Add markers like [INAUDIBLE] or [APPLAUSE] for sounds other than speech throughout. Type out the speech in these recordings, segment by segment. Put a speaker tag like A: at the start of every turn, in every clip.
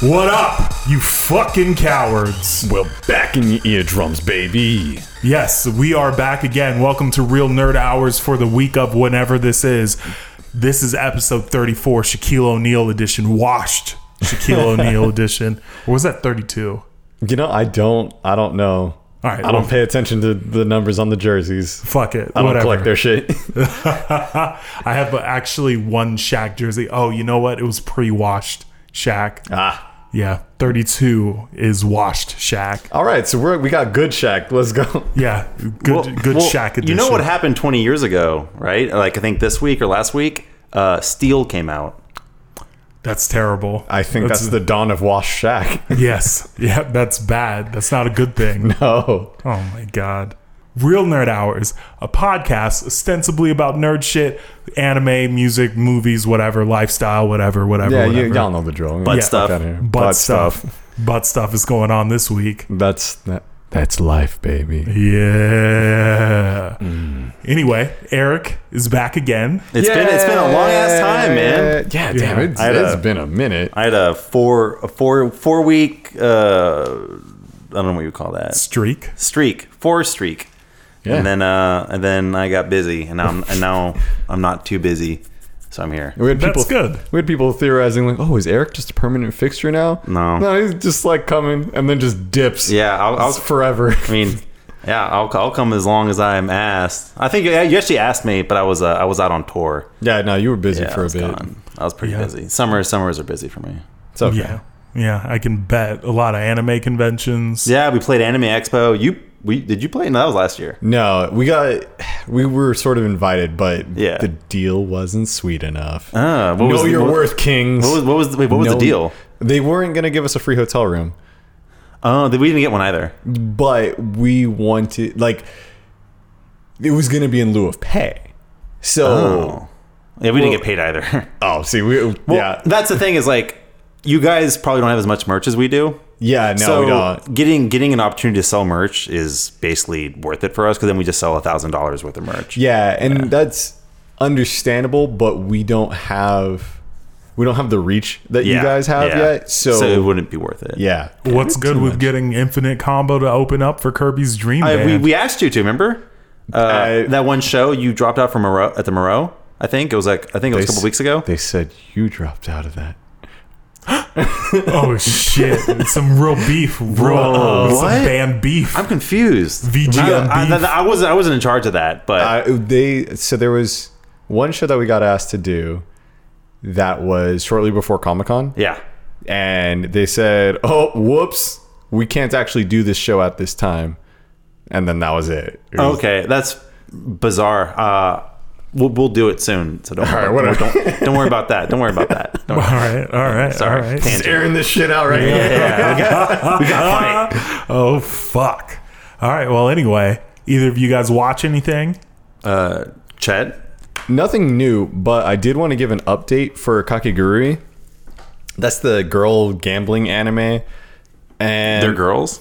A: What up, you fucking cowards?
B: Well, back in your eardrums, baby.
A: Yes, we are back again. Welcome to Real Nerd Hours for the week of whenever this is. This is episode 34, Shaquille O'Neal edition, washed
B: [LAUGHS]
A: Shaquille O'Neal edition. Or was that 32?
B: You know, I don't, I don't know.
A: All right,
B: I don't
A: well-
B: pay attention to the numbers on the jerseys.
A: Fuck it.
B: I don't
A: whatever.
B: collect their shit.
A: [LAUGHS]
B: [LAUGHS]
A: I have uh, actually one Shaq jersey. Oh, you know what? It was pre-washed Shaq.
B: ah,
A: Yeah, 32 is washed Shaq.
B: all right. So we're we got good Shack. Let's go.
A: Yeah, good
C: Well-
A: good
C: well,
A: Shaq edition.
C: You know what happened 20 years ago, right? Like I think this week or last week, uh, Steel came out.
A: That's terrible.
B: I think that's, the dawn of Wash [LAUGHS] Shack.
A: Yes. Yeah, that's bad. That's not a good thing.
B: [LAUGHS] oh,
A: Oh my god. Real Nerd Hours, a podcast ostensibly about nerd shit, anime, music, movies, whatever, lifestyle, whatever, whatever.
B: yeah,
A: whatever.
B: you, y'all know the drill. Butt
C: stuff.
A: butt, stuff. Butt stuff is going on this week.
B: That's that, that's life, baby.
A: Yeah. Anyway, Eric is back again.
C: It's been it's been a long ass time, man.
B: Yeah, damn it.
C: I had
B: it's
C: a-
B: been a minute.
C: I had a four a four four week uh, I don't know what you call that
A: Streak.
C: streak four streak,
B: Yeah.
C: and then uh, and then I got busy and I'm and now I'm not too busy, so I'm here.
B: We had
A: That's
B: people,
A: good.
B: We had people theorizing like, "Oh, is Eric just a permanent fixture now?"
C: No.
B: no, he's just like coming and then just dips.
C: Yeah, I'll,
B: It's
C: I'll [LAUGHS]
B: forever.
C: I mean, yeah, I'll, I'll come as long as I'm asked. I think yeah, you actually asked me, but I was uh, I was out on tour.
B: yeah, no, you were busy
C: Yeah,
B: for
C: I
B: a
C: was
B: bit.
C: gone. I was pretty
A: Yeah.
C: busy. Summer summers are busy for me.
B: It's okay.
A: Yeah. Yeah, I can bet a lot of anime conventions.
C: Yeah, we played Anime Expo. You we did you play? No, that was last year.
B: No, we got we were sort of invited, but
C: Yeah.
B: the deal wasn't sweet enough.
C: Uh, what
B: know
C: was the-
B: your
C: what-
B: worth, Kings.
C: What was what was wait, what was
B: Know-
C: the deal?
B: They weren't gonna give us a free hotel room,
C: Oh, we didn't get one either.
B: but we wanted like it was gonna be in lieu of pay. So
C: Oh, yeah, we didn't
B: Well-
C: get paid either. [LAUGHS]
B: oh, see, we
C: Well,
B: yeah
C: that's the thing is like you guys probably don't have as much merch as we do.
B: yeah no we
C: so
B: don't.
C: getting getting an opportunity to sell merch is basically worth it for us because then we just sell a thousand dollars worth of merch.
B: Yeah, and that's understandable, but we don't have we don't have the reach that you
C: Yeah,
B: guys have
C: yeah.
B: yet. So,
C: so it wouldn't be worth it.
B: yeah.
A: What's good
B: Too
A: with
B: much.
A: getting Infinite Combo to open up for Kirby's Dream
C: I,
A: Band?
C: we, we asked you to remember uh,
B: I-
C: that one show you dropped out from Moreau, at the Moreau. I think it was like I think it was a
B: They
C: couple
B: s-
C: weeks ago.
B: They said you dropped out of that.
A: oh shit! Some real beef, real uh,
C: Bro,
A: some
C: what?
A: band beef. [LAUGHS]
C: I'm confused.
A: VGM
C: I, I,
A: beef.
C: I wasn't I wasn't in charge of that, but
B: Uh, they so there was one show that we got asked to do that was shortly before Comic Con,
C: yeah,
B: and they said, "Oh, whoops, we can't actually do this show at this time," and then that was it. It was-
C: okay, that's bizarre. Uh, we'll we'll do it soon. So don't worry,
B: All right,
C: about- don't, don't, don't worry about that. Don't worry about that. Don't
A: all
B: [LAUGHS]
C: worry.
A: right, all right,
C: Sorry.
A: all right.
C: Tangent.
B: airing this shit out right now.
C: Yeah, we got, we got
B: [LAUGHS]
C: funny.
A: Oh fuck! All right. Well, anyway, either of you guys watch anything?
C: Uh, Chet,
B: Nothing new, but I did want to give an update for Kakiguri. That's the girl gambling anime. And
C: they're girls.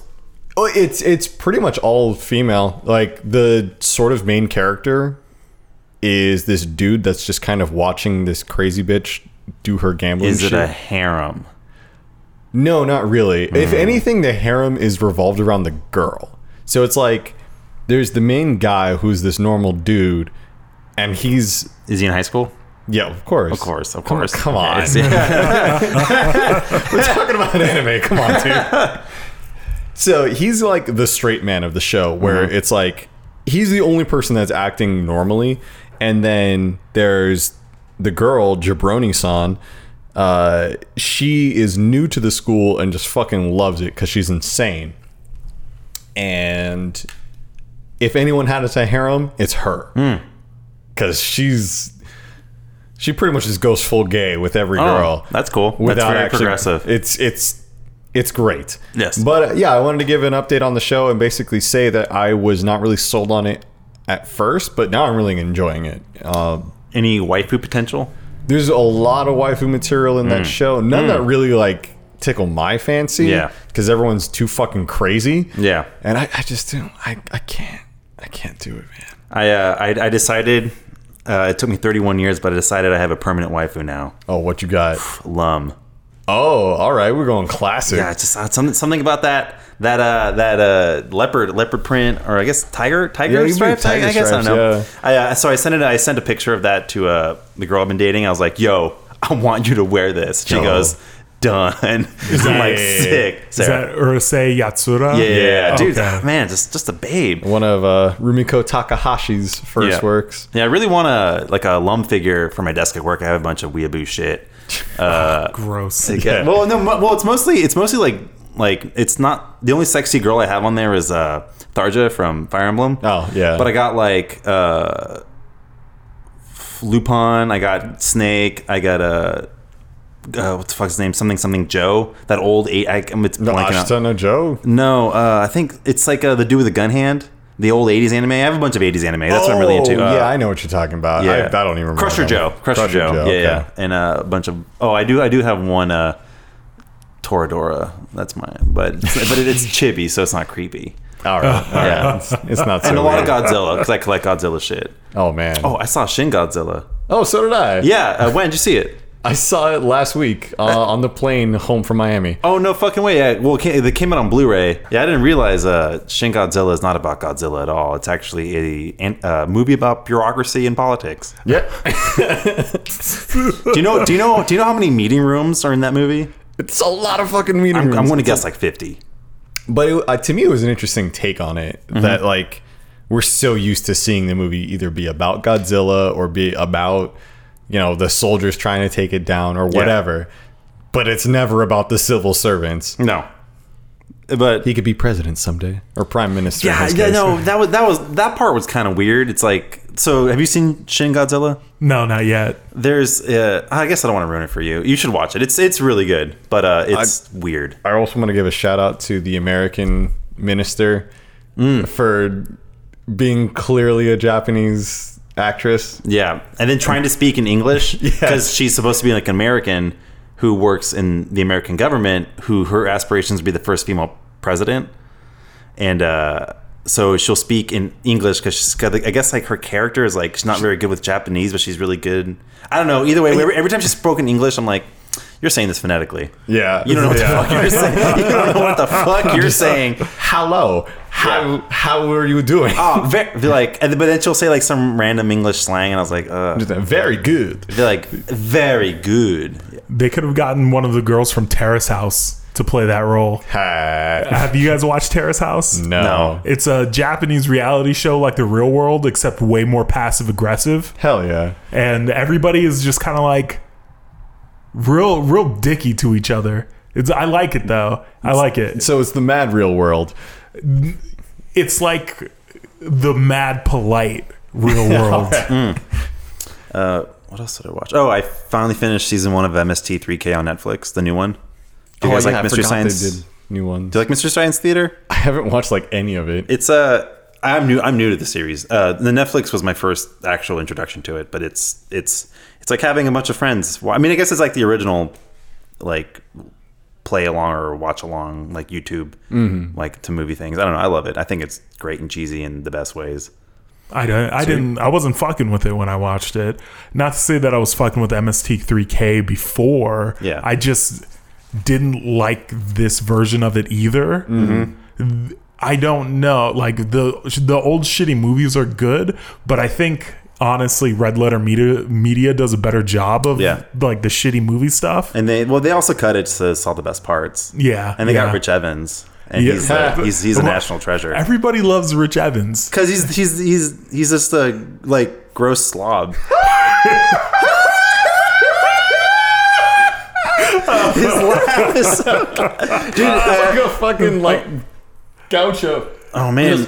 B: Oh, it's it's pretty much all female. Like the sort of main character is this dude that's just kind of watching this crazy bitch do her gambling
C: Is it
B: shit.
C: a Hmm. harem?
B: No, not really. If anything, the harem is revolved around the girl. So it's like there's the main guy who's this normal dude, and he's
C: Is he in high school?
B: yeah, of course,
C: Of course, of course. [LAUGHS]
B: Come on.
C: Okay, I see.
B: talking about an anime. Come on, dude. [LAUGHS] so he's like the straight man of the show, where it's like he's the only person that's acting normally, and then there's the girl Jabroni San. Uh, she is new to the school and just fucking loves it because she's insane. And if anyone had to say harem, it's her because she's she pretty much just goes full gay with every girl.
C: that's cool. That's
B: Without
C: very
B: actually-
C: progressive.
B: It's it's it's great.
C: Yes.
B: But uh, yeah, I wanted to give an update on the show and basically say that I was not really sold on it at first, but now I'm really enjoying it. Uh,
C: Any waifu potential?
B: there's a lot of waifu material in
C: Mm.
B: that show. None that really like tickle my fancy.
C: Yeah.
B: Because everyone's too fucking crazy.
C: Yeah.
B: And I, I just don't. I, I can't. I can't do it, man.
C: I, uh, I I decided uh, it took me 31 years, but I decided I have a permanent waifu now. [SIGHS]
B: Oh, what you got?
C: Lum.
B: Oh, all right. We're going classic.
C: Yeah, it's just uh, something something about that that uh that uh leopard leopard print or I guess tiger
B: Yeah,
C: tiger
B: you can do
C: stripes. I-
B: tiger
C: I, guess
B: stripes,
C: I don't know.
B: yeah.
C: I, uh, so I sent it. I sent a picture of that to uh the girl I've been dating. I was like, "Yo, I want you to wear this." She
B: Oh.
C: goes, "Done." [LAUGHS] I'm like, "Sick."
A: Is
C: Sarah.
A: that Urusei Yatsura?
C: yeah, yeah, yeah. dude,
A: Okay.
C: man, just just a babe.
B: One of uh, Rumiko Takahashi's first
C: Yeah.
B: works.
C: Yeah, I really want a like a lum figure for my desk at work. I have a bunch of weeaboo shit.
A: [LAUGHS]
C: [LAUGHS]
A: Gross.
C: Yeah. Well, no. mo- Well, it's mostly it's mostly like like it's not the only sexy girl I have on there is uh Tharja from Fire Emblem.
B: Oh, yeah.
C: But I got like uh Lupin. I got Snake. I got uh, uh what the fuck's his name? Something something Joe. That old eight. I, I'm it's
B: The
C: blanking out.
B: Ashita no Joe.
C: No, uh, I think it's like uh, the dude with the gun hand. The old '80s anime. I have a bunch of '80s anime. That's what I'm really into. Uh,
B: Oh, yeah, I know what you're talking about. I, I don't even remember.
C: Crusher
B: that
C: Joe.
B: one.
C: Crusher, Joe. Yeah,
B: okay.
C: yeah. And uh, a bunch of oh, I do I do have one uh Toradora. That's my but but it, it's chibi, so it's not creepy.
B: All right. all right.
C: [LAUGHS] Yeah.
B: It's, it's not [LAUGHS] so
C: [LAUGHS] And a lot of
B: weird.
C: Godzilla because I collect Godzilla shit.
B: Oh, man.
C: Oh, I saw Shin Godzilla.
B: Oh, so did I.
C: Yeah, uh, when did you see it?
B: I saw it last week uh, on the plane home from Miami.
C: Oh no fucking way! Yeah, well, it came, it came out on Blu-ray. Yeah, I didn't realize uh, Shin Godzilla is not about Godzilla at all. It's actually a an- uh, movie about bureaucracy and politics.
B: Yeah.
C: Do you know? Do you know? Do you know how many meeting rooms are in that movie?
B: [LAUGHS] it's a lot of fucking meeting
C: I'm,
B: rooms.
C: I'm going to guess like fifty.
B: but it, uh, to me, it was an interesting take on it
C: Mm-hmm.
B: that like we're so used to seeing the movie either be about Godzilla or be about you know the soldiers trying to take it down or whatever. But it's never about the civil servants.
C: No, but
B: He could be president someday or prime minister. in
C: Yeah,
B: his
C: yeah,
B: case.
C: no, that was that was that part was kind of weird. It's like, so have you seen Shin Godzilla?
A: No, not yet.
C: There's, uh, I guess I don't want to ruin it for you. You should watch it. It's it's really good, but uh, it's weird.
B: I also want to give a shout out to the American minister
C: Mm.
B: for being clearly a Japanese actress.
C: Yeah, and then trying to speak
B: [LAUGHS]
C: in English because she's supposed to be like an American who works in the American government, who her aspirations would be the first female president, and uh, so she'll speak in English because she's got. Like, I guess like her character is like she's not very good with Japanese, but she's really good. I don't know. Either way, every, every time she spoke in English, I'm like, you're saying this phonetically.
B: Yeah,
C: You don't know what
B: Yeah. uh,
C: the fuck you're saying. [LAUGHS] You don't know what
B: [LAUGHS]
C: the fuck you're saying.
B: Hello, how how are you doing?
C: Oh, ve- like, and- but then she'll say like some random English slang, and I was like, uh,
B: [LAUGHS] Very good.
C: they're like very good.
A: They could have gotten one of the girls from Terrace House to play that role.
B: Ha-
A: Have you guys watched Terrace House?
B: no.
C: No.
A: It's a Japanese reality show like The Real World, except way more passive aggressive.
B: hell yeah.
A: And everybody is just kind of like real, real dicky to each other. It's, I like it though. I like it.
B: So it's the mad real world.
A: It's like the mad polite real world.
C: Uh, what else did I watch? Oh, I finally finished season one of MST3K on Netflix, the new one. Do you guys
B: Oh, yeah, I
C: like Mystery
B: forgot
C: Science?
B: they
C: Do
B: did new ones.
C: you like Mystery Science Theater?
B: I haven't watched like any of
C: [LAUGHS]
B: it.
C: It's Uh, I'm new. I'm new to the series. Uh, the Netflix was my first actual introduction to it, but it's it's it's like having a bunch of friends. Well, I mean, I guess it's like the original, like play along or watch along, like YouTube,
B: Mm-hmm.
C: like to movie things. I don't know. I love it. I think it's great and cheesy in the best ways.
A: I don't. I didn't. I wasn't fucking with it when I watched it. Not to say that I was fucking with MST3K before.
C: Yeah.
A: I just didn't like this version of it either.
C: Mm-hmm.
A: Th- I don't know. Like the the old shitty movies are good, but I think honestly, Red Letter Media Media does a better job of
C: Yeah.
A: like the shitty movie stuff.
C: And they well, they also cut it to saw the best parts.
A: yeah,
C: and they
A: yeah.
C: got Rich Evans, and
A: Yeah. [LAUGHS]
C: he's, uh, he's he's a national treasure
A: Everybody loves Rich Evans.
C: because he's he's he's he's just a like
A: [LAUGHS]
C: gross slob.
A: [LAUGHS]
C: His laugh is so good. dude. uh,
B: a fucking like gaucho.
C: oh man,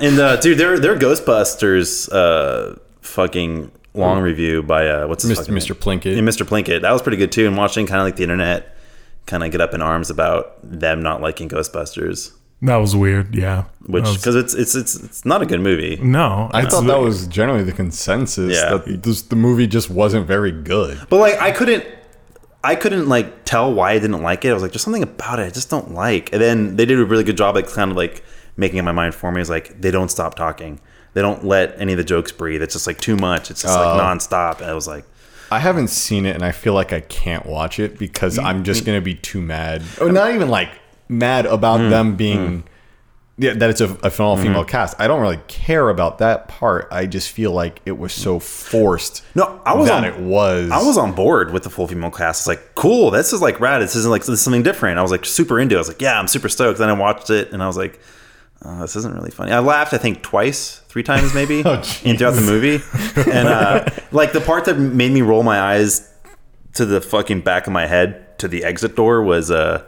C: and uh, dude, their their Ghostbusters uh, fucking
A: Mm.
C: long review by uh, what's his
B: Mr.
C: fucking name?
B: Mr. Plinkett.
C: Yeah, Mr. Plinkett. That was pretty good too. And watching kind of like the internet kind of get up in arms about them not liking Ghostbusters.
A: That was weird. Yeah.
C: which
A: That was-
C: because it's, it's it's it's not a good movie.
A: no,
B: I thought that was generally the consensus
C: Yeah.
B: that this, the movie just wasn't very good.
C: But like I couldn't I couldn't like tell why I didn't like it. I was like, there's something about it I just don't like. And then they did a really good job like kind of like making up my mind for me. It's like they don't stop talking. They don't let any of the jokes breathe. It's just like too much. It's just like nonstop. And I was like,
B: I haven't seen it, and I feel like I can't watch it because I'm just gonna be too mad. Or Oh, not even like mad about
C: Hmm.
B: them being yeah that it's a, a all female cast. I don't really care about that part. I just feel like it was so forced.
C: No, I was
B: that
C: on-
B: it was.
C: I was on board with the full female cast. It's like, cool, this is like rad. This isn't like this is something different. I was like super into it. I was like, yeah, I'm super stoked. Then I watched it and I was like, oh, this isn't really funny. I laughed, I think, twice, three times maybe, and throughout the movie. And uh, like the part that made me roll my eyes to the fucking back of my head to the exit door was uh,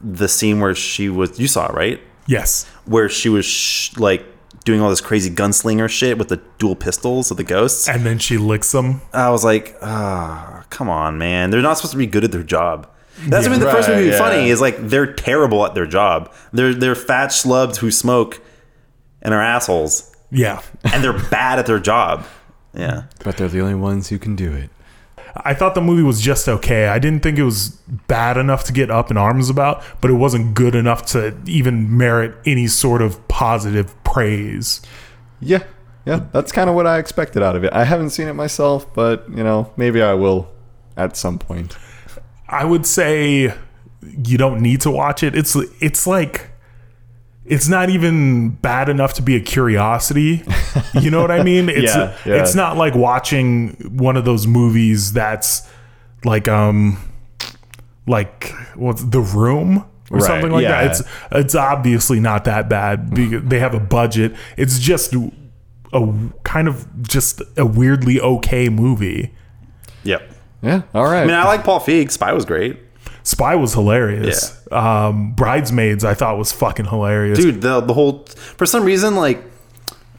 C: the scene where she was. You saw it, right?
A: Yes.
C: Where she was sh- like doing all this crazy gunslinger shit with the dual pistols of the ghosts.
A: And then she licks him.
C: I was like, ah, come on, man. They're not supposed to be good at their job. That's what made the first
B: Right,
C: movie
B: yeah.
C: funny is like they're terrible at their job. They're they're fat schlubs who smoke and are assholes,
A: Yeah.
C: and they're bad at their job. Yeah,
B: but they're the only ones who can do it.
A: I thought the movie was just okay. I didn't think it was bad enough to get up in arms about, but it wasn't good enough to even merit any sort of positive praise.
B: Yeah, yeah, that's kind of what I expected out of it. I haven't seen it myself, but you know, maybe I will at some point.
A: I would say you don't need to watch it. It's it's like it's not even bad enough to be a
B: [LAUGHS]
A: curiosity. You know what I mean? It's
B: Yeah, yeah.
A: it's not like watching one of those movies that's like um like what's the room or
B: Right,
A: something like
B: yeah.
A: that. It's it's obviously not that bad. Because they have a budget. It's just a kind of just a weirdly okay movie.
C: yep.
B: Yeah, all right.
C: I mean, I like Paul Feig. Spy was great,
A: Spy was hilarious. Um, Bridesmaids, I thought was fucking hilarious.
C: dude. The the whole for some reason like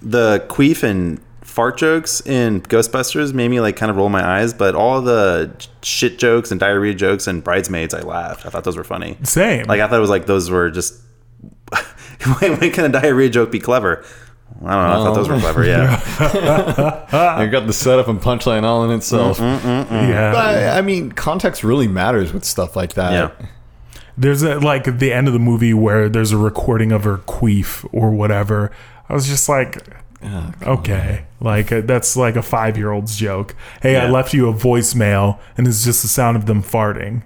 C: the queef and fart jokes in Ghostbusters made me like kind of roll my eyes, but all the shit jokes and diarrhea jokes and bridesmaids, I laughed. I thought those were funny.
A: Same.
C: Like I thought it was like those were just. [LAUGHS] when, when can a diarrhea joke be clever? I don't know. I thought those were clever. Yeah.
B: I got the setup and punchline all in itself.
C: Mm-hmm. mm.
A: yeah.
B: I, I mean, context really matters with stuff like
C: yeah.
B: that.
A: there's a, like at the end of the movie where there's a recording of her queef or whatever. I was just like, okay, like uh, that's like a five year old's joke. Hey, I
C: Yeah.
A: left you a voicemail, and it's just the sound of them farting.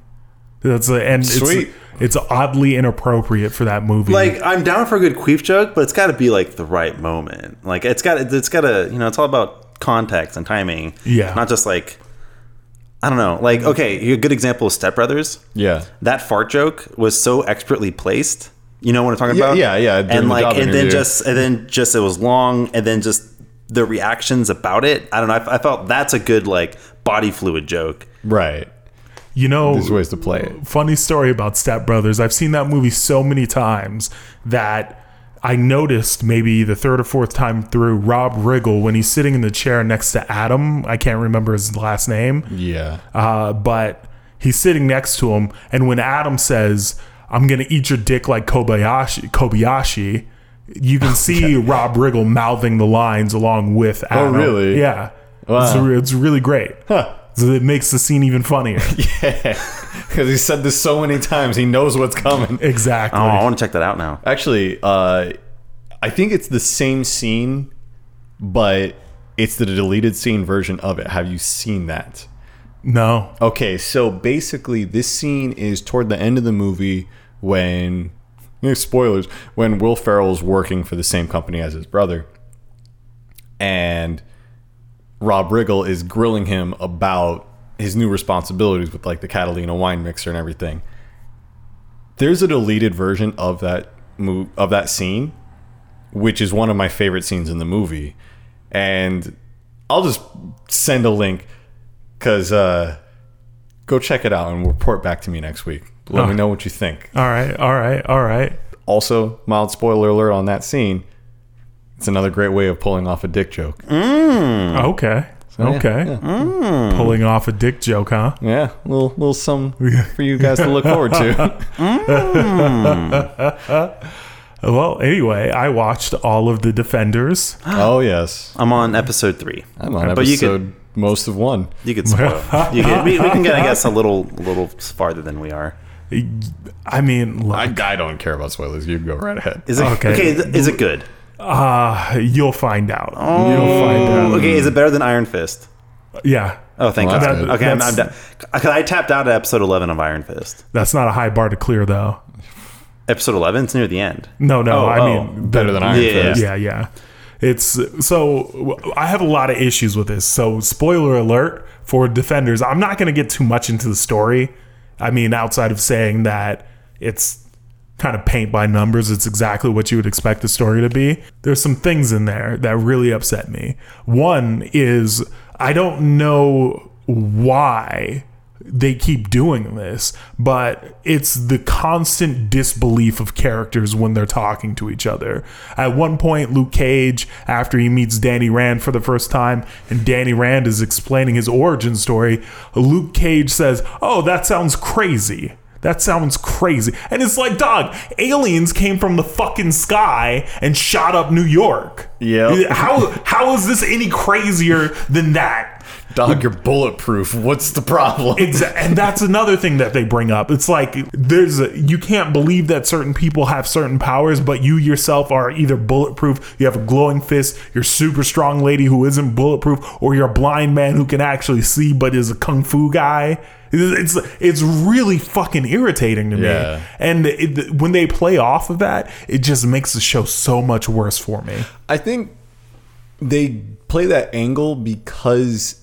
A: That's a, and
B: Sweet.
A: It's, it's oddly inappropriate for that movie.
C: Like I'm down for a good queef joke, but it's got to be like the right moment. Like it's got it's got to you know it's all about context and timing.
A: Yeah.
C: Not just like I don't know. Like okay, a good example is Step Brothers.
B: Yeah.
C: that fart joke was so expertly placed. You know what I'm talking
B: Yeah,
C: about?
B: yeah, yeah, during
C: And
B: the
C: like,
B: job
C: and then
B: interview.
C: just, and then just, it was long, and then just the reactions about it. I don't know. I, I felt that's a good like body fluid joke.
B: Right.
A: you know,
B: There's ways to play it.
A: funny story about Step Brothers. I've seen that movie so many times that I noticed maybe the third or fourth time through Rob Riggle when he's sitting in the chair next to Adam. I can't remember his last name,
B: Yeah. [LAUGHS]
A: uh, but he's sitting next to him. And when Adam says, "I'm gonna eat your dick like Kobayashi," Kobayashi, you can see Rob Riggle mouthing the lines along with Adam.
B: Oh, really?
A: Yeah. It's,
B: Wow.
A: re- it's really great. So it makes the scene even funnier.
B: [LAUGHS] Because he said this so many times, he knows what's coming.
A: exactly.
C: Oh, I want to check that out now.
B: Actually, uh, I think it's the same scene, but it's the deleted scene version of it. Have you seen that?
A: No.
B: Okay, so basically, this scene is toward the end of the movie when, [LAUGHS] eh, spoilers, when Will Ferrell's working for the same company as his brother, and Rob Riggle is grilling him about his new responsibilities with like the Catalina wine mixer and everything. There's a deleted version of that move of that scene, which is one of my favorite scenes in the movie, and I'll just send a link because uh, go check it out and report back to me next week. Let me know what you think.
A: All right, all right, all right.
B: Also, mild spoiler alert on that scene. It's another great way of pulling off a dick joke.
C: Mm.
A: Okay. okay. Pulling off a dick joke, huh?
B: Yeah, little little something for you guys to look forward
C: [LAUGHS]
B: to.
A: Well, anyway, I watched all of the Defenders.
B: oh yes,
C: I'm on episode three.
B: I'm on
C: But you could-
B: episode most of one.
C: You
B: [LAUGHS]
C: could spoil. you could, we, we can get, I guess, a little, a little farther than we are.
A: I mean,
B: I,
A: like,
B: I don't care about spoilers. You can go right ahead.
C: Is it
A: Okay.
C: okay? th- is it good?
B: Oh.
A: uh, you'll find out. You'll find out.
C: Okay, is it better than Iron Fist?
A: Yeah.
C: Oh, thank
B: Um, Well,
C: God.
B: that's good.
C: okay, I'm, I'm
A: That's-
C: done. 'Cause I tapped out at episode 11 of Iron Fist.
A: That's not a high bar to clear, though.
C: Episode 11 is near the end.
A: No, no.
C: Oh,
A: I
C: oh,
A: mean,
B: better than Iron
C: Yeah.
B: Fist.
A: Yeah, yeah. It's so w- I have a lot of issues with this. So spoiler alert for defenders. I'm not going to get too much into the story. I mean, outside of saying that it's kind of paint by numbers, it's exactly what you would expect the story to be. There's some things in there that really upset me. One is I don't know why they keep doing this, but it's the constant disbelief of characters when they're talking to each other. At one point, Luke Cage, after he meets Danny Rand for the first time, and Danny Rand is explaining his origin story, Luke Cage says, Oh, that sounds crazy. That sounds crazy. And it's like, dog, aliens came from the fucking sky and shot up New York.
B: Yep.
A: How how is this any crazier than that?
B: Dog, you're bulletproof. What's the problem?
A: Exactly. And that's another thing that they bring up. It's like there's a, you can't believe that certain people have certain powers, but you yourself are either bulletproof, you have a glowing fist, you're a super strong lady who isn't bulletproof, or you're a blind man who can actually see but is a kung fu guy. It's it's- it's really fucking irritating to me.
B: Yeah.
A: And it, when they play off of that, it just makes the show so much worse for me.
B: I think they play that angle because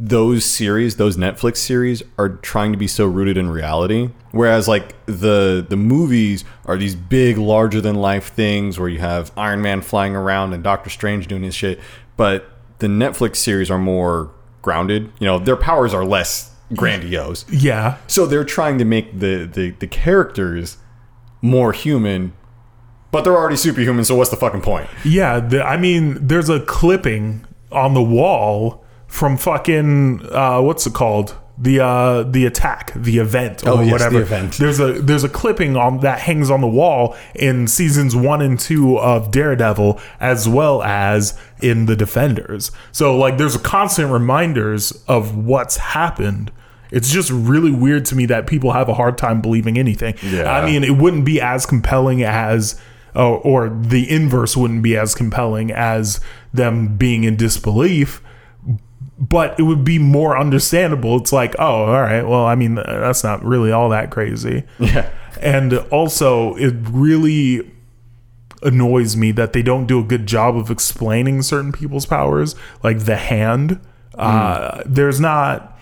B: those series, those Netflix series, are trying to be so rooted in reality. Whereas like the the movies are these big, larger than life things where you have Iron Man flying around and Doctor Strange doing his shit. But the Netflix series are more grounded. You know, their powers are less grandiose.
A: Yeah.
B: So they're trying to make the, the, the characters more human, but they're already superhuman, so what's the fucking point?
A: Yeah, the, I mean, there's a clipping on the wall from fucking uh, what's it called? The uh, the attack, the event, or
B: Oh, yes, the
A: whatever.
B: event.
A: There's a there's a clipping on that hangs on the wall in seasons one and two of Daredevil, as well as in the Defenders. So like, there's constant reminders of what's happened. It's just really weird to me that people have a hard time believing anything.
B: Yeah.
A: I mean, and it wouldn't be as compelling as or, or the inverse wouldn't be as compelling as them being in disbelief but it would be more understandable it's like oh all right well i mean that's not really all that crazy
B: Yeah.
A: and also it really annoys me that they don't do a good job of explaining certain people's powers like the hand uh, there's not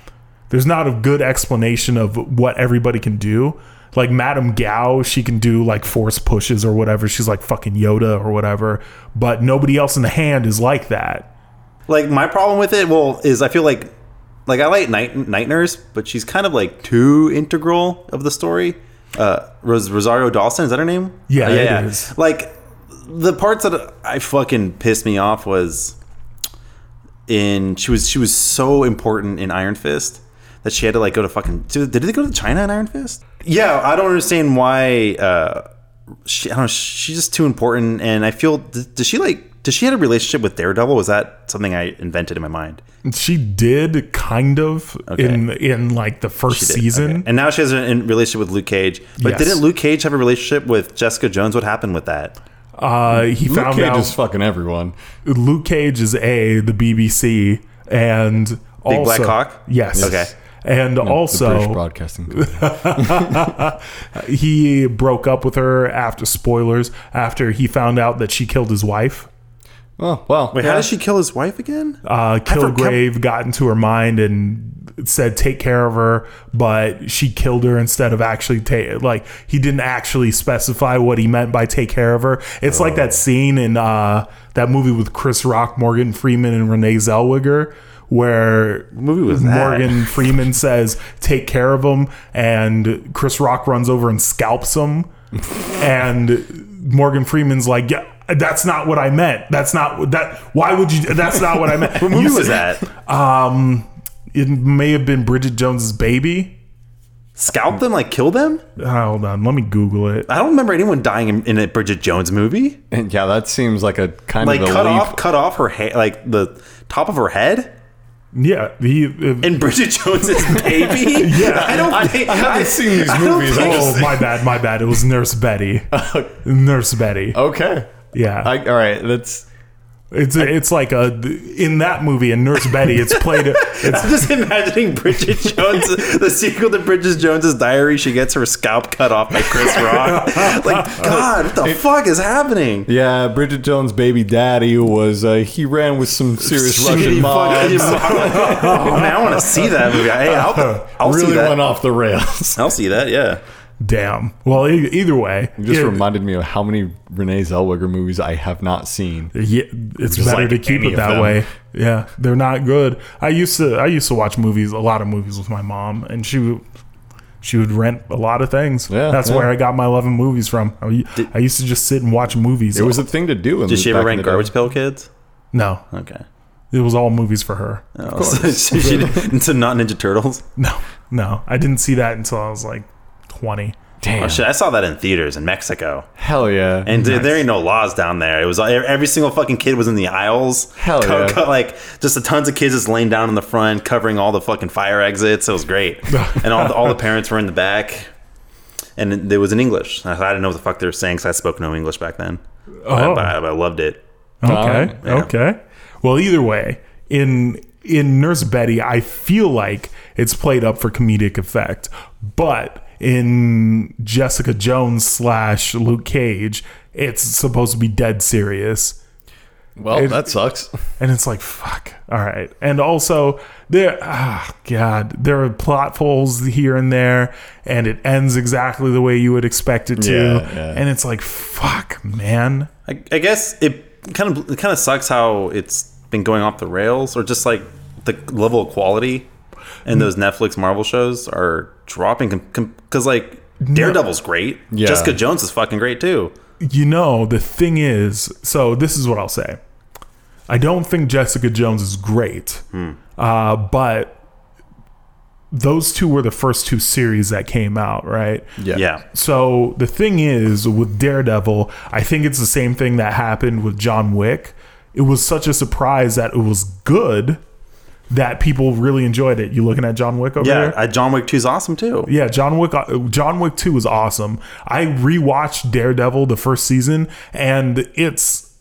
A: there's not a good explanation of what everybody can do like madame gao she can do like force pushes or whatever she's like fucking yoda or whatever but nobody else in the hand is like that
C: Like, my problem with it, well, is I feel like, like, I like Night, Night Nurse, but she's kind of like too integral of the story. Uh, Ros- Rosario Dawson, is that her name?
A: Yeah,
C: Uh,
A: it is.
C: Like, the parts that I fucking pissed me off was in she was she was so important in Iron Fist that she had to like go to fucking did, did they go to China in Iron Fist? Yeah, I don't understand why uh she I don't know, she's just too important and I feel th- does she like does she had a relationship with Daredevil? Was that something I invented in my mind?
A: she did kind of in in like the first
C: She did.
A: season
C: Okay. And now she has a a relationship with Luke Cage. But
A: Yes.
C: didn't Luke Cage have a relationship with Jessica Jones? What happened with that?
A: uh he
B: Luke
A: found
B: Cage
A: out
B: is fucking everyone.
A: Luke Cage is a the BBC and Big also,
C: Black Hawk?
A: Yes.
C: Okay.
A: And
B: the British
A: also,
B: broadcasting.
A: [LAUGHS] he broke up with her after spoilers after he found out that she killed his wife.
B: oh well,
C: Wait, how did she kill his wife again?
A: Uh,
C: forgot-
A: Kilgrave got into her mind and said, "Take care of her," but she killed her instead of actually take. Like he didn't actually specify what he meant by "take care of her." It's like
C: Oh.
A: that scene in uh, that movie with Chris Rock, Morgan Freeman, and Renee Zellweger. Where
C: movie was that?
A: Morgan Freeman says, "Take care of him," and Chris Rock runs over and scalps
C: [LAUGHS]
A: him, and Morgan Freeman's like, "Yeah, that's not what I meant. That's not that. Why would you? That's not what I meant."
C: [LAUGHS] What movie
A: You
C: was
A: said-
C: that?
A: Um, it may have been Bridget Jones's baby. Uh,
C: Scalp them? Like kill them?
A: Hold on, let me Google it.
C: I don't remember anyone dying in, in a Bridget Jones movie.
B: and [LAUGHS] yeah, that seems like a kind
C: Like
B: of a
C: cut
B: leap.
C: off, cut off her hair, like the top of her head,
A: Yeah, he. if-
C: and Bridget Jones's [LAUGHS] baby.
A: Yeah.
C: I don't think I,
B: haven't seen these
C: I don't
B: movies. I
C: think-
A: oh, my bad, my bad. It
C: [LAUGHS]
A: was Nurse Betty. Nurse Betty.
C: Oh,
B: Okay,
A: Yeah.
B: I, all right, that's
A: It's it's like a in that movie in Nurse Betty. It's
C: [LAUGHS]
A: played. It's
C: I'm just imagining Bridget Jones, the sequel to Bridget Jones's Diary. She gets her scalp cut off by Chris Rock. like, God, what the fuck is happening?
B: Yeah, Bridget Jones' baby daddy was uh, he ran with some serious Russian
C: Shitty
B: mobs.
C: fucking- [LAUGHS] oh, man, I want to see that movie. Hey, I'll, I'll see
B: really
C: that.
B: went off the rails. [LAUGHS]
C: I'll see that. Yeah.
A: damn. Well, e- either way,
B: It just
A: it-
B: reminded me of how many Renee Zellweger movies I have not seen.
A: Yeah, it's
B: Just
A: better
B: like
A: to keep
B: any
A: it
B: of
A: that
B: them.
A: way. Yeah, they're not good. I used to I used to watch movies, a lot of movies with my mom, and she would- she would rent a lot of things.
B: Yeah,
A: that's
B: yeah.
A: where I got my love of movies from. I, I used to just sit and watch movies.
B: It was a thing to do. In
C: Did she
B: back
C: ever
B: in
C: rank
B: the day.
C: Garbage Pail Kids?
A: no,
C: Okay.
A: it was all movies for her. [LAUGHS]
C: Oh, so, [LAUGHS]
B: [LAUGHS]
C: she, she did- so not Ninja Turtles. Oh,
A: No, no, I didn't see that until I was like twenty.
B: Damn.
C: Oh, shit, I saw that in theaters in Mexico,
B: Hell yeah.
C: and dude, there ain't no laws down there. It was e, every single fucking kid was in the aisles.
B: Hell
C: Co-
B: yeah.
C: co- like just the tons of kids just laying down in the front, covering all the fucking fire exits. It
B: [LAUGHS]
C: was great, and all the, all the parents were in the back, and it was in English. I, I didn't know what the fuck they were saying because I spoke no English back then.
A: Oh.
C: But, I, but I loved it.
A: Okay.
B: Um,
C: yeah.
A: Okay. Well, either way, in in Nurse Betty, I feel like it's played up for comedic effect, but in Jessica Jones slash Luke Cage, it's supposed to be dead serious,
B: well, that sucks.
A: and it's like fuck. All right, and also there, ah, god, there are plot holes here and there, and it ends exactly the way you would expect it to,
B: Yeah, yeah.
A: and it's like fuck, man.
C: I, I guess it kind of it kind of sucks how it's been going off the rails, or just like the level of quality in those Netflix Marvel shows are dropping because like Daredevil's great,
B: Yeah.
C: Jessica Jones is fucking great too.
A: You know, the thing is, so this is what I'll say. I don't think Jessica Jones is great,
C: Hmm.
A: uh, but those two were the first two series that came out, right?
C: Yeah,
A: So the thing is with Daredevil, I think it's the same thing that happened with John Wick. It was such a surprise that it was good that people really enjoyed it. You looking at John Wick over
C: yeah.
A: there?
C: I, John Wick 2 is awesome too.
A: Yeah, John Wick. uh, John Wick Two is awesome. I rewatched Daredevil the first season, and it's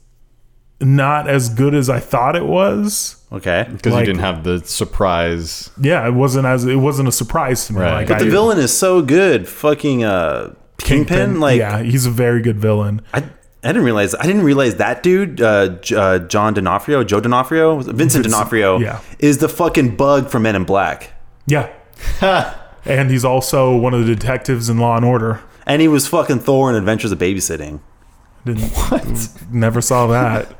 A: not as good as I thought it was.
C: Okay,
B: Because
A: Like-
B: you didn't have the surprise.
A: Yeah, it wasn't as it wasn't a surprise to me.
B: Right.
A: Like
B: But
A: I,
C: the villain is so good. Fucking uh, Kingpin, like
A: yeah, he's a very good villain.
C: I, I didn't realize I didn't realize that dude uh, J- uh, John D'Onofrio, Joe D'Onofrio, Vincent, D'Onofrio
A: yeah.
C: is the fucking bug from Men in Black. [LAUGHS]
A: Yeah, and he's also one of the detectives in Law and Order.
C: And he was fucking Thor in Adventures of Babysitting.
A: Didn't, Never saw that.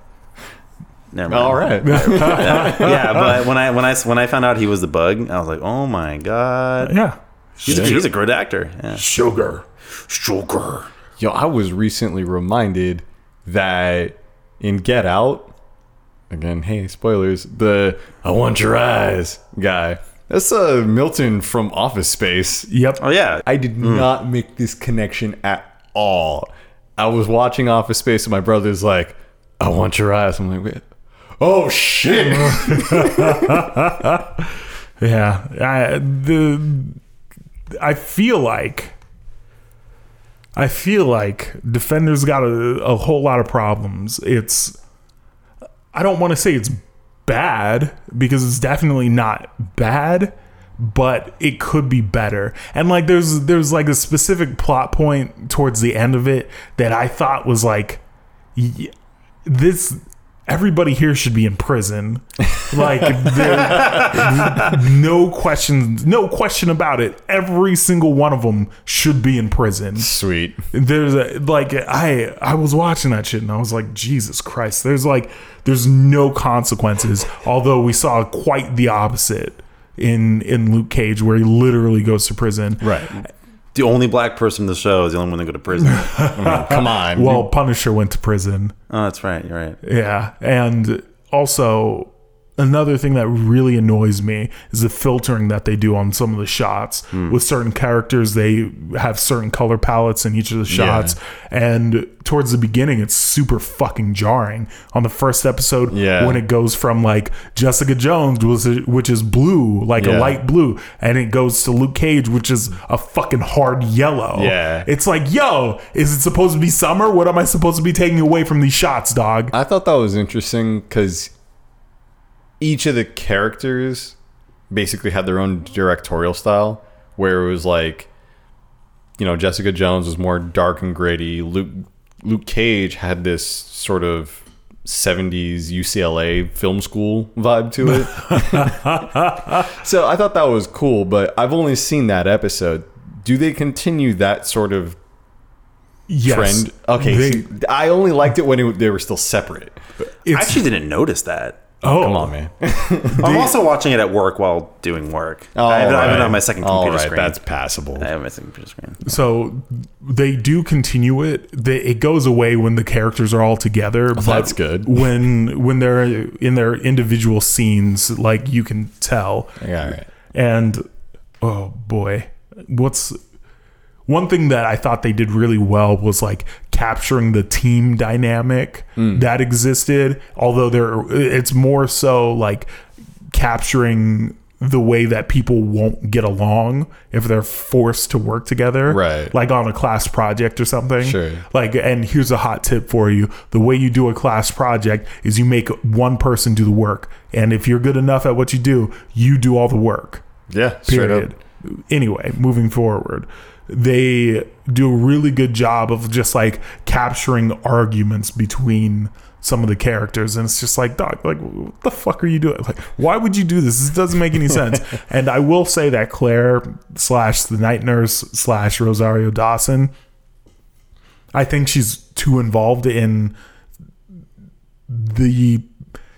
C: Never mind.
B: All [LAUGHS] right.
A: Oh, [LAUGHS]
C: yeah, but when I when I when I found out he was the bug, I was like, oh my god,
A: Yeah,
C: he's, a, he's a great actor. Yeah.
A: sugar.
C: Joker.
B: Yo, I was recently reminded that in Get Out, again, hey, spoilers, the I want your eyes guy. That's uh, Milton from Office Space.
A: Yep.
C: Oh yeah,
B: I did not make this connection at all. I was watching Office Space and my brother's like, I want your eyes. I'm like, Wait. oh shit.
A: Yeah, I the I feel like I feel like Defenders got a, a whole lot of problems. It's I don't want to say it's bad because it's definitely not bad, but it could be better. And like there's there's like a specific plot point towards the end of it that I thought was like y- this everybody here should be in prison. Like there, [LAUGHS] no questions, no question about it. Every single one of them should be in prison.
B: Sweet.
A: There's a like I I was watching that shit and I was like Jesus Christ. There's like there's no consequences. Although we saw quite the opposite in in Luke Cage where he literally goes to prison.
B: Right.
C: the only black person in the show is the only one that go
A: [LAUGHS]
C: to prison. oh,
B: Come on.
A: Well, Punisher went to prison.
C: that's right. You're right.
A: Yeah, and also another thing that really annoys me is the filtering that they do on some of the shots
B: Hmm.
A: with certain characters they have certain color palettes in each of the shots and towards the beginning it's super fucking jarring on the first episode
B: Yeah.
A: when it goes from like jessica jones was which is blue like a
B: Yeah.
A: light blue and it goes to luke cage which is a fucking hard yellow
B: Yeah.
A: it's like yo is it supposed to be summer what am i supposed to be taking away from these shots dog
B: I thought that was interesting because each of the characters basically had their own directorial style, where it was like, you know, Jessica Jones was more dark and gritty. Luke Luke Cage had this sort of '70s UCLA film school vibe to
A: [LAUGHS]
B: it. so I thought that was cool, but I've only seen that episode. Do they continue that sort of
A: yes
B: trend? Okay,
A: They-
B: see, I only liked it when it, they were still separate.
C: I
A: it's,
C: actually didn't notice that.
A: oh
B: Come on, man.
C: I'm also watching it at work while doing work.
A: Oh,
B: All
C: I have it I have it
B: Oh, right.
C: on my second
B: All
C: computer
B: right,
C: screen.
B: That's passable.
C: I have my second computer screen.
A: So they do continue it. They, it goes away when the characters are all together. but
B: Oh, that's good.
A: When when they're in their individual scenes, like you can tell.
B: Yeah, all right.
A: And oh boy, what's one thing that I thought they did really well was like capturing the team dynamic that existed. Although there, it's more so like capturing the way that people won't get along if they're forced to work together
B: Right.
A: like on a class project or something
B: Sure.
A: like and here's a hot tip for you the way you do a class project is you make one person do the work and if you're good enough at what you do you do all the work
B: Yeah, straight up.
A: period. Anyway, moving forward, they do a really good job of just like capturing arguments between some of the characters, and it's just like, dog, like what the fuck are you doing? Like, why would you do this? This doesn't make any
B: [LAUGHS]
A: sense. and I will say that Claire slash the night nurse slash Rosario Dawson, I think she's too involved in the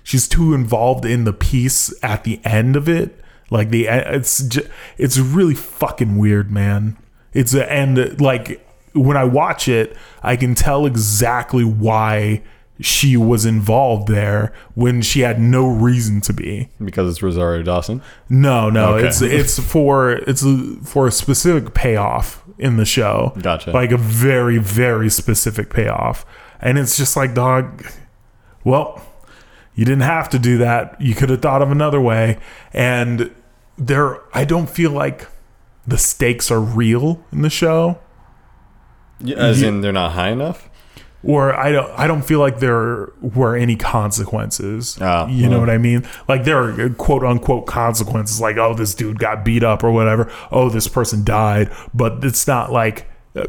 A: she's too involved in the piece at the end of it like the it's ju- it's really fucking weird man it's a, and like when i watch it i can tell exactly why she was involved there when she had no reason to be
B: Because it's Rosario Dawson.
A: no no
B: Okay.
A: it's it's for it's for a specific payoff in the show
B: Gotcha.
A: like a very very specific payoff and it's just like dog well you didn't have to do that you could have thought of another way and there i don't feel like the stakes are real in the show
B: As in, they're not high enough?
A: or i don't i don't feel like there were any consequences
B: Ah,
A: you know what i mean like there are quote unquote consequences like oh this dude got beat up or whatever oh this person died but it's not like uh,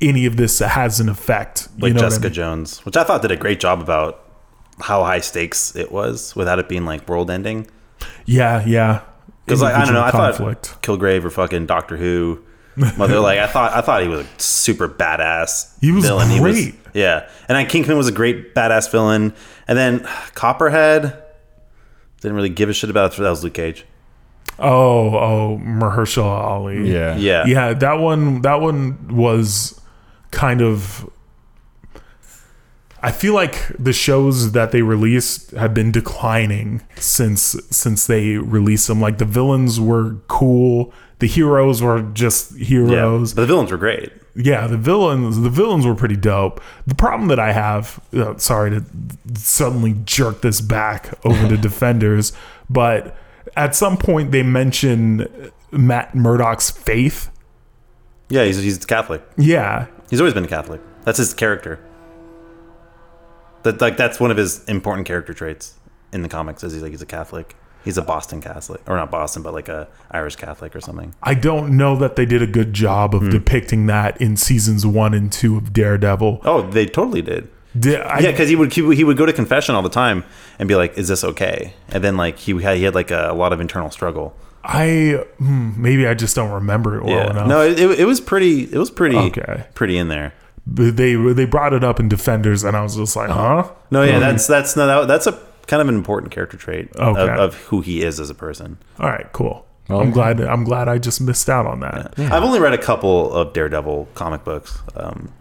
A: any of this has an effect you
C: Like
A: know what I
C: Jessica
A: mean?
C: Jones, which I thought did a great job about how high stakes it was without it being like world ending.
A: yeah yeah
C: Because like, I don't know,
A: Individual
C: I
A: conflict.
C: thought Kilgrave or fucking Doctor Who, mother like I thought I thought he was a super badass.
A: He was
C: villain. He
A: great.
C: was, yeah, and then Kingpin was a great badass villain, and then [SIGHS] Copperhead didn't really give a shit about it. That was Luke Cage.
A: Oh, oh, Mahershala Ali.
B: Yeah.
C: Yeah,
A: yeah. That one, that one was kind of. I feel like the shows that they released have been declining since since they released them. Like the villains were cool, the heroes were just
C: yeah.
A: heroes.
C: But the villains were great.
A: yeah the villains the villains were pretty dope the problem that i have uh, sorry to suddenly jerk this back over to defenders but at some point they mention matt murdock's faith
C: Yeah, he's he's Catholic.
A: yeah
C: He's always been a Catholic. That's his character. That like that's one of his important character traits in the comics. Is he's like he's a Catholic. He's a Boston Catholic, or not Boston, but like a Irish Catholic or something.
A: i don't know that they did a good job
C: Hmm.
A: of depicting that in seasons one and two of daredevil
C: Oh, they totally did.
A: Di- I-
C: Yeah, because he would he would- he would go to confession all the time and be like, "Is this okay?" And then like he had he had like a, a lot of internal struggle.
A: i hmm, maybe i just don't remember it well enough
C: Oh, no, it, it was pretty it was pretty
A: Okay.
C: pretty in there.
A: But they they brought it up in defenders and i was just like huh
C: No, yeah, that's that's no that, that's a kind of an important character trait of,
A: Okay.
C: of who he is as a person.
A: all right cool i'm glad i'm glad i just missed out on that
C: I've only read a couple of Daredevil comic books. Um,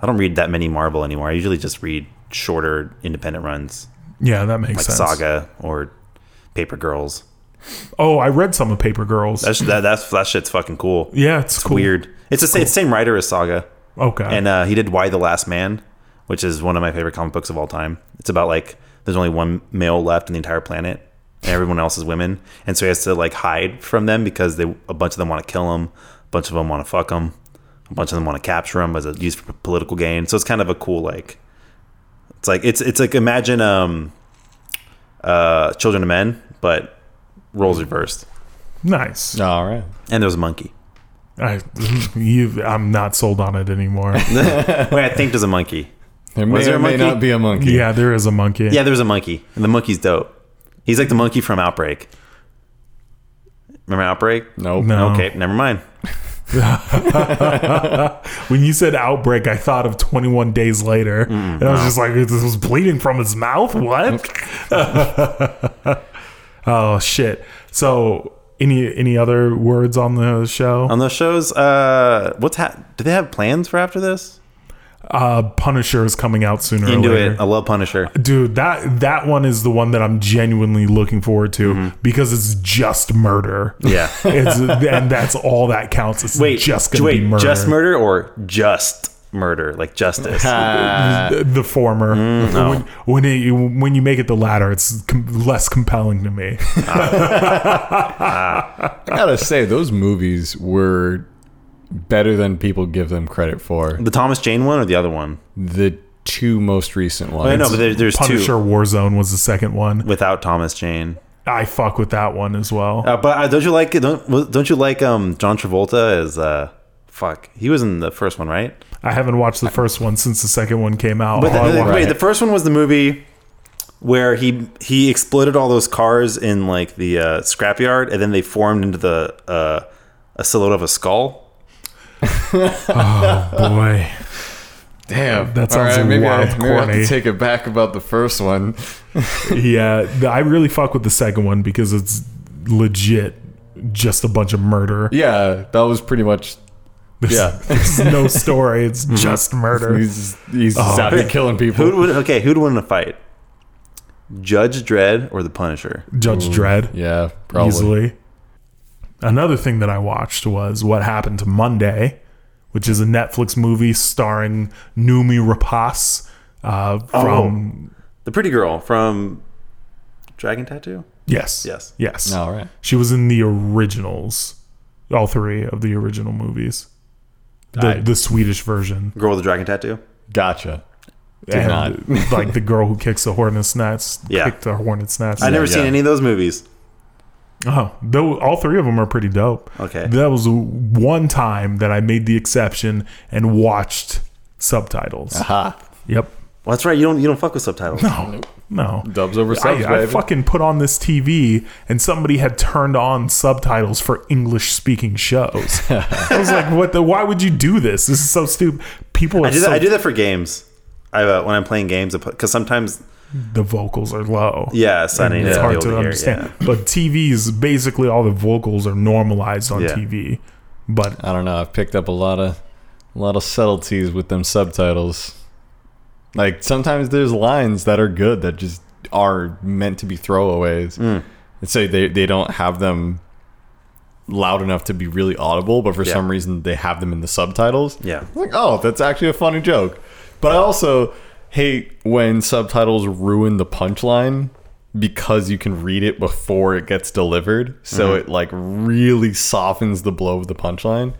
C: I don't read that many Marvel anymore. I usually just read shorter independent runs
A: Yeah, that makes
C: like
A: sense.
C: Saga or Paper Girls.
A: Oh, I read some of Paper Girls.
C: That's that, that's that shit's fucking cool.
A: yeah, it's, cool.
C: Weird. It's the same, it's same writer as Saga,
A: Okay.
C: and uh, he did Why the Last Man, which is one of my favorite comic books of all time. It's about like there's only one male left on the entire planet, and everyone else is women, and so he has to like hide from them because they a bunch of them want to kill him, a bunch of them want to fuck him, a bunch of them want to capture him as a use for political gain. So it's kind of a cool like, it's like it's it's like imagine um, uh, Children of Men, but roles reversed,
A: nice.
B: All right.
C: and there's
A: [LAUGHS]
C: a monkey.
A: I, you, I'm not sold on it
C: [LAUGHS]
A: anymore.
C: Wait, I think there's a monkey.
B: There may
C: there a
B: or may
C: monkey?
B: not be a monkey.
A: yeah, there is a monkey.
C: Yeah, there's a monkey, and the monkey's dope. He's like the monkey from Outbreak. Remember Outbreak?
B: Nope.
A: No.
C: Okay, never mind.
A: When you said outbreak, I thought of 21 days later, and I was just like, this was bleeding from his mouth.
C: [LAUGHS]
A: What? [LAUGHS] oh shit. So, any any other words on the show?
C: On those shows, uh, what's ha- do they have plans for after this?
A: Uh, Punisher is coming out sooner or
C: Into
A: later.
C: it. I love Punisher.
A: Dude, that that one is the one that I'm genuinely looking forward to because it's just murder.
C: Mm-hmm.
A: [LAUGHS]
C: Yeah.
A: it's and that's all that counts. It's
C: Wait,
A: just gonna
C: wait,
A: be murder.
C: just murder or just murder, like justice. Uh,
A: the, the former.
C: Mm,
A: When when, it, when you make it the latter, it's com- less compelling to
C: [LAUGHS]
A: me.
B: I gotta say, those movies were better than people give them credit for.
C: the Thomas Jane one or the other one?
B: The two most recent ones.
C: I know, but there, there's
A: Punisher
C: two
A: Warzone was the second one.
C: without Thomas Jane.
A: I fuck with that one as well.
C: Uh, but uh, don't you like don't don't you like um John Travolta as uh fuck he was in the first one right?
A: I haven't watched the first one since the second one came out.
C: But
A: All I
C: the, the-
A: watched-
C: wait, the first one was the movie where he he exploded all those cars in like the uh, scrapyard, and then they formed into the uh, a silhouette of a skull.
A: boy,
B: Damn,
A: That sounds
B: maybe I,
A: wild
B: maybe I have
A: corny.
B: to take it back about the first one.
A: yeah, th- I really fuck with the second one because it's legit just a bunch of murder.
B: Yeah, that was pretty much.
A: There's,
B: Yeah.
A: [LAUGHS] there's no story. It's
C: Mm-hmm.
A: just murder.
B: He's he's
A: Oh.
B: out here killing people.
C: Who would okay? Who'd win in a fight? Judge Dredd or the Punisher?
A: Judge Dredd.
B: yeah, probably.
A: easily. Another thing that I watched was What Happened to Monday, which is a Netflix movie starring Numi Rapace uh,
C: Oh.
A: from
C: The pretty girl from Dragon Tattoo.
A: yes,
C: Yes.
A: yes.
B: All right.
A: She was in the originals, all three of the original movies, the
B: I-
A: the Swedish version,
C: Girl with the dragon tattoo.
B: Gotcha.
A: and [LAUGHS] like the girl who kicks the hornet's nest,
C: Yeah.
A: kicked the hornet's nest.
C: I've never
B: yeah.
C: seen any of those movies.
A: Oh, though all three of them are pretty dope.
C: Okay.
A: that was one time that I made the exception and watched subtitles.
C: Ah.
B: Ha.
A: Yep.
C: Well, that's right. You don't you don't fuck with subtitles.
A: No, no.
B: Dubs over subs,
A: I, I
B: baby.
A: fucking put on this TV and somebody had turned on subtitles for English speaking
C: [LAUGHS]
A: shows. I was like, "What the? Why would you do this? This is so stupid." People are
C: I do that.
A: so
C: I do that for games. I uh, when I'm playing games because sometimes
A: the vocals are low.
C: yeah, Sunny.
A: it's hard to understand. But TVs basically all the vocals are normalized on
C: Yeah.
A: TV. But
B: I don't know. I've picked up a lot of a lot of subtleties with them subtitles. Like sometimes there's lines that are good that just are meant to be throwaways.
A: Hmm.
B: And so they, they don't have them loud enough to be really audible, but for
C: Yeah.
B: some reason they have them in the subtitles.
C: Yeah.
B: Like, oh, that's actually a funny joke. But I also hate when subtitles ruin the punchline because you can read it before it gets delivered. So it like really softens the blow of the punchline.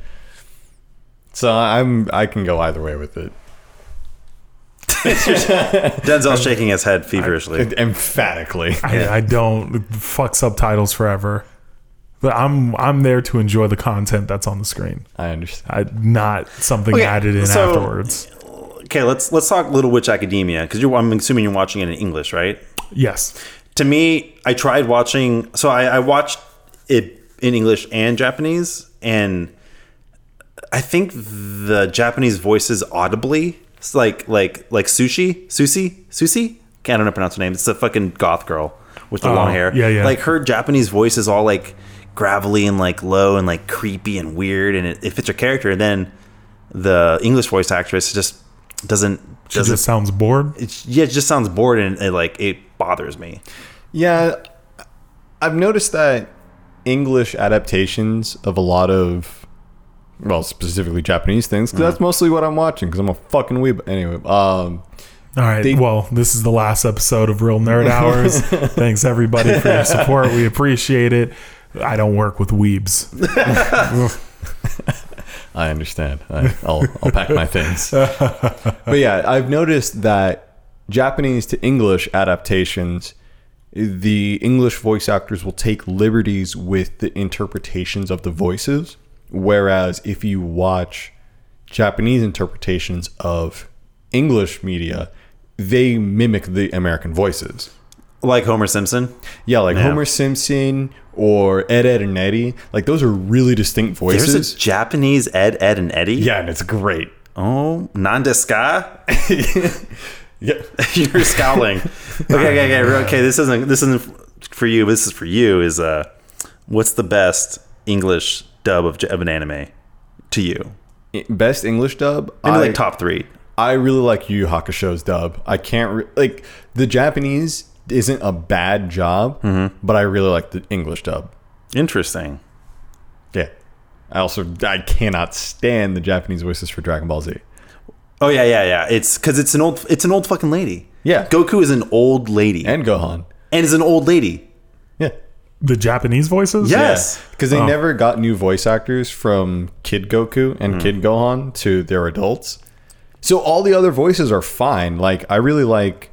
B: So I'm I can go either way with it.
C: Denzel's shaking his head feverishly.
B: [LAUGHS] Emphatically.
A: I, I don't fuck subtitles forever. But I'm I'm there to enjoy the content that's on the screen.
B: I understand.
A: I, not something
C: Okay,
A: added in
C: so-
A: afterwards.
C: Okay, let's let's talk Little Witch Academia because I'm assuming you're watching it in English, right?
A: Yes.
C: To me, I tried watching. So I, I watched it in English and Japanese, and I think the Japanese voices audibly, it's like like like sushi, sushi, sushi. I don't know how to pronounce her name. It's the fucking goth girl with the
A: Oh,
C: long hair.
A: yeah, yeah.
C: Like her Japanese voice is all like gravelly and like low and like creepy and weird, and it, it fits her character. And then the English voice actress just doesn't
A: It
C: doesn't
A: just sounds bored.
C: it's yeah, it just sounds bored and it, like it bothers me.
B: Yeah. I've noticed that English adaptations of a lot of, well, specifically Japanese things, because that's mostly what I'm watching. Because I'm a fucking weeb. Anyway, um,
A: All right.
B: They-
A: well, this is the last episode of Real Nerd Hours. Thanks everybody for your support. We appreciate it. I don't work with weebs.
B: I understand. I, I'll I'll pack my
C: [LAUGHS]
B: things. but yeah, I've noticed that Japanese to English adaptations, the English voice actors will take liberties with the interpretations of the voices, whereas if you watch Japanese interpretations of English media, they mimic the American voices.
C: Like Homer Simpson.
B: Yeah, like
C: Yeah.
B: Homer Simpson or Ed Ed and Eddie, like those are really distinct
C: There's
B: voices.
C: a Japanese Ed, Ed, and Eddie.
B: yeah, and it's great.
C: Oh, Nanda Ska?
B: Yeah.
C: [LAUGHS]
B: [LAUGHS]
C: You're scowling. Okay, okay, okay. Okay, this isn't this isn't for you. This is for you. Is uh, what's the best English dub of, of an anime to you?
B: best English dub.
C: Maybe
B: I,
C: like top three.
B: I really like Yu Yu Hakusho's dub. I can't re- like the Japanese isn't a bad job, but I really like the English dub.
C: Interesting.
B: Yeah. I also I cannot stand the Japanese voices for Dragon Ball Z.
C: Oh yeah, yeah, yeah. It's because it's an old it's an old fucking lady.
B: Yeah.
C: Goku is an old lady and,
B: And Gohan.
C: is an old lady.
B: Yeah.
A: The Japanese voices?
C: Yeah. Yes.
B: Yes. Because they never got new voice actors from Kid Goku and
C: Hmm.
B: Kid Gohan to their adults. So all the other voices are fine. Like I really like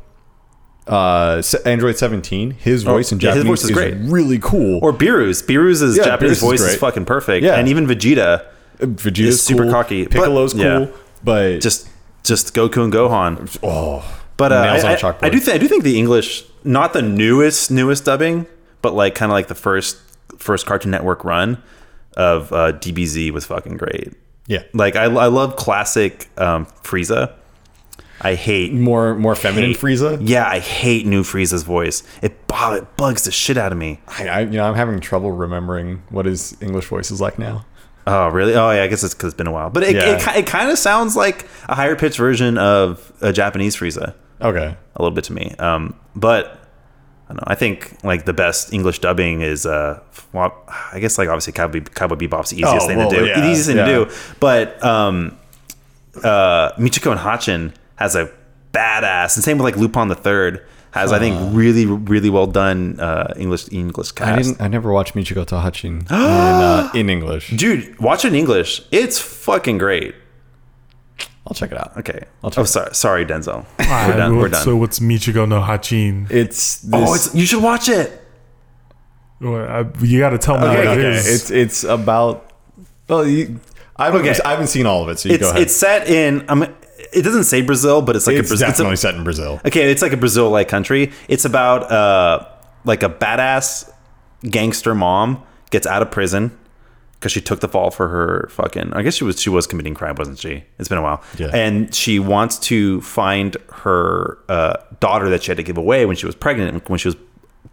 B: uh Se- Android 17. His voice in
C: Oh, yeah, his
B: Japanese
C: voice is
B: is,
C: great.
B: really cool.
C: Or Beerus. Beerus's
B: Yeah, Beerus
C: Japanese
B: is
C: voice is
B: great.
C: fucking perfect.
B: Yeah.
C: And even Vegeta,
B: Vegeta's
C: is super
B: cool,
C: cocky, but-
B: Piccolo's
C: yeah.
B: cool, but just
C: just just Goku and Gohan.
B: oh,
C: But uh,
B: Nails
C: I,
B: on a
C: I-
B: chalkboard.
C: I do think I do think the English, not the newest newest dubbing, but like kind of like the first first Cartoon Network run of uh, DBZ was fucking great.
B: yeah,
C: Like I, I love classic um, Frieza. I hate
B: more more feminine
C: hate-
B: Frieza.
C: Yeah, I hate new Frieza's voice. It bo- it bugs the shit out of me.
B: I, I, you know, I'm having trouble remembering what his English voice is like now.
C: Oh really? Oh yeah, I guess it's because it's been a while. But it
B: Yeah.
C: it, ki- it kind of sounds like a higher pitched version of a Japanese Frieza.
B: Okay,
C: a little bit to me. Um, but I don't know. I think like the best English dubbing is uh, well, I guess like obviously Cowboy, Cowboy Bebop's the easiest
B: Oh,
C: thing
B: well,
C: to do.
B: yeah,
C: easiest thing
B: yeah.
C: to do. But um, uh, Michiko and Hachin has a badass, and same with like Lupin the Third has I think really really well done uh, English English
B: I
C: cast.
B: didn't. I never watched Michiko Tahachin
C: [GASPS]
B: in, uh, in English.
C: Dude, watch it in English. It's fucking great.
B: I'll check it out.
C: Okay.
B: I'll check
C: Oh,
B: it.
C: sorry, sorry, Denzel.
A: All
C: We're
A: right,
C: done. We're
A: what's-
C: done.
A: So what's Michigo no Hachin?
B: It's this,
C: oh, it's, you should watch it.
A: Well, I- You got to tell me
B: okay,
A: what it
B: okay.
A: is.
B: It's it's about. Well, you, I haven't
C: Okay.
B: I haven't seen all of it, so you
C: It's
B: go ahead.
C: it's set in. I'm. It doesn't say Brazil, but it's like
B: It's
C: a Brazil.
B: definitely set in Brazil.
C: okay, it's like a Brazil-like country. It's about uh, like a badass gangster mom gets out of prison because she took the fall for her fucking. I guess she was she was committing crime, wasn't she? It's been a while.
B: Yeah.
C: And she wants to find her uh, daughter that she had to give away when she was pregnant. When she was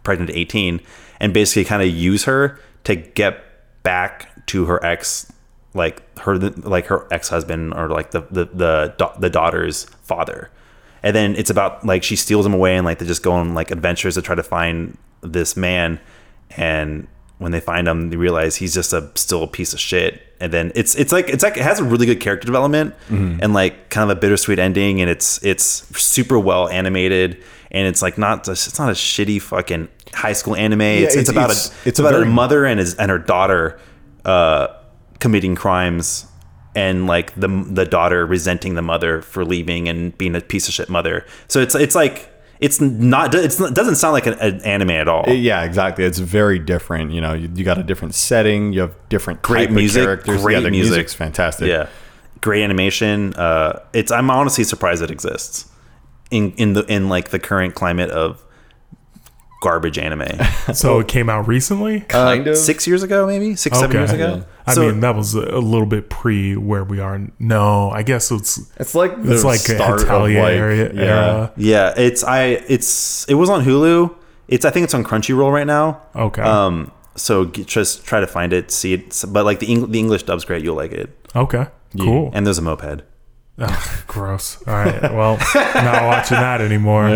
C: pregnant at eighteen, and basically kind of use her to get back to her ex. Like her, like her ex husband, or like the the the, da- the daughter's father, and then it's about like she steals him away and like they just go on like adventures to try to find this man and when they find him they realize he's just a still a piece of shit and then it's it's like it's like it has a really good character development
B: Mm-hmm.
C: and like kind of a bittersweet ending and it's it's super well animated and it's like not just, it's not a shitty fucking high school anime it's,
B: it's-
C: it's, about
B: it's-
C: a
B: it's
C: it's
B: a
C: about
B: very-
C: her mother and his and her daughter uh committing crimes and like the the daughter resenting the mother for leaving and being a piece of shit mother. So it's it's like it's not it's not, it doesn't sound like an, an anime at all.
B: Yeah, exactly. It's very different. You know, you, you got a different setting. You have different
C: Great
B: type
C: music,
B: of characters.
C: great
B: yeah, the
C: music.
B: music's fantastic.
C: yeah, great animation. Uh, it's I'm honestly surprised it exists in in the in like the current climate of
A: [LAUGHS]
C: garbage anime. Uh,
A: so it came out recently.
B: kind of.
C: Six years ago, maybe six seven
A: Okay.
C: years ago.
A: I
C: So-
A: mean, that was a little bit pre where we are. No, I guess it's
B: It's like the
A: it's like
B: start of
A: Italian
B: like-
A: area,
B: yeah.
A: era.
C: yeah, it's I it's it was on Hulu. It's I think it's on Crunchyroll right now.
A: Okay.
C: Um, so g just try to find it, see it. But like the Eng- the English dub's great. You'll like it.
A: okay. Cool.
C: And there's a moped.
A: Ugh, gross. All right.
B: [LAUGHS]
A: Well, not watching that anymore.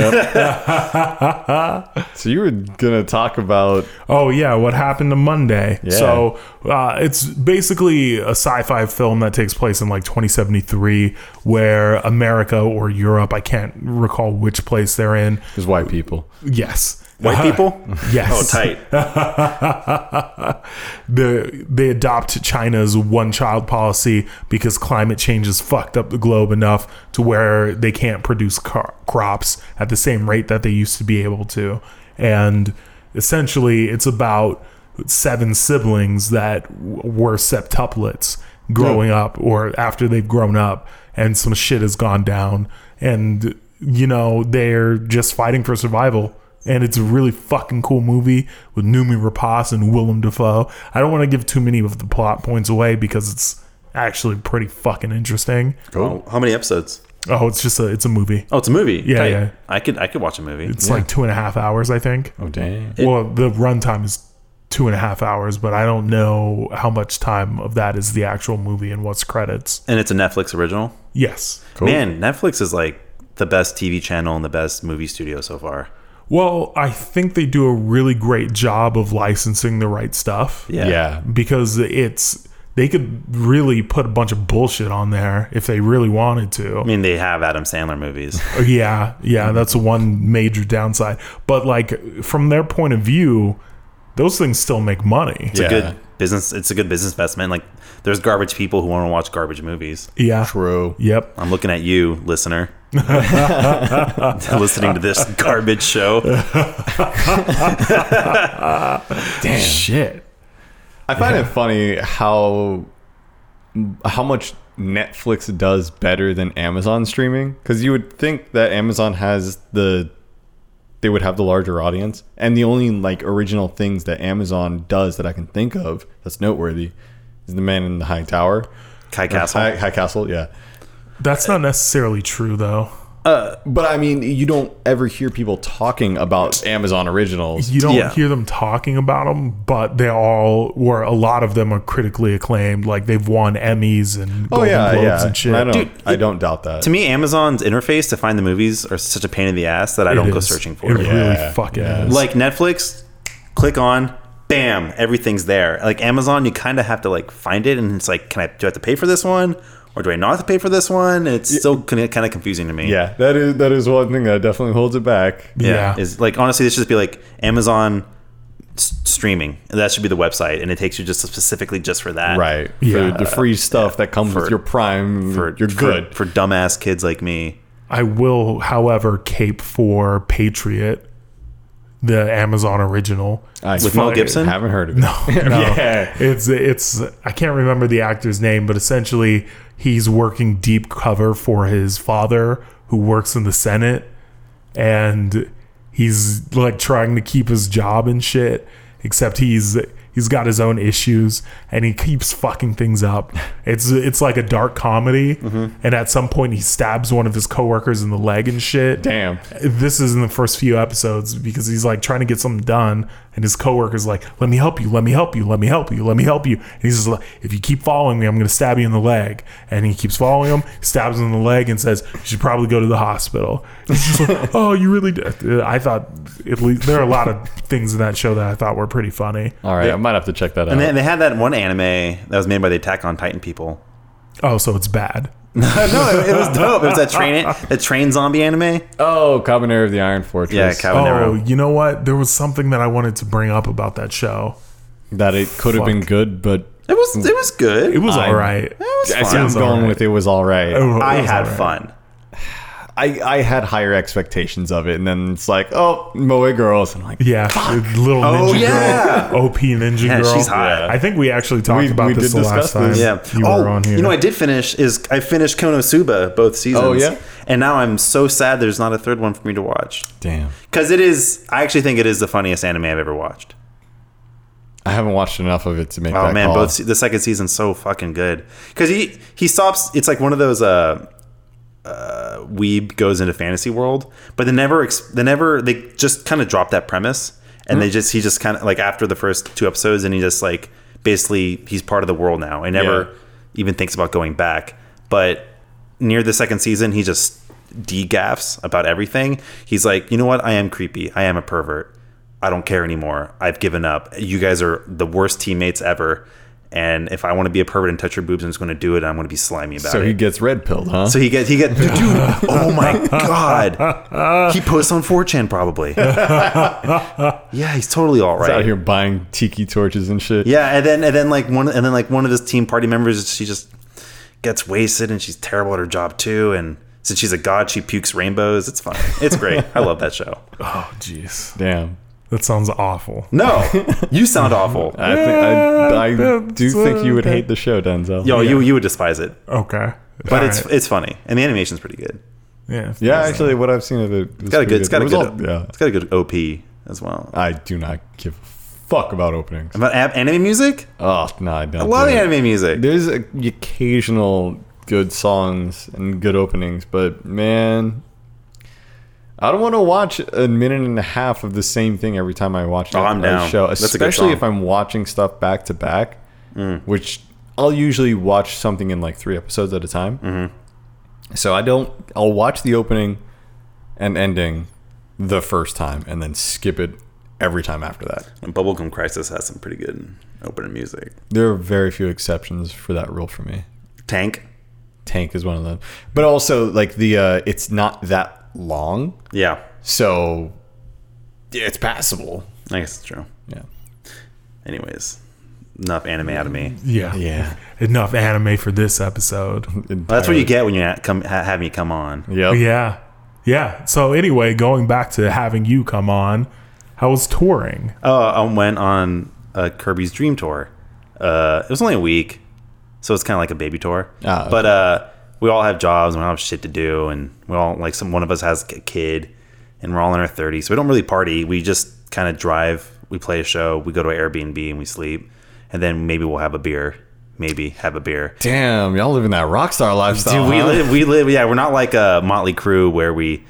B: So you were gonna talk about
A: Oh yeah, what happened to Monday?
B: Yeah.
A: So uh, it's basically a sci-fi film that takes place in like 2073, where America or Europe—I can't recall which place they're in.
B: his white people.
A: Yes,
C: White
A: [LAUGHS]
C: people?
A: Yes.
C: Oh, tight.
A: the they adopt China's one child policy because climate change has fucked up the globe enough to where they can't produce car- crops at the same rate that they used to be able to and essentially it's about seven siblings that w- were septuplets growing up or after they've grown up and some shit has gone down and you know they're just fighting for survival and it's a really fucking cool movie with Numi Rapace and Willem Dafoe. I don't want to give too many of the plot points away because it's actually pretty fucking interesting.
C: Oh, how many episodes?
A: Oh, it's just a it's a movie.
C: Oh, it's a movie.
A: Yeah,
C: Tight.
A: yeah.
C: I could I could watch a movie.
A: It's like two and a half hours, I think.
B: Oh dang!
A: well, the runtime is two and a half hours, but I don't know how much time of that is the actual movie and what's credits.
C: and it's a Netflix original.
A: Yes.
C: Man, Netflix is like the best TV channel and the best movie studio so far.
A: Well, I think they do a really great job of licensing the right stuff.
C: Yeah.
B: Yeah.
A: because it's they could really put a bunch of bullshit on there if they really wanted to.
C: I mean, they have Adam Sandler movies.
A: Yeah, yeah, that's one major downside. But like from their point of view, those things still make money.
C: It's
B: Yeah.
C: a good business. It's a good business investment. Like, there's garbage people who want to watch garbage movies.
A: Yeah.
B: True.
A: Yep.
C: I'm looking at you,
A: [LAUGHS]
C: listener, [LAUGHS] listening to this garbage show.
A: Shit.
B: I find it funny how how much Netflix does better than Amazon streaming because you would think that Amazon has the they would have the larger audience and the only like original things that Amazon does that I can think of that's noteworthy is the man in the high tower
C: Kai Castle.
B: high, high castle yeah
A: That's not necessarily true though.
B: Uh, but I mean you don't ever hear people talking about Amazon originals
A: You don't
C: Yeah.
A: hear them talking about them, but they all were a lot of them are critically acclaimed. Like they've won Emmys and Golden Globes and shit.
B: Oh, I don't
C: Dude,
B: I don't doubt that
C: to me, Amazon's interface to find the movies are such a pain in the ass that I don't
A: It
C: go
A: is.
C: searching for
A: It
C: it.
A: really
B: Yeah,
A: fucking
B: yeah.
A: is.
C: Like Netflix, click on, bam, everything's there. Like Amazon, you kind of have to like find it, and it's like, can I do I have to pay for this one, or do I not have to pay for this one? It's still kind of confusing to me.
B: yeah that is that is one thing that definitely holds it back
A: Yeah.
C: Is like honestly, this should just be like Amazon s- streaming. That should be the website, and it takes you just specifically just for that.
B: Right.
A: Yeah.
B: For the free stuff that comes with your prime,
C: For
B: you're
C: for-
B: good.
C: for, dumbass kids like me.
A: I will, however, cape for Patriot, the Amazon original.
B: I
C: With Mel Gibson?
B: haven't heard of it. [LAUGHS] No.
A: [LAUGHS] No,
B: yeah.
A: it's it's I can't remember the actor's name, but essentially he's working deep cover for his father who works in the Senate and he's like trying to keep his job and shit, except he's he's got his own issues and he keeps fucking things
B: [LAUGHS]
A: up. It's it's like a dark comedy
B: Mm-hmm.
A: and at some point he stabs one of his coworkers in the leg and shit
B: Damn.
A: this is in the first few episodes because he's like trying to get something done and his coworker's like let me help you let me help you let me help you let me help you and he's just like if you keep following me i'm going to stab you in the leg and he keeps following him stabs him in the leg and says you should probably go to the hospital he's just like oh you really did i thought at least there are a lot of things in that show that i thought were pretty funny
B: All right. I might have to check that out.
C: And they, they had that one anime that was made by the Attack on Titan people.
A: oh so it's bad
C: no, it, it was dope. It was that train that train zombie [LAUGHS] anime.
B: oh, Cabinet of the Iron Fortress.
C: Yeah, Cabinet-
A: oh
C: Monero.
A: you know what there was something that i wanted to bring up about that show
B: Oh, That it could have been good, but
C: It was it was good.
A: it was
B: I-
A: all right
C: was
B: as
C: fun.
B: I'm going
A: alright.
B: with it was all right.
A: It was
C: I
A: all
C: had
A: right.
C: fun.
B: I, I had higher expectations of it, and then it's like, oh, Moe girls. And I'm like,
A: Yeah, the little
B: Oh,
A: ninja
C: yeah.
A: girl, OP ninja
C: Yeah,
A: girl.
C: she's hot.
A: I think we actually talked
B: We-
A: about
B: we
A: this the
B: did
A: last
B: discuss
A: time
B: this.
C: Yeah.
A: you
C: oh,
A: were on here.
C: You know, I did finish is I finished Konosuba both seasons.
B: Oh, yeah?
C: And now I'm so sad there's not a third one for me to watch
B: damn.
C: because it is. I actually think it is the funniest anime I've ever watched.
B: I haven't watched enough of it to make
C: Oh
B: that
C: man,
B: call.
C: both se- the second season's so fucking good because he he stops. It's like one of those uh, uh, weeb goes into fantasy world, but they never ex- they never they just kind of drop that premise, and
A: Mm-hmm.
C: they just he just kind of like after the first two episodes, and he just like basically he's part of the world now. and never
B: Yeah.
C: even thinks about going back, but near the second season, he just degaffs about everything. He's like, you know what? I am creepy. I am a pervert. I don't care anymore. I've given up. You guys are the worst teammates ever. And if I want to be a pervert and touch your boobs, I'm just going to do it. I'm going to be slimy about
B: So
C: it.
B: he gets red pilled, huh?
C: So he get he get dude. Oh my god, he posts on
B: [LAUGHS]
C: 4chan probably. yeah, he's totally all
B: He's out
C: right.
B: here buying tiki torches and shit.
C: Yeah, and then and then like one and then like one of his team party members, she just gets wasted and she's terrible at her job too. And since she's a god, she pukes rainbows. It's fine. It's great. I love that show.
A: Oh, jeez.
B: Damn.
A: That sounds awful.
C: No, you sound awful.
B: I, think, I, I
A: Yeah,
B: do
A: that's,
B: think
A: uh,
B: you would
A: okay.
B: hate the show, Denzel.
C: Yo, you you would despise it,
A: Okay.
C: but it's it's funny and the animation's pretty good.
A: yeah.
B: yeah, actually, what I've seen of it,
C: It's got a good. It's got a good.
B: yeah,
C: It's got a good OP as well.
B: I do not give a fuck about openings.
C: About a- anime music,
B: Oh no, I don't.
C: I love
B: do it.
C: anime music.
B: There's a, the occasional good songs and good openings, but man, I don't want to watch a minute and a half of the same thing every time I watch
C: Oh, I'm
B: a
C: down.
B: show,
C: That's a good
B: especially
C: song. Mm.
B: if I'm watching stuff back to back, which I'll usually watch something in like three episodes at a time.
C: Mm-hmm.
B: So I don't. I'll watch the opening and ending the first time, and then skip it every time after that.
C: And Bubblegum Crisis has some pretty good opening music.
B: There are very few exceptions for that rule for me.
C: Tank.
B: Tank is one of them. But also like the uh it's not that long,
C: Yeah,
B: so it's passable.
C: I guess it's true.
B: Yeah.
C: Anyways, enough anime out of me.
A: Yeah.
B: Yeah.
A: Enough anime for this episode.
C: That's what you get when you ha- come ha- have me come on.
B: Yep.
A: Yeah. Yeah. So anyway, going back to having you come on, how was touring?
C: Oh, I went on uh, Kirby's Dream Tour. Uh, it was only a week, so it's kind of like a baby tour.
B: Ah, okay.
C: But uh, we all have jobs and we all have shit to do, and we all like some one of us has a kid, and we're all in our thirties, so we don't really party. We just kind of drive. We play a show. We go to an Airbnb and we sleep, and then maybe we'll have a beer. Maybe have a beer.
B: Damn, y'all living that rock star lifestyle.
C: Dude, we
B: huh?
A: Uh-huh.
C: live, we live, yeah, we're not like a Motley Crew where we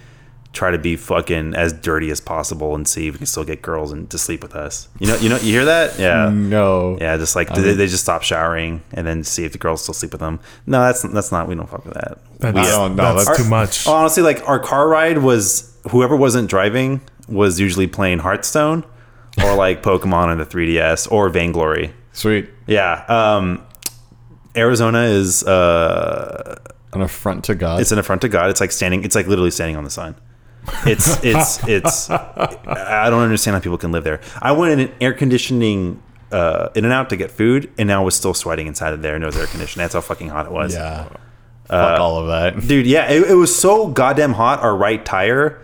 C: try to be fucking as dirty as possible and see if we can still get girls and to sleep with us. You know, you know, you hear that? Yeah,
A: Hmm.
B: No.
C: yeah, just like they, they just stop showering and then see if the girls still sleep with them. No, that's that's not. We don't fuck with that. Oh,
A: That's,
B: I don't know.
A: that's
B: That's-
A: too much.
C: Honestly, like our car ride was whoever wasn't driving was usually playing Hearthstone or like [LAUGHS] Pokemon on the 3DS or Vainglory.
B: Sweet.
C: Yeah. Um, Arizona is uh
B: An affront to God.
C: it's an affront to God. It's like standing. It's like literally standing on the sign.
B: [LAUGHS]
C: It's it's it's. I don't understand how people can live there. I went in an air conditioning uh, in and out to get food, and now was still sweating inside of there. and it was air conditioning. That's how fucking hot it was.
B: yeah. Fuck all of that.
C: Dude, Uh, yeah, it, it was so goddamn hot. Our right tire,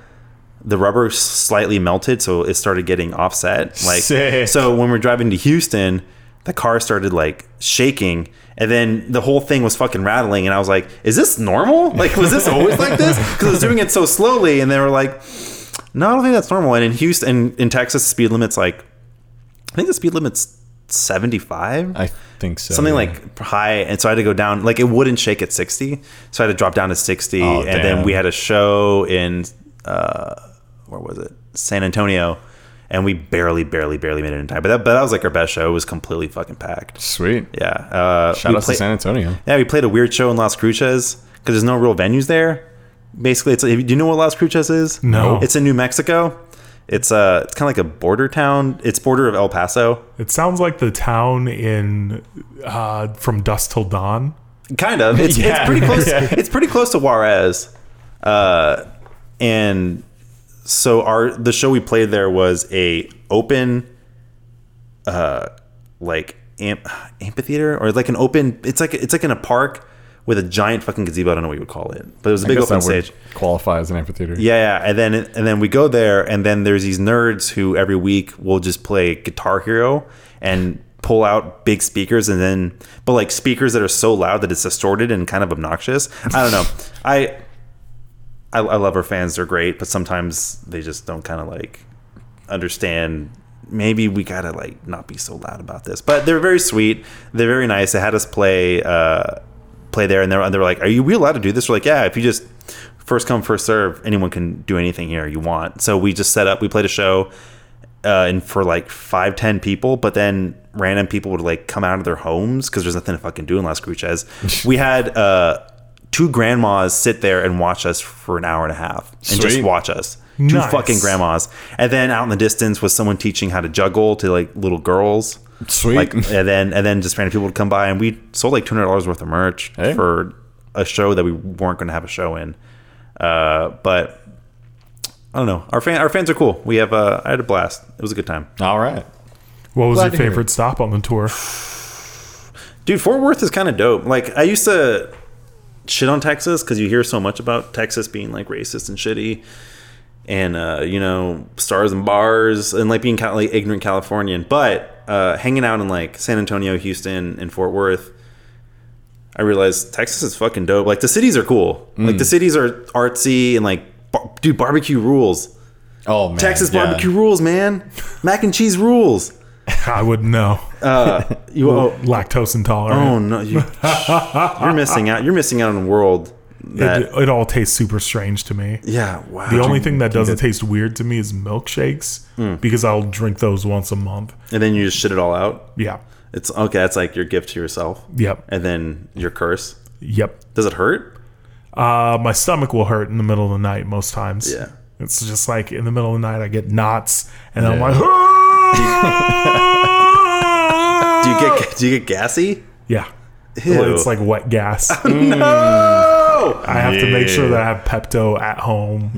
C: the rubber slightly melted, so it started getting offset. Like,
B: Sick.
C: so when we're driving to Houston, the car started like shaking, and then the whole thing was fucking rattling. And I was like, "Is this normal? Like, was this always like this?" Because I was doing it so slowly, and they were like, "No, I don't think that's normal." And in Houston, in Texas, the speed limit's like, I think the speed limit's seventy-five
B: I think so.
C: something
B: yeah.
C: like high and so i had to go down like it wouldn't shake at 60 so i had to drop down to 60
B: Oh,
C: and
B: damn.
C: then we had a show in uh where was it san antonio and we barely barely barely made it in time but that, but that was like our best show it was completely fucking packed
B: Sweet.
C: yeah uh
B: Shout
C: we
B: out
C: play-
B: to San Antonio.
C: yeah we played a weird show in las cruces because there's no real venues there basically it's like, do you know what las cruces is
A: No.
C: it's in new mexico it's uh it's kind of like a border town it's border of el paso
A: It sounds like the town in uh, from dusk till dawn.
C: Kind of. It's,
B: Yeah. [LAUGHS]
C: it's pretty close.
B: Yeah.
C: It's pretty close to Juarez, uh, and so our the show we played there was a open, uh, like amp, amphitheater or like an open. It's like it's like in a park with a giant fucking gazebo. I don't know what you would call it, but it was a big
B: I guess
C: open
B: that would
C: stage.
B: Qualify as an amphitheater.
C: Yeah, yeah, and then and then we go there, and then there's these nerds who every week will just play Guitar Hero and pull out big speakers, and then but like speakers that are so loud that it's distorted and kind of obnoxious. I don't know. I, I I love our fans; they're great, but sometimes they just don't kind of like understand. Maybe we gotta like not be so loud about this, but they're very sweet. They're very nice. They had us play. Uh, play there, and they were, they were like, "Are you we allowed to do this?" We're like, "Yeah, if you just first come first serve, anyone can do anything here you want." So we just set up. We played a show, uh, and for like five ten people, but then random people would like come out of their homes because there's nothing to fucking do in Las Cruces. we had uh, two grandmas sit there and watch us for an hour and a half and just
B: Sweet.
C: watch us. Two
A: Nice.
C: fucking grandmas. And then out in the distance was someone teaching how to juggle to like little girls.
B: Sweet.
C: Like and then and then just random people would come by and we sold like two hundred dollars worth of merch
B: Hey.
C: for a show that we weren't gonna have a show in. Uh, but I don't know. Our fan our fans are cool. We have uh, I had a blast. It was a good time.
B: All right.
A: What was
B: Glad to
A: your
B: hear
A: favorite stop on the tour?
C: Dude, Fort Worth is kind of dope. Like I used to shit on Texas because you hear so much about Texas being like racist and shitty, and uh, you know stars and bars and like being kind of like ignorant Californian. But uh, hanging out in like San Antonio, Houston, and Fort Worth, I realized Texas is fucking dope. Like the cities are cool. Like the cities are artsy and like bar- dude barbecue rules.
B: Oh man.
C: Texas
B: yeah.
C: barbecue rules, man. Mac and cheese rules.
A: I wouldn't know.
C: You oh,
A: Lactose intolerant.
C: Oh no, you, you're missing out. You're missing out on a world that
A: it, it all tastes super strange to me.
C: yeah. Wow.
A: The only thing that doesn't taste weird to me is milkshakes
C: Hmm.
A: because I'll drink those once a month.
C: and then you just shit it all out.
A: Yeah.
C: It's okay. That's like your gift to yourself.
A: Yep.
C: And then your curse.
A: Yep.
C: Does it hurt?
A: Uh, my stomach will hurt in the middle of the night most times.
C: Yeah.
A: It's just like in the middle of the night, I get knots and I'm
B: Yeah.
A: like, "Ah!"
C: [LAUGHS] Do you
A: Oh!
C: get do you get gassy?
A: yeah.
C: Ew.
A: It's like wet gas.
C: [LAUGHS]
A: [LAUGHS]
C: no.
A: I have to make sure
B: Yeah.
A: that I have Pepto at home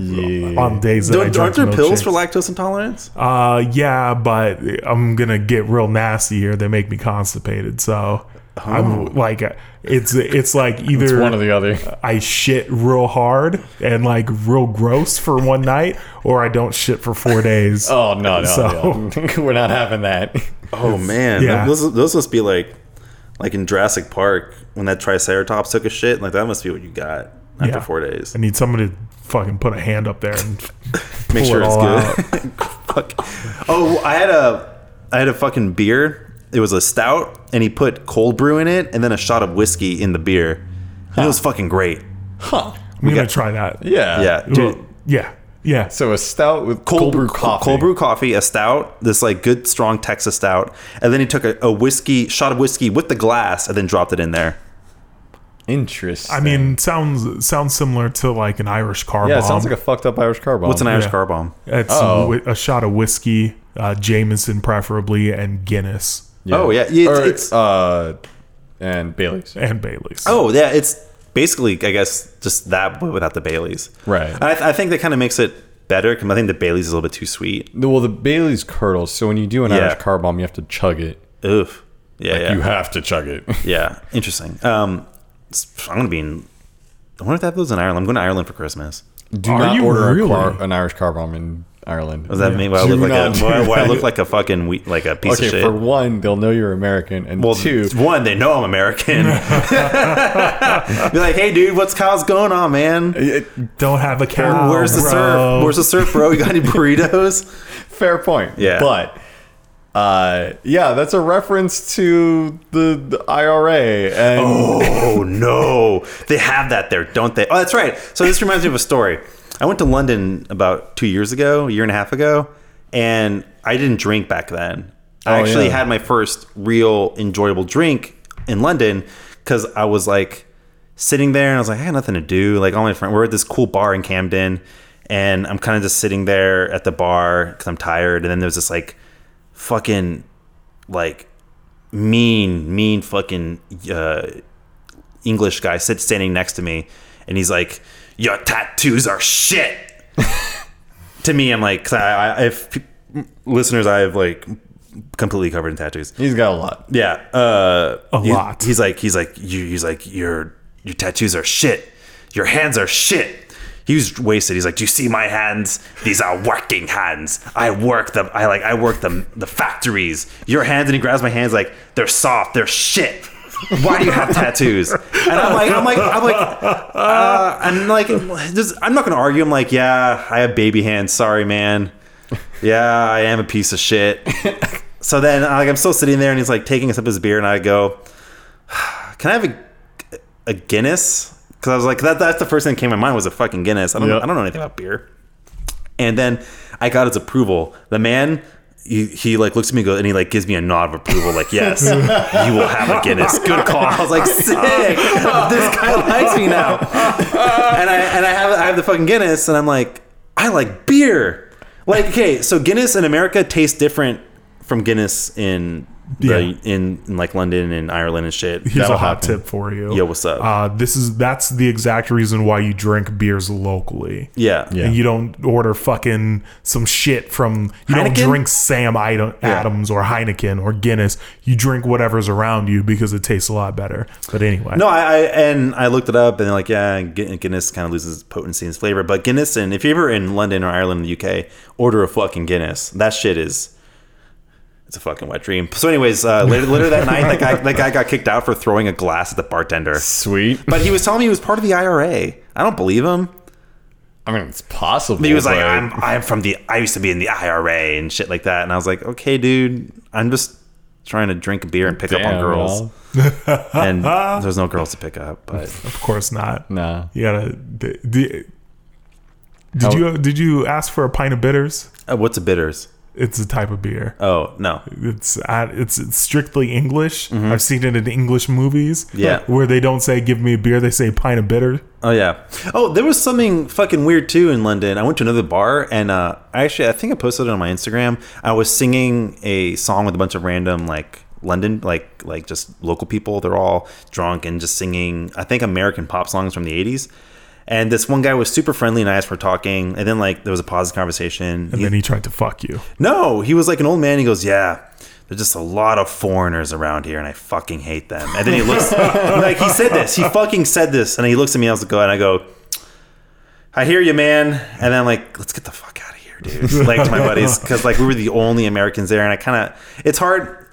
A: on days that I
C: Don't,
A: drink
C: aren't there pills
A: milkshakes.
C: for lactose intolerance?
A: Uh, yeah, but I'm gonna get real nasty here. They make me constipated, so I'm like, it's it's like either
B: Oh. It's one or the
C: [LAUGHS]
B: other.
A: I shit real hard and like real gross for one night, or I don't shit for
B: [LAUGHS]
A: four days.
B: Oh no, no,
A: So-
B: no. [LAUGHS] we're not having that.
C: Oh man,
A: yeah.
C: those, those must be like like in Jurassic Park when that Triceratops took a shit. Like that must be what you got after
A: Yeah.
C: four days.
A: I need somebody to fucking put a hand up there
B: [LAUGHS]
A: and pull
C: make sure
A: it
C: it's
A: all
C: good. [LAUGHS] Fuck. Oh, I had a I had a fucking beer. It was a stout, and he put cold brew in it, and then a shot of whiskey in the beer. And it was fucking great.
B: Huh.
A: I'm gonna
C: got-
A: try that.
B: Yeah.
C: Yeah, dude.
A: Well, yeah, yeah.
B: So a stout with cold, brew coffee.
C: cold brew coffee, a stout, this like good strong Texas stout, and then he took a, a whiskey shot of whiskey with the glass, and then dropped it in there.
B: Interesting.
A: I mean, sounds sounds similar to like an Irish car
B: yeah, it
A: bomb.
B: sounds like a fucked up Irish car bomb.
C: What's an Irish
A: yeah.
C: car bomb?
A: It's
B: Oh.
A: wi- a shot of whiskey, uh, Jameson preferably, and Guinness
C: Oh, yeah, yeah, it's-
B: Or,
C: it's-
B: uh, and Bailey's.
A: and Bailey's.
C: Oh yeah, it's basically I guess just that but without the Baileys.
B: Right.
C: I, I think that kind of makes it better because I think the Baileys is a little bit too sweet.
B: Well, the Bailey's curdles. So when you do an
C: Yeah.
B: Irish car bomb, you have to chug it.
C: Oof. Yeah. yeah.
B: You have to
A: [LAUGHS]
B: chug it.
C: Yeah, interesting. Um, s- I'm gonna be in. I wonder if that was in Ireland. I'm going to Ireland for Christmas.
B: Do
A: Are
B: not
A: you
B: order
A: really?
B: a car, an Irish car bomb in Ireland.
C: Does that mean why I
B: Do
C: look like
B: not
C: a
B: do
C: [LAUGHS] why, why
B: [LAUGHS]
C: I
B: that.
C: look like a fucking we, like a piece
B: okay,
C: of shit?
B: for one, they'll know you're American, and
C: well,
B: two,
C: one they know
B: [LAUGHS]
C: I'm American. [LAUGHS] be like, hey, dude, what's Kyle's going on, man?
B: [LAUGHS] it-
A: Don't have a cow.
C: Where's the
A: bro.
C: surf? Where's the surf, bro? You got any burritos?
B: fair point.
C: Yeah.
B: but uh, yeah, that's a reference to the, the IRA and
C: oh no, they have that there, don't they? Oh, that's right. So this reminds me of a story. I went to London about two years ago, a year and a half ago, and I didn't drink back then. I
B: Oh,
C: actually
B: yeah.
C: had my first real enjoyable drink in London because I was like sitting there and I was like, I got nothing to do. Like all my friends, we're at this cool bar in Camden, and I'm kind of just sitting there at the bar because I'm tired. And then there's this like fucking like mean, mean fucking uh, English guy sit standing next to me, and he's like, "Your tattoos are shit." [LAUGHS] to me, I'm like, 'cause I, I, if pe- listeners, I have like completely covered in tattoos.
B: he's got a lot.
C: Yeah, uh,
A: A
C: he-
A: lot.
C: He's like, he's like, you, he's like, your your tattoos are shit. Your hands are shit. He was wasted. He's like, do you see my hands? These are working hands. I work them. I like, I work them. The factories. Your hands. And he grabs my hands like, they're soft. They're shit. Why do you have tattoos? And I'm like, I'm like, I'm like, uh, I'm like, just, I'm not gonna argue. I'm like, yeah, I have baby hands. Sorry, man. Yeah, I am a piece of shit. So then like, I'm still sitting there, and he's like taking a sip of his beer, and I go, "Can I have a, a Guinness?" Because I was like, that, "That's the first thing that came to my mind was a fucking Guinness." I don't,
B: Yeah.
C: I don't know anything about beer. And then I got his approval. The man he, he like looks at me and, goes, and he like gives me a nod of approval, like yes, you will have a Guinness. Good call. I was like, sick. [LAUGHS] This guy likes me now. And I and I have I have the fucking Guinness, and I'm like, I like beer. Like okay, so Guinness in America tastes different from Guinness in the,
A: Yeah.
C: in, in like London and Ireland and shit.
A: Here's
B: That'll
A: a hot
B: happen.
A: tip for you.
C: Yo, what's up?
A: Uh, this is that's the exact reason why you drink beers locally.
C: Yeah.
B: Yeah.
A: And you don't order fucking some shit from you don't
C: Heineken?
A: drink Sam Ida- Adams or Heineken or Guinness. You drink whatever's around you because it tastes a lot better. But anyway,
C: No, I, I and I looked it up and like yeah, Gu- Guinness kind of loses potency and its flavor. But Guinness, and if you're ever in London or Ireland, the UK, order a fucking Guinness. That shit is it's a fucking wet dream. So, anyways, uh, later, later that night, that guy that guy got kicked out for throwing a glass at the bartender.
B: Sweet.
C: But he was telling me he was part of the IRA. I don't believe him.
B: I mean, it's possible.
C: He was like,
B: but-
C: I'm I'm from the I used to be in the IRA and shit like that. And I was like, okay, dude, I'm just trying to drink a beer and pick up on
B: Damn,
C: girls.
B: y'all. [LAUGHS]
C: And there's no girls to pick up, but.
A: of course not.
B: Nah.
A: You gotta. The, the, did
B: How-
A: you did you ask for a pint of bitters?
C: Uh, what's a bitters?
A: It's a type of beer.
C: Oh no,
A: It's uh, it's it's strictly English. I've seen it in English movies.
C: Mm-hmm. Yeah.
A: where they don't say "give me a beer," they say "pint of bitter."
C: oh yeah. Oh, there was something fucking weird too in London. I went to another bar and uh, I actually I think I posted it on my Instagram. I was singing a song with a bunch of random like London like like just local people. They're all drunk and just singing. I think American pop songs from the eighties. And this one guy was super friendly and nice for talking. And then like there was a pause in conversation.
A: And
C: He-
A: then he tried to fuck you.
C: No, he was like an old man. He goes, "Yeah, there's just a lot of foreigners around here, and I fucking hate them." And then he looks like he said this. He fucking said this, and he looks at me. I was like, and I go, "I hear you, man." And then I'm like, "Let's get the fuck out of here, dude!" Like to my buddies, because like we were the only Americans there, and I kind of it's hard.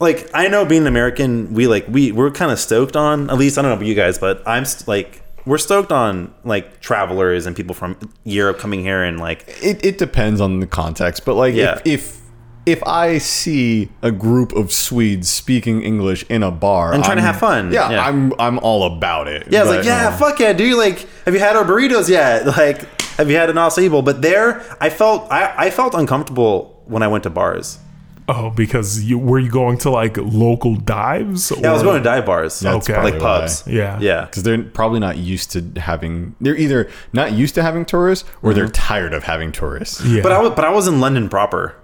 C: Like I know being an American, we like we we're kind of stoked on. At least I don't know about you guys, but I'm st- like. We're stoked on like travelers and people from Europe coming here and like
B: It, it depends on the context, but like
C: Yeah.
B: if, if if I see a group of Swedes speaking English in a bar
C: And trying to
B: I'm-
C: have fun.
B: yeah,
C: Yeah.
B: I'm I'm all about it.
C: Yeah, I was
B: but-
C: like, yeah, fuck yeah, dude. Like, have you had our burritos yet? [LAUGHS] Like, have you had an acai bowl? But there, I felt I, I felt uncomfortable when I went to bars.
A: Oh, because you were you going to like local dives?
C: Yeah, I was going to dive bars,
B: That's
A: Okay.
C: like
B: probably why.
C: pubs.
A: Yeah.
C: yeah.
B: because they're probably not used to having they're either not used to having tourists or they're tired of having tourists
A: Yeah.
C: But I was, but I was in London proper,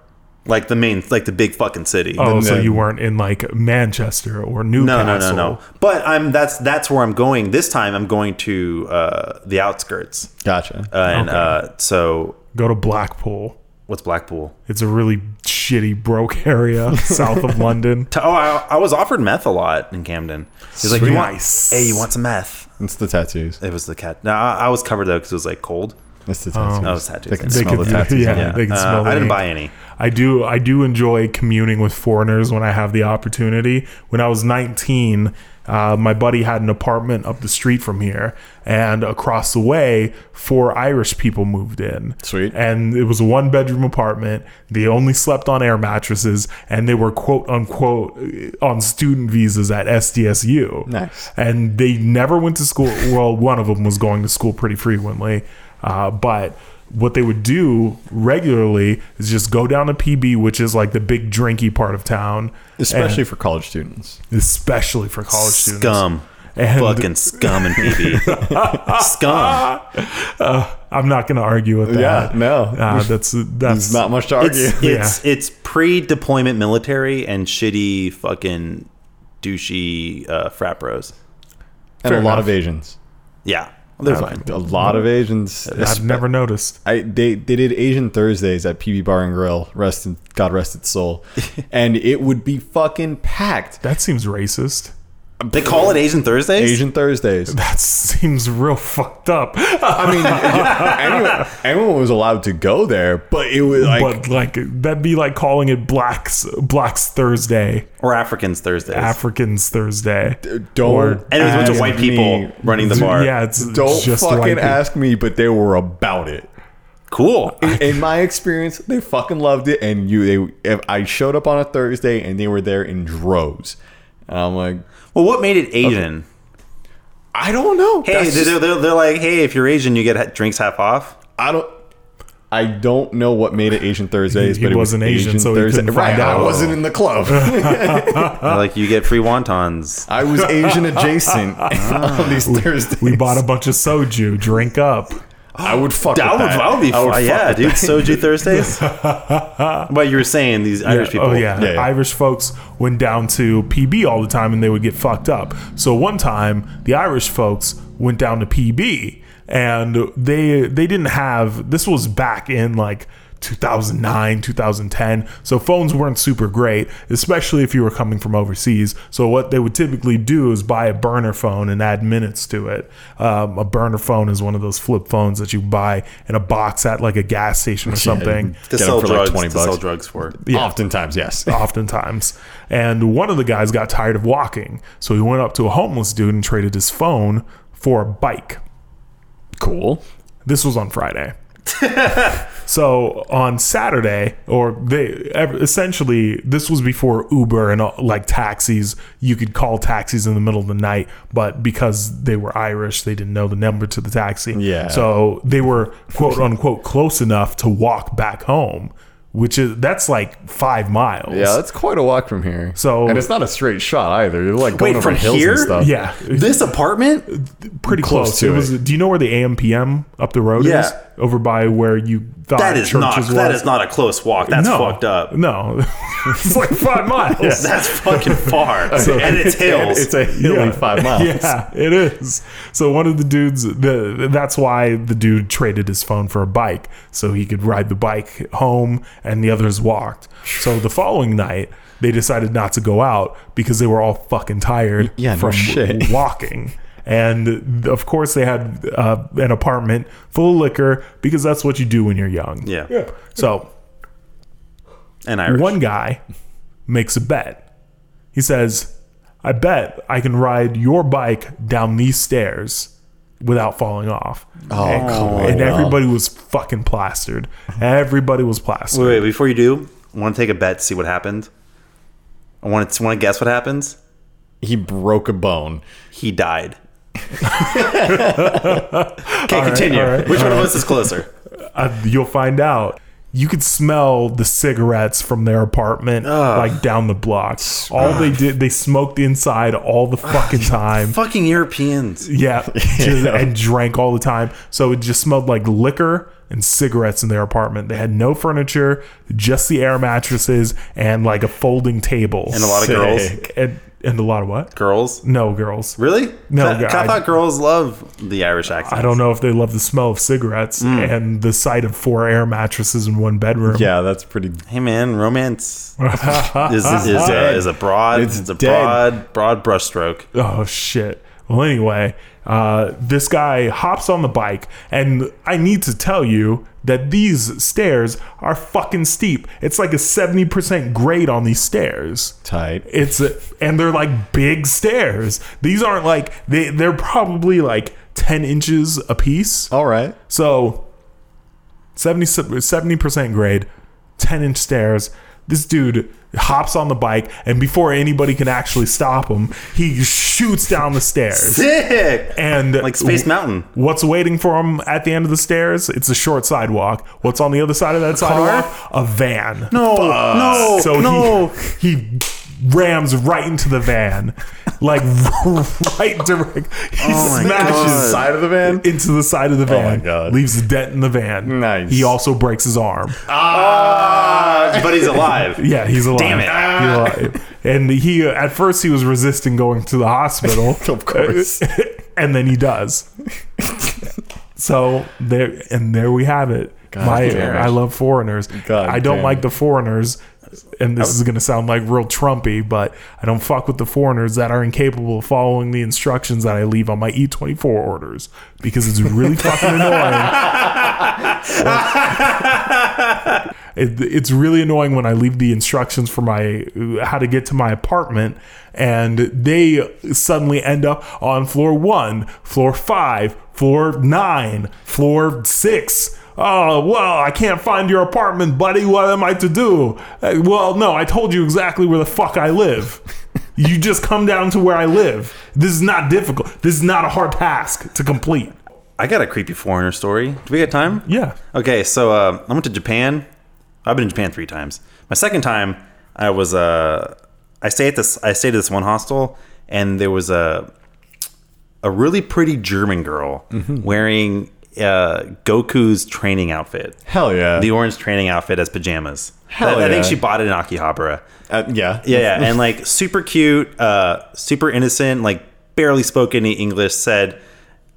C: like the main, like the big fucking city.
A: oh, so
B: then-
A: you weren't in like Manchester or
C: no,
A: Newcastle?
C: no, no, no. But I'm that's that's where I'm going this time. I'm going to uh, the outskirts,
B: gotcha
C: uh, and
A: Okay.
C: uh, so
A: Go to Blackpool.
C: what's Blackpool?
A: It's a really shitty broke [LAUGHS] area south
C: [LAUGHS]
A: of London.
C: To- Oh, I, I was offered meth a lot in Camden. He's like,
A: Sweet.
C: you want?
A: Nice.
C: Hey, you want some meth?
B: it's the tattoos
C: It was the cat. No, I, I was covered though because it was like cold.
B: it's the tattoos
C: Oh, it's tattoos.
B: they can
C: They
B: smell
A: could-
B: the
A: [LAUGHS]
B: tattoos
A: yeah.
B: on it.
A: they can smell
C: Uh,
A: the
C: I didn't
A: ink.
C: buy any.
A: I do I do enjoy communing with foreigners when I have the opportunity. When I was 19, uh, my buddy had an apartment up the street from here, and across the way, four Irish people moved in.
B: Sweet.
A: And it was a one bedroom apartment. They only slept on air mattresses, and they were quote unquote uh, on student visas at SDSU.
B: Nice.
A: And they never went to school. Well, one of them was going to school pretty frequently, uh, but what they would do regularly is just go down to PB, which is like the big drinky part of town,
B: especially for college students
A: and especially for college students.
C: Scum.
A: And-
C: Fucking scum and PB. scum.
A: I'm not going to argue with that.
B: Yeah, no.
A: uh, that's that's
B: it's not much to argue [LAUGHS]
C: It's it's it's pre-deployment military and shitty fucking douchey uh, frat bros.
B: and a
A: fair
B: lot
A: enough.
B: of asians
C: Yeah, they're
B: a
C: fine.
B: lot of asians
A: I've never noticed.
B: I they they did Asian Thursdays at PB Bar and Grill. Rest in, God rest its soul, and it would be fucking packed.
A: That seems racist.
C: They call it Asian Thursdays.
B: Asian Thursdays.
A: That seems real fucked up. [LAUGHS]
B: I mean, [LAUGHS] anyone, anyone was allowed to go there, but it was like
A: but like that'd be like calling it Blacks Blacks Thursday,
C: or Africans Thursdays.
A: Africans Thursday.
B: don't.
A: or-
C: and it was a bunch of
B: ask
C: white people
B: me-
C: running the bar.
A: Yeah, it's
B: [LAUGHS] Don't
A: just white
B: fucking
A: people.
B: ask me, but they were about it.
C: cool.
B: In my experience, they fucking loved it, and you they. If I showed up on a Thursday, and they were there in droves. And I'm like,
C: Well, what made it Asian?
B: I don't know.
C: Hey,
B: That's
C: they're,
B: just-
C: they're, they're like, hey, if you're Asian, you get ha- drinks half off.
B: I don't. I don't know what made it Asian Thursdays,
A: He
B: but it
A: wasn't
B: was
A: Asian,
B: Asian
A: so he
B: Thursday.
A: couldn't
B: Right,
A: find out.
B: I wasn't in the club.
C: [LAUGHS] like you get free wontons.
B: I was Asian
C: [LAUGHS]
B: adjacent on these Thursdays.
A: We bought a bunch of soju. Drink up.
B: I would fuck.
C: That
B: with
C: would,
B: that.
C: that would be
B: I
C: fun.
B: fuck
C: yeah,
B: with
C: dude.
B: that.
C: Soju Thursdays. but you were saying these Irish people.
A: Oh yeah.
B: Yeah, yeah.
A: Irish folks went down to PB all the time and they would get fucked up. So one time the Irish folks went down to PB and they they didn't have this was back in like 2009 2010 so phones weren't super great especially if you were coming from overseas so what they would typically do is buy a burner phone and add minutes to it um, a burner phone is one of those flip phones that you buy in a box at like a gas station or something
C: To
B: Get 'em
C: sell
B: for like
C: drugs.
B: 20
C: to
B: bucks.
C: sell drugs for.
B: Oftentimes,
C: [LAUGHS]
A: [LAUGHS]
B: yes.
A: oftentimes. And one of the guys got tired of walking, so he went up to a homeless dude and traded his phone for a bike.
B: Cool.
A: This was on
B: [LAUGHS]
A: Friday. so on Saturday, or they ev- essentially this was before Uber and uh, like taxis. You could call taxis in the middle of the night, but because they were Irish, they didn't know the number to the taxi.
B: Yeah.
A: So they were quote unquote close enough to walk back home, which is that's like five miles.
B: Yeah, that's quite a walk from here.
A: So-
B: and it's not a straight shot either. You're like going
C: Wait,
B: over
C: from
B: hills
C: here?
B: and stuff.
A: Yeah,
C: This apartment?
A: pretty close.
B: Close to
A: it,
B: it.
A: was. Do you know where the AMPM up the road
C: Yeah.
A: is? Over by where you thought
C: That is
A: churches
C: not.
A: was.
C: That is not a close walk. That's
A: no, [LAUGHS]
C: fucked up.
A: No, it's like five miles.
C: [LAUGHS] That's fucking far. and
A: [LAUGHS]
B: [LAUGHS]
C: it's
B: And
C: hills.
B: it's a hilly five miles.
A: Yeah, it is. So one of the dudes, the that's why the dude traded his phone for a bike so he could ride the bike home, and the others walked. So the following night, they decided not to go out because they were all fucking tired
B: yeah, no
A: from [LAUGHS]
B: shit.
A: walking. And of course, they had uh, an apartment full of liquor because that's what you do when you're young.
C: yeah.
A: So
C: And Irish.
A: one guy makes a bet. He says, I bet I can ride your bike down these stairs without falling off.
B: Oh, come on.
A: and everybody was fucking plastered. Everybody was plastered.
C: Wait, wait, before you do, I want to take a bet, see what happened. I want to want to guess what happens.
B: He broke a bone.
C: He died. okay, continue.
A: all right,
C: Which one of us is closer?
A: Uh, you'll find out. You could smell the cigarettes from their apartment, like down the block. All they did, they smoked inside all the
B: [LAUGHS]
A: fucking time.
C: Fucking Europeans. [LAUGHS]
A: Yeah, just- and drank all the time. So it just smelled like liquor and cigarettes in their apartment. They had no furniture, just the air mattresses and like a folding table
C: And a lot of
B: Sick.
C: girls.
A: [LAUGHS] and, and a lot of what?
C: Girls.
A: No girls.
C: Really?
A: No,
C: I, I
A: I-
C: thought girls love the Irish accent.
A: I don't know if they love the smell of cigarettes
C: Mm.
A: and the sight of four air mattresses in one bedroom. [LAUGHS]
C: [LAUGHS]
B: Yeah, that's pretty.
C: Hey man, romance is is,
A: [LAUGHS]
C: is, a, is a broad
B: It's
C: it's, a
B: dead.
C: broad broad brushstroke.
A: Oh shit. Well, anyway, uh, this guy hops on the bike, and I need to tell you that these stairs are fucking steep. It's like a seventy percent grade on these stairs.
B: Tight.
A: It's a, and they're like big stairs. These aren't like they they're probably like ten inches a piece.
B: All right.
A: So 70 percent grade, ten inch stairs. This dude hops on the bike, and before anybody can actually stop him, he shoots down the stairs.
C: Sick.
A: And
C: Like Space Mountain.
A: What's waiting for him at the end of the stairs? It's a short sidewalk. What's on the other side of that sidewalk? A van.
C: No, no,
A: So
C: no.
A: he he rams right into the van, like [LAUGHS] right direct. He
C: Oh my
A: smashes
C: God.
B: Side of the van. Oh
A: into the side of the van.
B: my God.
A: Leaves a dent in the van.
B: Nice.
A: He also breaks his arm.
C: Ah, but he's alive.
A: Yeah, he's alive.
C: Damn it.
B: Ah.
A: He's alive. And he uh, at first he was resisting going to the hospital.
B: [LAUGHS] Of course.
A: [LAUGHS] and then he does. so there and there we have it.
B: God
A: My
B: damn it.
A: I love foreigners.
B: God
A: I don't
B: damn
A: like
B: it.
A: the foreigners. And this is going to sound like real Trumpy, but I don't fuck with the foreigners that are incapable of following the instructions that I leave on my E24 orders because it's really
B: [LAUGHS]
A: fucking annoying. It, it's really annoying when I leave the instructions for my how to get to my apartment, and they suddenly end up on floor one, floor five, floor nine, floor six. Oh well, I can't find your apartment, buddy. What am I to do? Uh, Well, no, I told you exactly where the fuck I live. You just come down to where I live. This is not difficult. This is not a hard task to complete.
C: I got a creepy foreigner story. Do we got time?
A: Yeah.
C: Okay, so uh, I went to Japan. I've been in Japan three times. My second time, I was uh, I stayed at this I stayed at this one hostel, and there was a a really pretty German girl
A: Mm-hmm.
C: wearing uh, Goku's training outfit,
B: Hell yeah.
C: the orange training outfit as pajamas.
B: Hell
C: I, I think
B: yeah.
C: she bought it in Akihabara.
B: Uh, yeah.
C: Yeah, yeah, and like super cute, uh, super innocent, like barely spoke any English. Said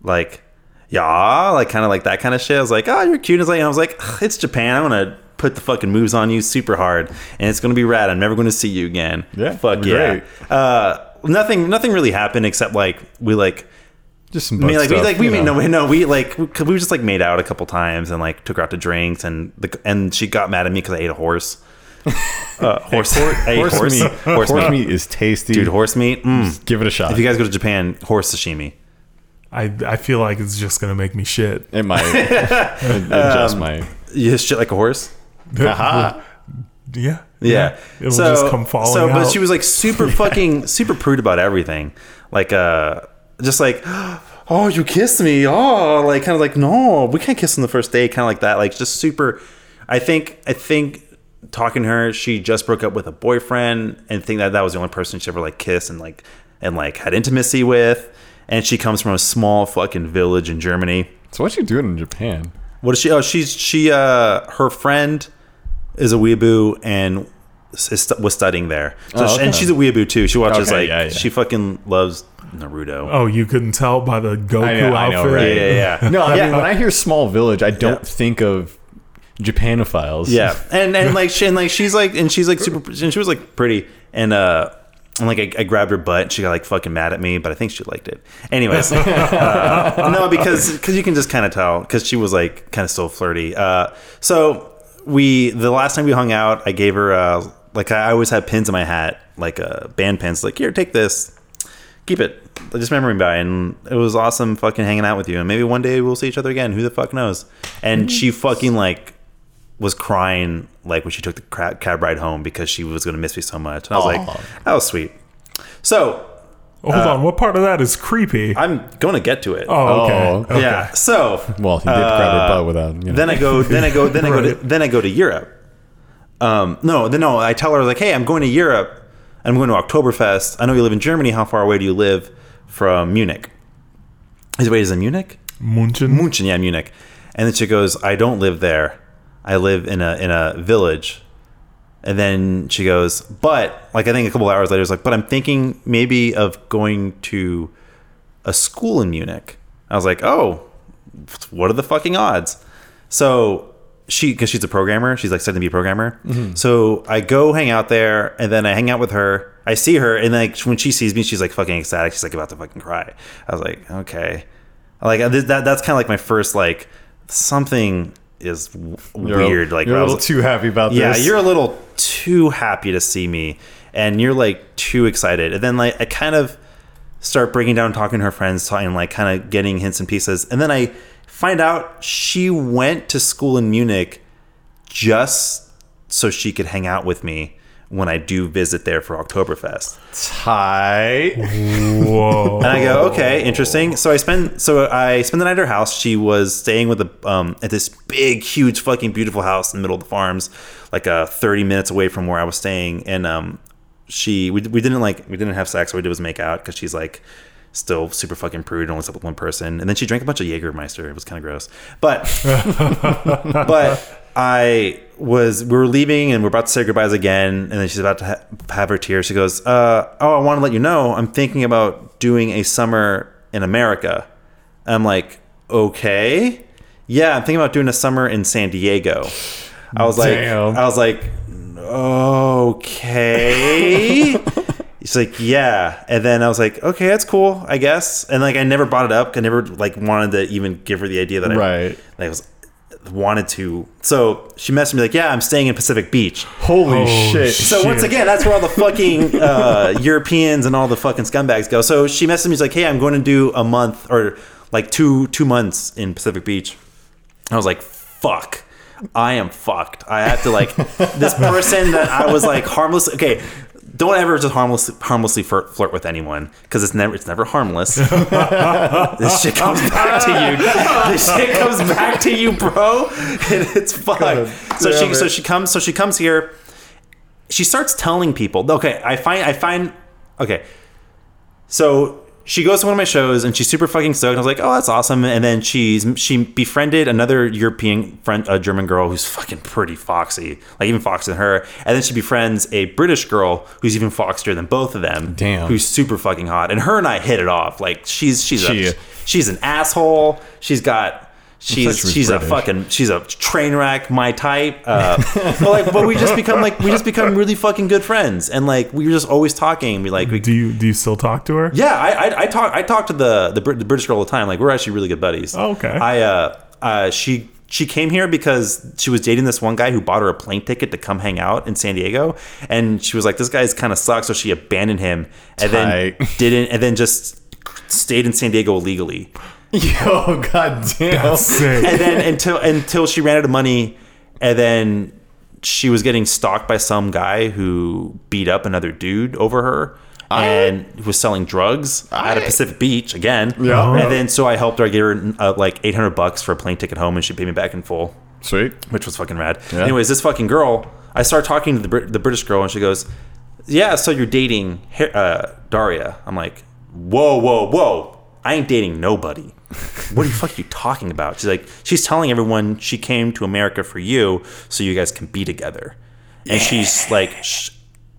C: like, "Yeah," like kind of like that kind of shit. I was like, "Oh, you're cute." It's like, and I was like, "Ugh, "It's Japan. I'm gonna put the fucking moves on you super hard, and it's gonna be rad. I'm never gonna see you again."
B: Yeah,
C: fuck
B: great.
C: yeah. Uh, nothing, nothing really happened except like we like
B: Just some
C: I
B: butt
C: mean, like
B: stuff,
C: we like we
B: you
C: made
B: know.
C: no no we like we, 'cause we just like made out a couple times and like took her out to drinks and the and she got mad at me because I ate
B: [LAUGHS]
C: a horse. Uh, horse, I ate
B: Horse,
C: horse, [LAUGHS]
B: meat.
C: horse, meat.
B: is tasty.
C: dude, horse meat. Mm.
B: Give it a shot.
C: If you guys go to Japan, horse sashimi.
A: I I feel like it's just gonna make me shit.
B: it [LAUGHS] might adjust my.
C: You just shit like a horse.
B: Um, Aha.
A: Yeah.
C: Yeah.
A: It will just come falling
C: So, but
A: out.
C: she was
A: [LAUGHS]
C: like super fucking super prude about everything. Like, uh, just like, [GASPS] oh, you kissed me. Oh, like kind of like, no, we can't kiss on the first date. Kind of like that. Like, just super. I think, I think talking to her, she just broke up with a boyfriend and think that that was the only person she ever like kissed and like, and like had intimacy with. And she comes from a small fucking village in Germany.
B: So what you doing in Japan?
C: What is she? Oh, she's she. Uh, her friend is a weeaboo and is stu- was studying there. So
B: Oh,
C: she- and
B: okay.
C: she's a weeaboo too. She watches
B: Okay,
C: like
B: yeah, yeah.
C: she fucking loves Naruto.
A: Oh, you couldn't tell by the Goku
B: I know, I
A: outfit.
B: know, right?
C: Yeah, yeah, yeah.
B: [LAUGHS] No, I
C: Yeah.
B: mean when I hear small village, I don't
C: Yeah.
B: think of Japanophiles.
C: Yeah, [LAUGHS] and and like she and like she's like and she's like super and she was like pretty and uh and like I, I grabbed her butt and she got like fucking mad at me, but I think she liked it. Anyways, uh, no, because because you can just kind of tell because she was like kind of still flirty. Uh, so we the last time we hung out, I gave her uh like I always have pins in my hat, like uh band pins. Like here, take this, keep it. Just remembering by, and it was awesome fucking hanging out with you. And maybe one day we'll see each other again. Who the fuck knows? And she fucking like was crying like when she took the cra- cab ride home because she was going to miss me so much. And I was
B: Aw.
C: like, that was sweet. So
A: Hold on. What part of that is creepy?
C: I'm going to get to it.
A: oh, okay.
B: Oh,
A: okay.
C: Yeah. So
B: Well, he did grab her butt without. You know.
C: then I go, then I go, then I go, to,
A: Right.
C: then I go to Europe. Um, no, then no, I tell her like, hey, I'm going to Europe. I'm going to Oktoberfest. I know you live in Germany. How far away do you live from Munich? His way is in Munich.
A: Munchen.
C: Munich, yeah, Munich. And then she goes, I don't live there. I live in a in a village. And then she goes, but like I think a couple hours later, it's like, but I'm thinking maybe of going to a school in Munich. I was like, oh, what are the fucking odds? So she, because she's a programmer, she's like said to be a programmer.
B: Mm-hmm.
C: So I go hang out there, and then I hang out with her. I see her, and like when she sees me, she's like fucking ecstatic. She's like about to fucking cry. I was like, okay, like I did- that. That's kind of like my first like something is w-
B: You're a-
C: weird. like
B: you're a
C: where I was
B: little
C: like-
B: too happy about
C: yeah,
B: this.
C: you're a little too happy to see me, and you're like too excited. And then like I kind of start breaking down, talking to her friends, talking like kind of getting hints and pieces. And then I find out she went to school in Munich just so she could hang out with me when I do visit there for Oktoberfest.
B: tight.
A: Whoa.
C: And I go, okay, interesting. So I spend so I spend the night at her house. She was staying with a um at this big, huge, fucking beautiful house in the middle of the farms, like uh thirty minutes away from where I was staying. And um, she we, we didn't like we didn't have sex. What we did was make out because she's like still super fucking prude and only slept with one person. And then she drank a bunch of Jägermeister. It was kind of gross, but [LAUGHS] but I was we were leaving and we're about to say goodbyes again, and then she's about to ha- have her tears. She goes, uh, "Oh, I want to let you know I'm thinking about doing a summer in America." I'm like, "Okay, yeah, I'm thinking about doing a summer in San Diego." I was like,
B: Damn.
C: I was like, "Okay." She's like, yeah. And then I was like, okay, that's cool, I guess. And like, I never brought it up. I never like wanted to even give her the idea that I
B: Right.
C: like, I was wanted to. So she messaged me like, "Yeah, I'm staying in Pacific Beach."
B: Holy
A: Oh,
B: shit.
A: shit.
C: So once again, that's where all the fucking uh, [LAUGHS] Europeans and all the fucking scumbags go. So she messaged me she's like, "Hey, I'm going to do a month or like two two months in Pacific Beach." I was like, "Fuck." [LAUGHS] I am fucked. I have to like this person that I was like harmless. Okay, don't ever just harmless, harmlessly flirt, flirt with anyone because it's never it's never harmless. this shit comes back to you. This shit comes back to you, bro. [LAUGHS] And it's fucked. so
B: damn
C: she
B: it.
C: so she comes so she comes here. She starts telling people. Okay, I find I find okay. So she goes to one of my shows and she's super fucking stoked. I was like, oh, that's awesome. And then she's she befriended another European friend, a German girl who's fucking pretty foxy, like even foxier than her. And then she befriends a British girl who's even foxier than both of them.
B: Damn.
C: who's super fucking hot. And her and I hit it off. Like she's she's
B: She-
C: a, she's an asshole. She's got. She's
B: she was
C: she's
B: British.
C: a fucking she's a train wreck my type uh, but like but we just become like we just become really fucking good friends and like we were just always talking we like we
A: Do you do you still talk to her?
C: yeah, [LAUGHS] I, I, I talk I talk to the, the Brit- the British girl all the time. Like we're actually really good buddies.
A: Oh, okay.
C: I uh, uh she she came here because she was dating this one guy who bought her a plane ticket to come hang out in San Diego, and she was like, "This guy's kind of sucks," so she abandoned him and then
B: Tight.
C: didn't and then just stayed in San Diego illegally.
B: Yo,
C: Oh,
B: goddamn.
A: Sick.
C: And then until until she ran out of money, and then she was getting stalked by some guy who beat up another dude over her. and who was selling drugs at a
B: I-
C: Pacific Beach again.
B: Yeah.
C: And then so I helped her. I gave her uh, like 800 bucks for a plane ticket home, and she paid me back in full,
B: Sweet.
C: which was fucking rad. Anyways, this fucking girl, I started talking to the, Brit- the British girl, and she goes, "Yeah, so you're dating Har- uh, Daria?" I'm like, "Whoa, whoa, whoa! I ain't dating nobody. What the fuck are you talking about?" She's like, she's telling everyone she came to America for you, so you guys can be together. And she's like, sh-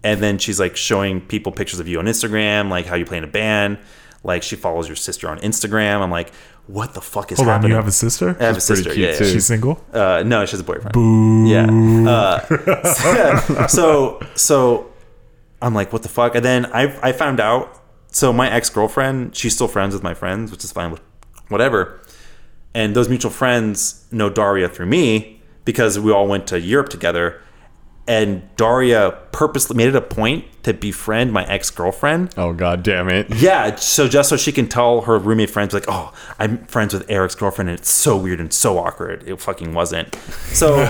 C: and then she's like showing people pictures of you on Instagram, like how you play in a band. Like she follows your sister on Instagram. I'm like, what the fuck is
A: Hold on,
C: happening?
A: you have a sister?
C: I have a
B: She's pretty
C: sister.
B: cute,
C: Yeah, yeah.
B: too.
A: She's single.
C: Uh, no, she has a boyfriend. Yeah. Uh, [LAUGHS] so so I'm like, what the fuck? And then I I found out. So my ex girlfriend, she's still friends with my friends, which is fine with whatever. And those mutual friends know Daria through me because we all went to Europe together. And Daria purposely made it a point to befriend my ex girlfriend
B: Oh, goddamn [LAUGHS] it.
C: yeah, so just so she can tell her roommate friends, like, oh, I'm friends with Eric's girlfriend, and it's so weird and so awkward. It fucking wasn't. So,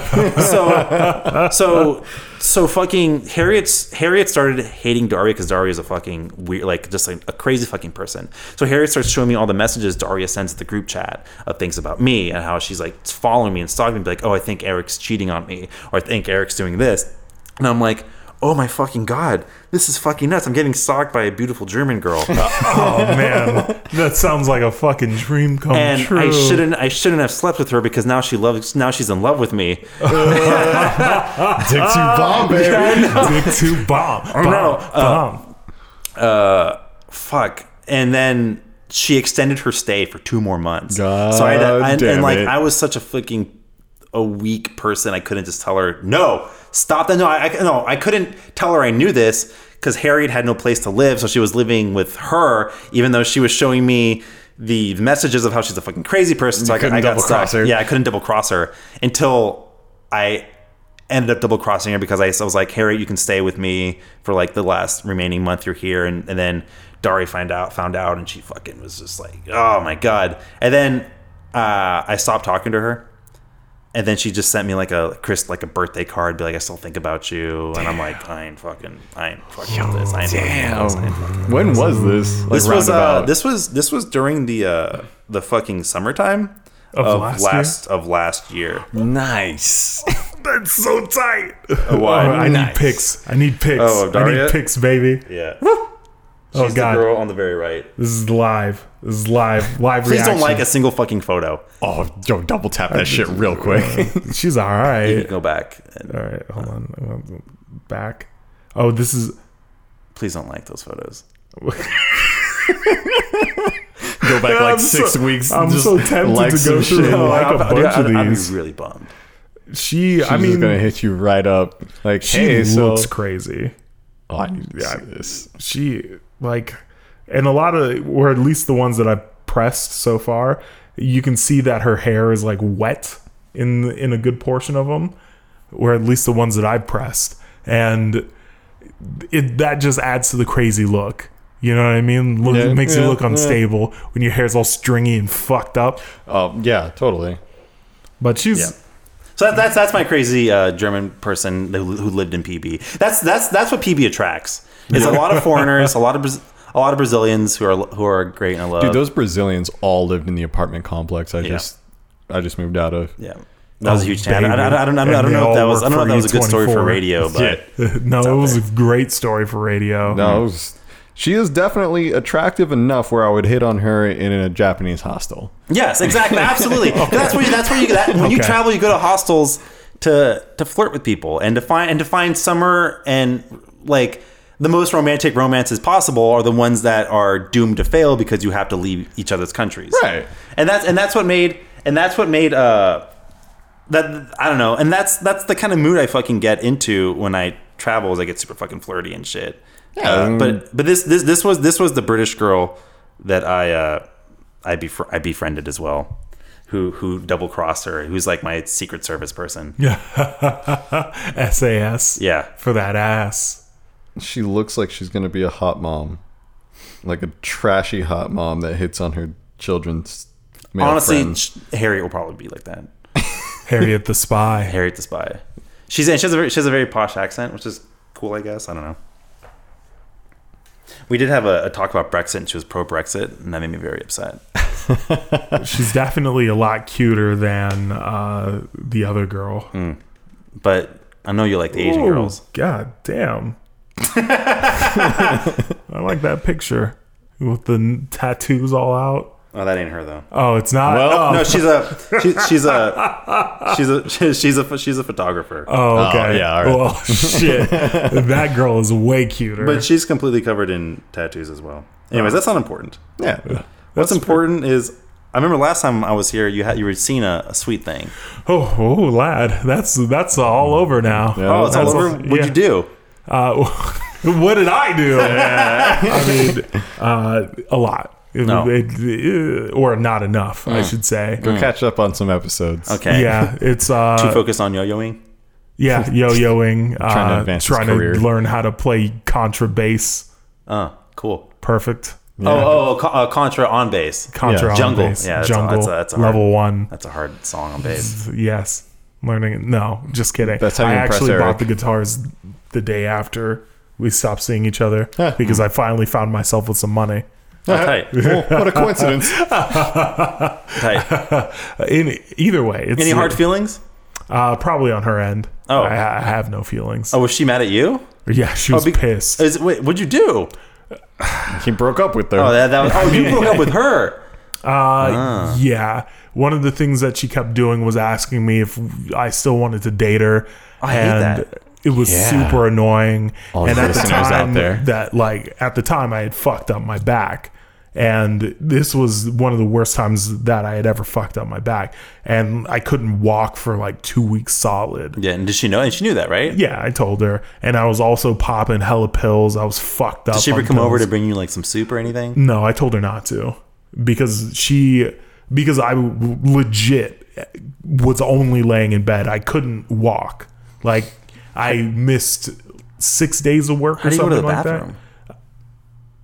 C: so, so, so fucking Harriet's Harriet started hating Daria because Daria is a fucking weird, like, just like a crazy fucking person. So Harriet starts showing me all the messages Daria sends to the group chat of things about me and how she's like following me and stalking me, like, oh, I think Eric's cheating on me, or I think Eric's doing this, and I'm like. Oh my fucking god! This is fucking nuts. I'm getting stalked by a beautiful German girl. [LAUGHS]
A: Oh man, that sounds like a fucking dream come
C: and
A: true.
C: I shouldn't I shouldn't have slept with her because now she loves now she's in love with me.
B: Dick to Bombay.
A: [LAUGHS] Dick to
C: [LAUGHS]
A: bomb. Bomb.
C: know, Uh,
A: bomb.
C: Fuck. And then she extended her stay for two more months.
B: God
C: so I, had to- I
B: damn
C: and like
B: it.
C: I was such a fucking a weak person. I couldn't just tell her no, stop that. No, I, I no, I couldn't tell her I knew this because Harriet had no place to live, so she was living with her, even though she was showing me the messages of how she's a fucking crazy person. So I, got-
B: couldn't
C: I got
B: double cross
C: stuck.
B: her.
C: Yeah, I couldn't double cross her until I ended up double crossing her because I, I was like, Harriet, you can stay with me for like the last remaining month you're here, and, and then Dari find out found out, and she fucking was just like, oh my god. And then uh, I stopped talking to her, and then she just sent me like a Chris like a birthday card, be like, I still think about you, and I'm like, I ain't fucking, I ain't fucking with this, I ain't fucking with this, I ain't fucking with this.
B: When was this? [LAUGHS] Like,
C: This was uh,
B: roundabout?
C: this was this was during the uh, the fucking summertime
A: Of
C: of,
A: last
C: last,
A: year?
C: of last year.
B: nice.
A: That's so tight.
C: [LAUGHS] why?
A: Oh, I need
B: Nice.
A: pics. I need pics.
C: Oh, of
A: I need
C: Daria?
A: pics, baby.
C: Yeah.
A: Oh
C: She's
A: god,
C: the girl on the very right.
A: this is live. This is
C: [LAUGHS]
A: live. Live
C: Please
A: reaction.
C: don't like a single fucking photo.
B: Oh, yo,
A: [LAUGHS]
B: double tap that shit [LAUGHS] real quick.
A: She's all
C: You
A: right.
C: can go back. And
A: All right, hold on. I'm gonna go Back. Oh, this is.
C: please don't like those photos.
B: go
C: [LAUGHS]
B: back
A: I'm
B: like six
A: so-
B: weeks.
A: I'm [LAUGHS]
B: just
A: so tempted
B: like
A: to go
B: some
A: through
B: shit.
A: the
B: She's
A: like a
C: I'd-
A: bunch
C: I'd-
A: of
C: I'd be
A: these.
C: really bummed.
A: She. I
B: I
A: mean,
B: mean, gonna hit you right up. Like,
A: she
B: hey, so
A: looks crazy.
B: oh, I need to
A: Yeah.
B: see this.
A: she like and a lot of or at least the ones that i pressed so far you can see that her hair is like wet in in a good portion of them or at least the ones that i pressed and it that just adds to the crazy look you know what i mean look,
B: Yeah,
A: it makes you
B: yeah,
A: look
B: yeah.
A: unstable when your hair's all stringy and fucked up
B: Oh, yeah, totally.
A: but she's
C: Yeah. So that, that's that's my crazy uh, German person who, who lived in PB. That's that's that's what PB attracts. It's a lot of foreigners, a lot of Braz- a lot of Brazilians who are who are great and I love.
B: Dude, those Brazilians all lived in the apartment complex. I
C: Yeah.
B: just, I just moved out of.
C: yeah, that was a huge
A: baby.
C: tangent. I, I, I don't, I don't, I
A: And
C: don't
A: they
C: know if that
A: all
C: was I don't know if
A: work
C: that was a
A: for
C: good story for
A: E24.
C: radio,
A: [LAUGHS]
C: but
A: no, it was a great story for radio.
B: no, it was- she is definitely attractive enough where I would hit on her in a Japanese hostel.
C: Yes, exactly, absolutely. That's where you, that's where you that, when you
A: Okay.
C: travel, you go to hostels to to flirt with people and to find and to find summer and like the most romantic romances possible are the ones that are doomed to fail because you have to leave each other's countries.
B: Right.
C: and that's and that's what made and that's what made uh that I don't know, and that's that's the kind of mood I fucking get into when I travel. Is I get super fucking flirty and shit.
B: Yeah,
C: Uh,
B: and-
C: but but this this this was this was the British girl that I uh I befri- I befriended as well, who who double crossed her, who's like my secret service person. Yeah,
A: SAS. For that ass.
B: She looks like she's gonna be a hot mom, like a trashy hot mom that hits on her children's. Male
C: honestly,
B: friends.
C: sh Harriet will probably be like that.
A: Harriet the Spy.
C: Harriet the spy. She's and she has a very, she has a very posh accent, which is cool, I guess. I don't know. We did have a, a talk about Brexit, and she was pro Brexit, and that made me very upset.
A: She's definitely a lot cuter than uh, the other girl.
C: But I know you like the Asian
A: Ooh,
C: girls.
A: God damn. [LAUGHS] I like that picture with the n- tattoos all out.
C: Oh, that ain't her though.
A: Oh, it's not. oh,
C: no, she's a she, she's a
A: [LAUGHS]
C: she's a [LAUGHS] she's a she's a photographer,
A: oh, okay.
B: yeah, all right.
A: Well, shit. that girl is way cuter.
C: but she's completely covered in tattoos as well. Anyways,
A: Oh.
C: that's not important.
B: yeah,
C: What's important is I remember last time I was here, you had you were seeing a, a sweet thing.
A: oh, oh, lad, that's that's all over now.
C: Oh, it's all
A: That's
C: over.
A: all-
C: What'd
A: yeah.
C: you do?
A: Uh, [LAUGHS] what did I
C: [LAUGHS]
A: do? I mean, uh, a lot. It-
C: No. Mm.
A: it- or not enough, I should say.
B: Go catch up on some episodes.
C: Okay.
A: Yeah, it's uh,
C: You focus on yo-yoing. [LAUGHS]
A: Yeah, yo-yoing, uh,
B: Trying
A: trying
B: to
A: to,
B: advance his career.
A: learn how to play contra bass.
C: Oh, cool.
A: Perfect.
C: Oh, oh, oh co- uh, Contra on bass.
A: Contra on
C: Jungle.
A: bass.
C: Yeah, that's a-
A: jungle.
C: that's a- that's a hard-
A: level one.
C: That's a hard song on
A: [LAUGHS]
C: bass.
A: Yes, learning. it. No, just kidding.
B: That's how you
A: I
B: impress
A: actually
B: Eric.
A: bought the guitars the day after we stopped seeing each other because
C: Mm-hmm.
A: I finally found myself with some money. [LAUGHS]
C: Oh, tight,
B: [LAUGHS] Well, what a
C: [LAUGHS]
B: coincidence.
A: [LAUGHS]
C: tight.
A: Uh, In either way, it's
C: Any hard feelings?
A: Uh, probably on her end.
C: Oh.
A: I, I have no feelings.
C: Oh, was she mad at you?
A: yeah, she was
C: be- Uh,
A: pissed. Uh,
C: Is wait, what'd you do?
B: he broke up with her.
C: Oh, that, that was, oh, you broke up with her.
A: Uh,
C: ah.
A: Yeah. One of the things that she kept doing was asking me if I still wanted to date her. I
C: Oh, hate
A: and
C: that.
A: It was
B: Yeah.
A: super annoying.
B: All
A: and
B: the
A: at the
B: listeners out
A: time
B: there.
A: that like at the time I had fucked up my back. And this was one of the worst times that I had ever fucked up my back. And I couldn't walk for like two weeks solid.
C: [LAUGHS] Yeah, and did she know? And she knew that, right?
A: Yeah, I told her. And I was also popping hella pills. I was fucked up.
C: Did she ever
A: on
C: come over
A: pills.
C: to bring you like some soup or anything?
A: No, I told her not to because she because I w- legit was only laying in bed. I couldn't walk. Like I missed six days of work or
C: How do you go
A: something
C: to the
A: like
C: bathroom?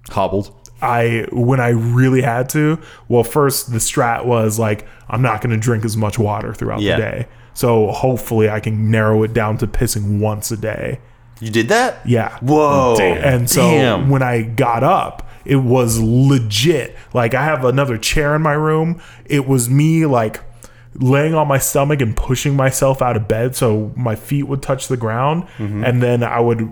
B: Hobbled.
A: that. I when I really had to. Well, first the strat was like I'm not going to drink as much water throughout
C: Yeah.
A: the day. So hopefully I can narrow it down to pissing once a day.
C: You did that?
A: Yeah.
C: Whoa.
A: And so
C: Damn.
A: when I got up, it was legit. Like I have another chair in my room. It was me like laying on my stomach and pushing myself out of bed so my feet would touch the ground and then I would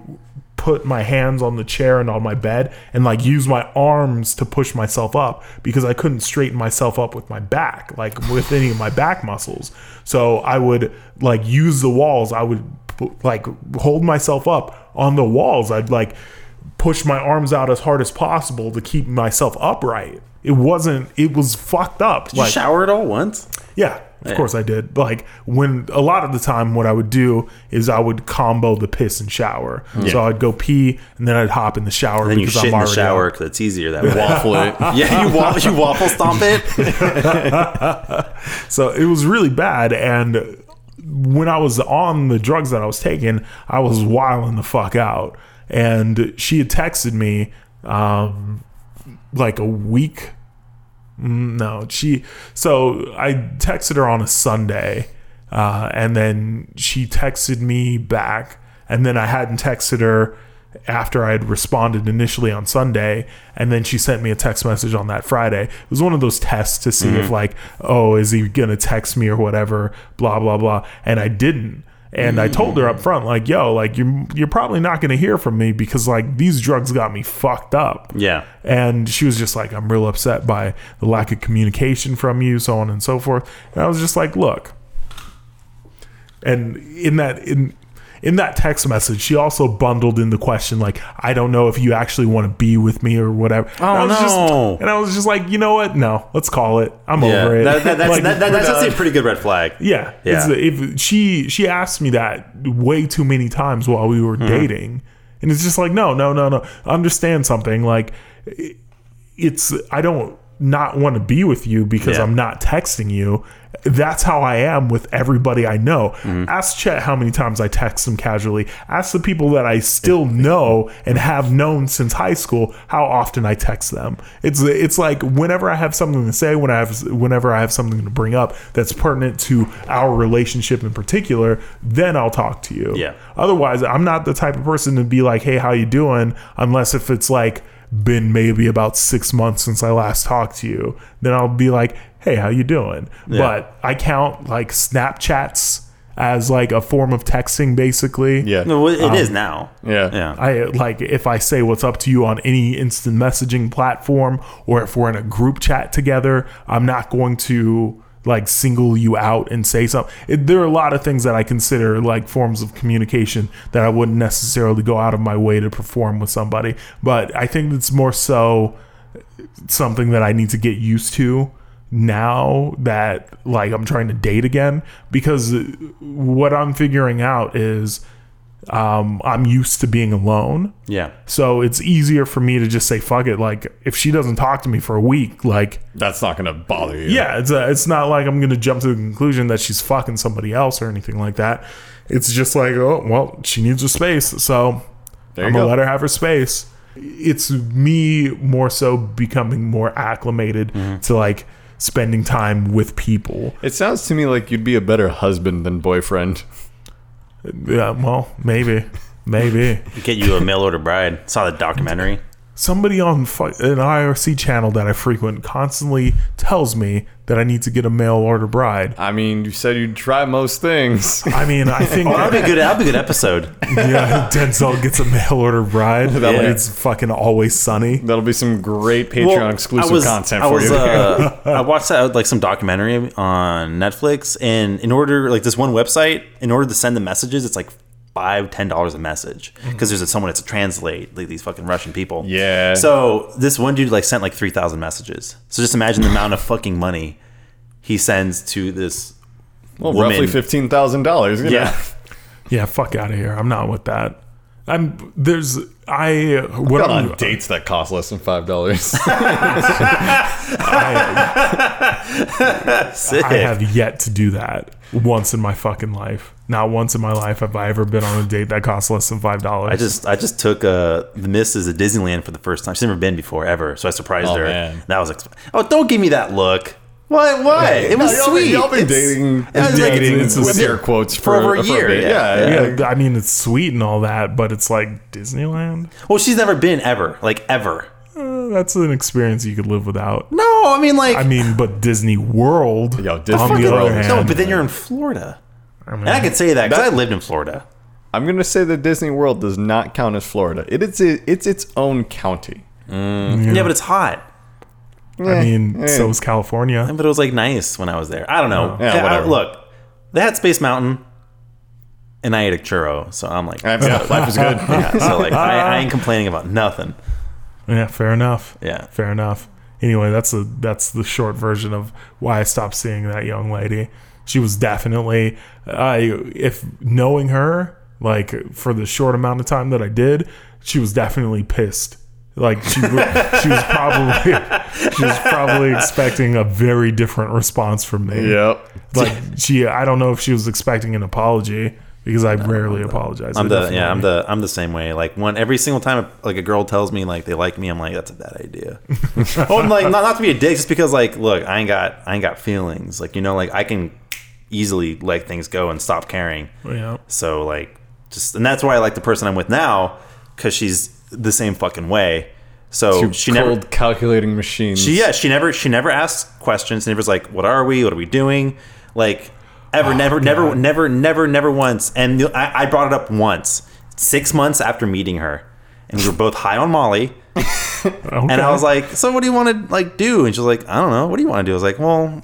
A: put my hands on the chair and on my bed and like use my arms to push myself up because I couldn't straighten myself up with my back like with any of my back muscles so I would like use the walls I would p- like hold myself up on the walls I'd like push my arms out as hard as possible to keep myself upright it wasn't it was fucked up
C: Did you shower at all once?
A: yeah, of course I did. Like when a lot of the time, what I would do is I would combo the piss and shower. So I'd go pee and then I'd hop in the shower
C: Then you
A: because
C: shit
A: I'm
C: in the
A: already
C: shower because it's easier
A: [LAUGHS]
C: that way.
B: Waffle it.
C: yeah, you waffle, you waffle stomp it.
A: So it was really bad. And when I was on the drugs that I was taking, I was wilding the fuck out. And she had texted me um, like a week. Mm, No, she. So I texted her on a Sunday. Uh, and then she texted me back. And then I hadn't texted her after I had responded initially on Sunday, and then she sent me a text message on that Friday. It was one of those tests to see if like, oh, is he gonna text me or whatever, blah blah blah, and I didn't. And I told her up front, like, yo, like you're you're probably not gonna hear from me because like these drugs got me fucked up.
C: Yeah.
A: And she was just like, I'm real upset by the lack of communication from you, so on and so forth. And I was just like, look. And in that in in that text message, she also bundled in the question like, I don't know if you actually want to be with me or whatever. Oh, and I was
C: no.
A: just and I was just like, you know what? No, let's call it. I'm [LAUGHS]
C: Yeah.
A: over it.
C: That, that, that's,
A: Like,
C: that, that, that's
A: we're
C: actually
A: done.
C: a pretty good red flag.
A: Yeah, It's,
C: Yeah.
A: if she she asked me that way too many times while we
C: Mm-hmm.
A: were dating, and it's just like no, no, no, no. Understand something? Like i- it's I don't not want to be with you because
C: Yeah.
A: I'm not texting you. That's how I am with everybody I know.
C: Mm-hmm.
A: Ask Chet how many times I text him casually. Ask the people that I still know and have known since high school how often I text them. It's it's like whenever I have something to say, when I have whenever I have something to bring up that's pertinent to our relationship in particular, then I'll talk to you.
C: Yeah.
A: Otherwise, I'm not the type of person to be like, "Hey, how you doing?" Unless if it's like been maybe about six months since I last talked to you, then I'll be like, "Hey, how you doing?" But I count like Snapchats as like a form of texting, basically.
B: Yeah.
C: No, well, it is
A: Um,
C: now.
B: Yeah.
C: Yeah.
A: I like if I say what's up to you on any instant messaging platform or if we're in a group chat together, I'm not going to like single you out and say something. It, there are a lot of things that I consider like forms of communication that I wouldn't necessarily go out of my way to perform with somebody, but I think it's more so something that I need to get used to now that like I'm trying to date again because what I'm figuring out is um, I'm used to being alone.
C: Yeah.
A: So it's easier for me to just say fuck it. Like if she doesn't talk to me for a week, like
B: That's not gonna bother you.
A: yeah, it's a, it's not like I'm gonna jump to the conclusion that she's fucking somebody else or anything like that. It's just like oh well, she needs her space, so
B: There you
A: I'm gonna
B: go.
A: let her have her space. It's me more so becoming more acclimated
B: Mm-hmm.
A: to like spending time with people.
B: It sounds to me like you'd be a better husband than boyfriend.
A: Yeah, well, maybe, maybe.
C: Get you a mail order bride. Saw the
A: [LAUGHS]
C: documentary.
A: somebody on fu- an IRC channel that I frequent constantly tells me that I need to get a mail order bride.
B: I mean, you said you'd try most things. [LAUGHS]
A: I mean, I
C: [LAUGHS]
A: think
C: That'd be a good. That'd be a good episode.
A: yeah, Denzel gets a mail order bride. That
C: Yeah.
A: It's fucking always sunny.
B: That'll be some great Patreon
C: Well,
B: exclusive
C: I was-
B: content
C: I
B: for
C: was,
B: you.
C: uh, I watched that like some documentary on Netflix, and in order like this one website, in order to send the messages, it's like five ten dollars a message because there's someone that's to translate like these fucking Russian people.
B: Mm-hmm. Yeah.
C: So this one dude like sent like three thousand messages. So just imagine the amount of fucking money he sends to this.
B: [LAUGHS] well,
C: woman.
B: roughly fifteen thousand dollars.
C: Yeah.
A: Yeah, fuck out of here. I'm not with that. I'm there's I what
B: Got
A: I'm,
B: on dates that cost less than five [LAUGHS] dollars.
A: I,
C: [LAUGHS] Sick.
A: I have yet to do that once in my fucking life. Not once in my life have I ever been on a date that costs less than five dollars.
C: I just I just took uh, the missus to Disneyland for the first time. She's never been before ever, so I surprised
B: Oh,
C: her.
B: man.
C: That was exp- oh, don't give me that look. What? What? It was
B: No, y'all been-
C: sweet.
B: Y'all been
C: It's-
B: dating,
C: it was like-
B: dating
A: it's-
B: with
A: it's-
B: air quotes for,
C: over a
B: for
C: year,
B: bit.
C: yeah,
B: yeah.
A: yeah, I mean it's sweet and all that, but it's like Disneyland.
C: Well, she's never been ever, like ever.
A: Uh, that's an experience you could live without.
C: No, I mean like
A: I mean, but Disney World.
B: Yo, Disney
A: on the
B: World
A: other
B: is-
A: hand,
C: no, but then you're in Florida,
A: I mean,
C: and I could say that because I lived in Florida.
B: I'm gonna say that Disney World does not count as Florida. It is it's its own county.
C: Yeah, but it's hot.
A: I mean, so is California.
C: But it was like nice when I was there. I don't know.
B: Yeah,
C: I- I-
B: whatever.
C: look, they had Space Mountain, and I ate a churro, so I'm like,
B: I mean, life is [LAUGHS] good.
C: yeah, so like I, I ain't complaining about nothing.
A: Yeah, fair enough.
C: Yeah.
A: fair enough. Anyway, that's the that's the short version of why I stopped seeing that young lady. She was definitely I if knowing her like for the short amount of time that I did, she was definitely pissed. Like she wa- she was probably [LAUGHS] she was probably expecting a very different response from me.
B: Yep.
A: like
C: [LAUGHS]
A: she i don't know if she was expecting an apology because i rarely apologize
C: I'm
A: I
C: the
A: definitely-
C: yeah, I'm the I'm the same way. Like when every single time like a girl tells me like they like me, I'm like that's a bad idea. oh, and, like not, not to be a dick, just because like look, I ain't got I ain't got feelings. Like you know, like I can easily let things go and stop caring.
A: yeah
C: So like just and that's why I like the person I'm with now because she's the same fucking way. So
B: Two
C: she
B: cold
C: never
B: calculating machines.
C: she yeah she never she never asks questions never's like what are we what are we doing like ever never never never never never once and the- I, I brought it up once six months after meeting her and we were both high on molly and i was like so what do you want to like do and she's like i don't know what do you want to do i was like well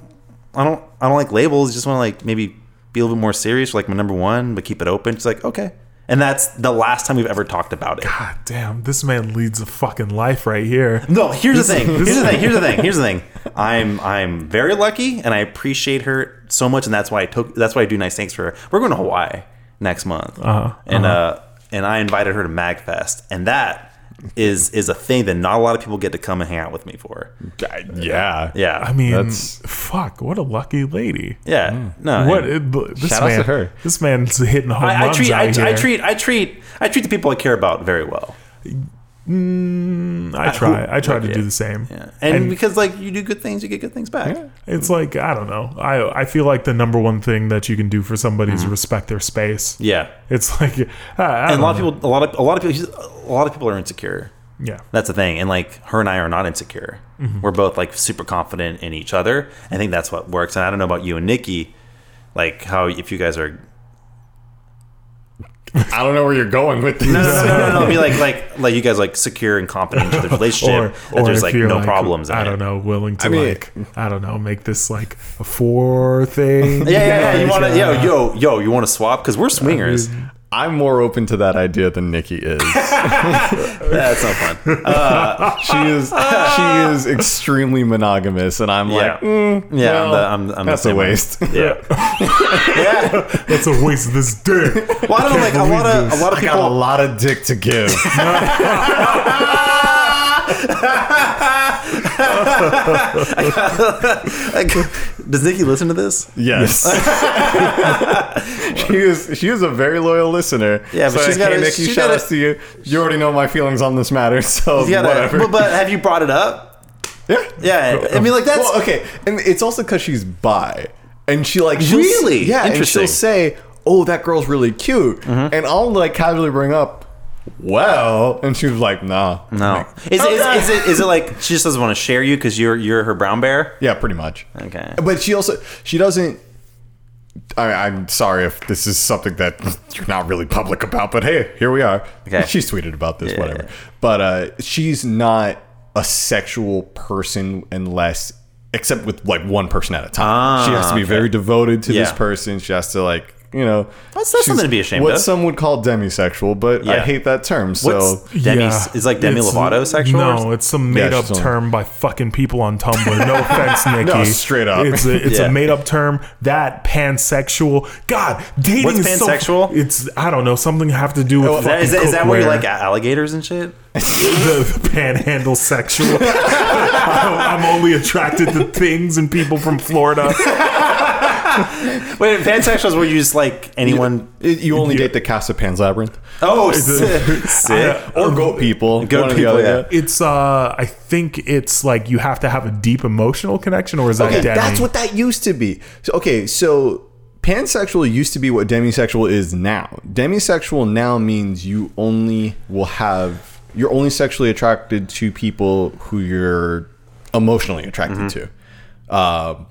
C: i don't i don't like labels just want to like maybe be a little bit more serious like my number one but keep it open she's like okay and that's the last time we've ever talked about it
A: God damn, this man leads a fucking life right here.
C: no, here's the thing. Here's the thing. Here's the thing. Here's the thing. I'm I'm very lucky, and I appreciate her so much, and that's why I took. That's why I do nice things for her. We're going to Hawaii next month,
A: Uh-huh,
C: and uh, and I invited her to Magfest, and that is is a thing that not a lot of people get to come and hang out with me for.
B: I- yeah.
C: Yeah,
A: I mean,
B: That's-
A: fuck, what a lucky lady.
C: yeah, no,
A: What
C: and
A: it- this
B: Shout out
A: man,
B: to her.
A: This man's hitting home
C: I, I
A: runs
C: treat
A: out
C: I,
A: here.
C: I treat I treat I treat the people I care about very well.
A: I try. I try to do the same.
C: Yeah, and, because like you do good things, you get good things back.
A: It's like I don't know. I I feel like the number one thing that you can do for somebody is respect their space.
C: Yeah,
A: It's like I, I don't
C: and a lot of people, a lot of a lot of people, a lot of people are insecure.
A: know. yeah.
C: That's the thing. And like her and I are not insecure.
B: Mm-hmm.
C: We're both like super confident in each other. I think that's what works. And I don't know about you and Nikki, like how if you guys are
B: [LAUGHS] I don't know where you're going with this.
C: no no no no, no,
B: [LAUGHS]
C: be like like like you guys like secure and confident in each other's
A: Or,
C: relationship. that
A: or
C: there's
A: if
C: like
A: you're
C: no problems. In
A: I
C: it.
A: don't know, willing to
B: I mean-
A: like, I don't know, make this like a four
B: [LAUGHS]
A: thing.
C: Yeah, yeah, yeah. You want to,
A: like, uh,
C: yo, yo, yo, you want to swap? Because we're swingers. [LAUGHS]
B: I'm more open to that idea than Nikki [LAUGHS] is.
C: That's
B: [LAUGHS]
C: not fun.
B: she is she is extremely monogamous, and I'm
C: Yeah.
B: like, mm,
C: Yeah,
B: well,
C: I'm the, I'm, I'm the
B: that's a
C: same way.
B: waste. [LAUGHS]
C: Yeah. [LAUGHS] yeah.
A: That's a waste of this dick.
C: Well, I don't know, like a lot of a lot of
B: I got a
C: people.
B: lot of dick to give. [LAUGHS]
C: Like, does Nikki listen to this?
B: yes, [LAUGHS] she is she is a very loyal listener.
C: Yeah, but
B: so,
C: she's
B: hey,
C: gotta-
B: Nikki,
C: she's
B: shout
C: gotta-
B: outs to you. You already know my feelings on this matter, [LAUGHS] so
C: Yeah,
B: whatever.
C: but, but have you brought it up?
B: yeah,
C: Yeah, I mean, like that's
B: well, okay, and it's also because she's bi, and she like she'll-
C: Really?
B: yeah, and she'll
C: Interesting. Mm-hmm.
B: say, "Oh, that girl's really cute," and I'll like casually bring up, "Well," and she's like, "Nah,
C: no. Is, it is, is it is it like she just doesn't want to share you because you're you're her brown bear?
B: yeah, pretty much."
C: Okay.
B: But she also she doesn't. I, I'm sorry if this is something that you're not really public about, but hey, here we are. [LAUGHS]
C: Okay.
B: She's tweeted about this,
C: Yeah.
B: whatever. But uh, she's not a sexual person unless, except with like one person at a time. she has to be very devoted to this
C: Ah, Yeah.
B: person. She has to like, you know,
C: That's- that's
B: she's
C: something to be ashamed
B: What
C: of.
B: some would call demisexual, but I
C: Yeah.
B: hate that term. So
C: What's [LAUGHS] Demi
A: Yeah.
C: is like Demi
A: It's-
C: Lovato sexual? or
A: No,
C: something?
A: it's some
B: Yeah,
A: made up
B: she's on-
A: term by fucking people on Tumblr.
C: [LAUGHS]
A: No offense, Nikki.
B: No, straight up.
A: It's a, it's
C: Yeah.
A: a made up term. That pansexual. God, dating
C: What's
A: is so-
C: pansexual?
A: it's I don't know something have to do with
B: Oh,
C: Is that, is that, is that
A: where
C: where you like alligators and shit?
A: the, the panhandle
C: [LAUGHS]
A: sexual. [LAUGHS] I'm, I'm only attracted to things and people from Florida.
C: [LAUGHS] Wait, pansexual is where you just like anyone.
B: you only date the cast of Pan's Labyrinth
C: Oh, sick.
A: I-
B: or goat people.
C: Goat
B: one or the
C: people,
B: other,
C: yeah.
A: Um, It's uh, I think it's like you have to have a deep emotional connection, or is that
B: Okay,
A: Demi?
B: that's what that used to be. So, okay, so pansexual used to be what demisexual is now. Demisexual now means you only will have you're only sexually attracted to people who you're emotionally attracted to. Um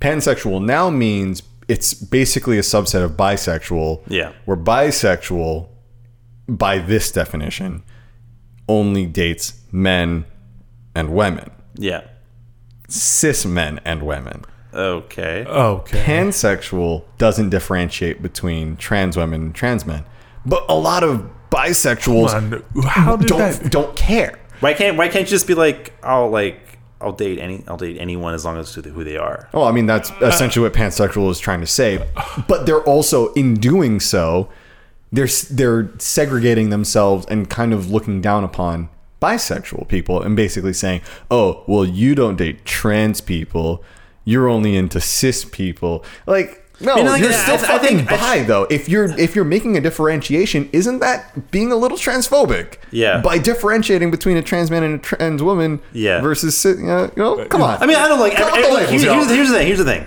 B: pansexual now means it's basically a subset of bisexual.
C: Yeah.
B: where bisexual, by this definition, only dates men and women
C: Yeah.
B: cis men and women.
C: Okay.
A: Okay.
B: Pansexual doesn't differentiate between trans women and trans men, but a lot of bisexuals
A: Hold on. How did
B: don't
A: that?
B: don't care.
C: Why can't Why can't you just be like I'll like I'll date any I'll date anyone as long as who they- who they are.
B: Well, Oh, I mean that's essentially what pansexual is trying to say, but they're also in doing so, they're s- they're segregating themselves and kind of looking down upon bisexual people and basically saying, "Oh, well, you don't date trans people, you're only into cis people." Like, no,
C: mean, like,
B: you're
C: I-
B: still
C: I
B: fucking
C: think- I-
B: bi though. If you're if you're making a differentiation, isn't that being a little transphobic?
C: Yeah.
B: by differentiating between a trans man and a trans woman.
C: Yeah.
B: versus cis- you know, you know, come on.
C: I mean, I don't like.
B: Cut out
C: every-
B: the
C: every-
B: labels,
C: here's,
B: y'all.
C: here's- here's the thing. Here's the thing.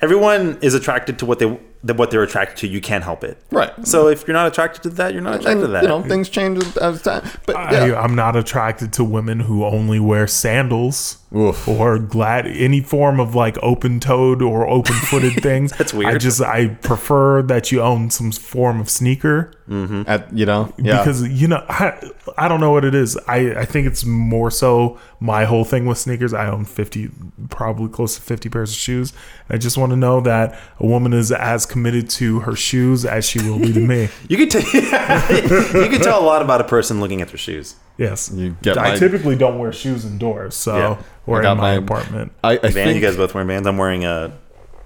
C: Everyone is attracted to what they the, what they're attracted to, you can't help it.
B: Right.
C: So if you're not attracted to that, you're not attracted
B: And,
C: to that.
B: you know, things change as time. But
A: I,
B: yeah.
A: I'm not attracted to women who only wear sandals
B: Oof.
A: or glad any form of like open-toed or
B: [LAUGHS]
A: open-footed things.
C: That's weird.
A: I just I prefer that you own some form of sneaker
B: At, you know, yeah.
A: because you know I, I don't know what it is. I I think it's more so my whole thing with sneakers. I own 50 probably close to 50 pairs of shoes. I just want to know that a woman is as committed to her shoes as she will be to
B: [LAUGHS]
A: me.
C: you could t- [LAUGHS] you could tell a lot about a person looking at their shoes.
A: Yes.
B: You get
A: I
B: my-
A: typically don't wear shoes indoors, so
C: Yeah.
A: or
B: I got
A: in my,
B: my-
A: apartment.
B: I, I
C: Van, you
B: think,
C: guys both wearing Vans. I'm wearing a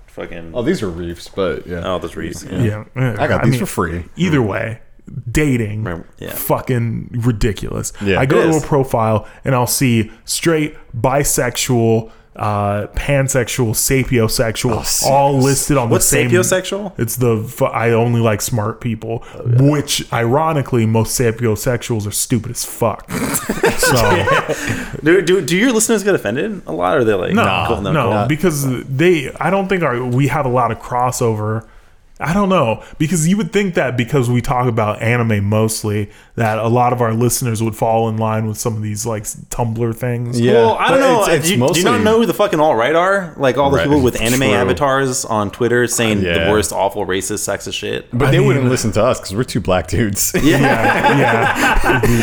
C: fucking
B: oh,
C: oh,
B: these are reefs, but yeah.
C: those Reeves.
A: Yeah.
B: I got these for free.
A: Either way, dating
C: Remember- yeah.
A: fucking ridiculous.
B: Yeah.
A: I go
C: It
A: to a
C: is.
A: profile and I'll see straight, bisexual, uh, pansexual, sapiosexual, all listed on
C: What's
A: the same
C: sapiosexual?
A: It's the fu- I only like smart people, which ironically most sapiosexuals are stupid as fuck. so
C: Do, do, do your listeners get offended a lot? Or are they like,
A: No,
B: [LAUGHS]
C: cool,
A: no,
C: cool.
A: because they. I don't think our we have a lot of crossover. I don't know because you would think that because we talk about anime mostly that a lot of our listeners would fall in line with some of these like Tumblr things.
B: Yeah.
C: Well, I don't
B: But
C: know.
B: it's- it's
C: do, you, do you not
B: mostly-
C: know who the fucking alt right are? Like all the
B: Right.
C: people with anime
B: True.
C: avatars on Twitter saying
B: Yeah.
C: the worst, awful, racist, sexist shit.
B: But
A: I
B: they
A: mean-
B: wouldn't listen to us because we're two black dudes. [LAUGHS] Yeah.
A: yeah.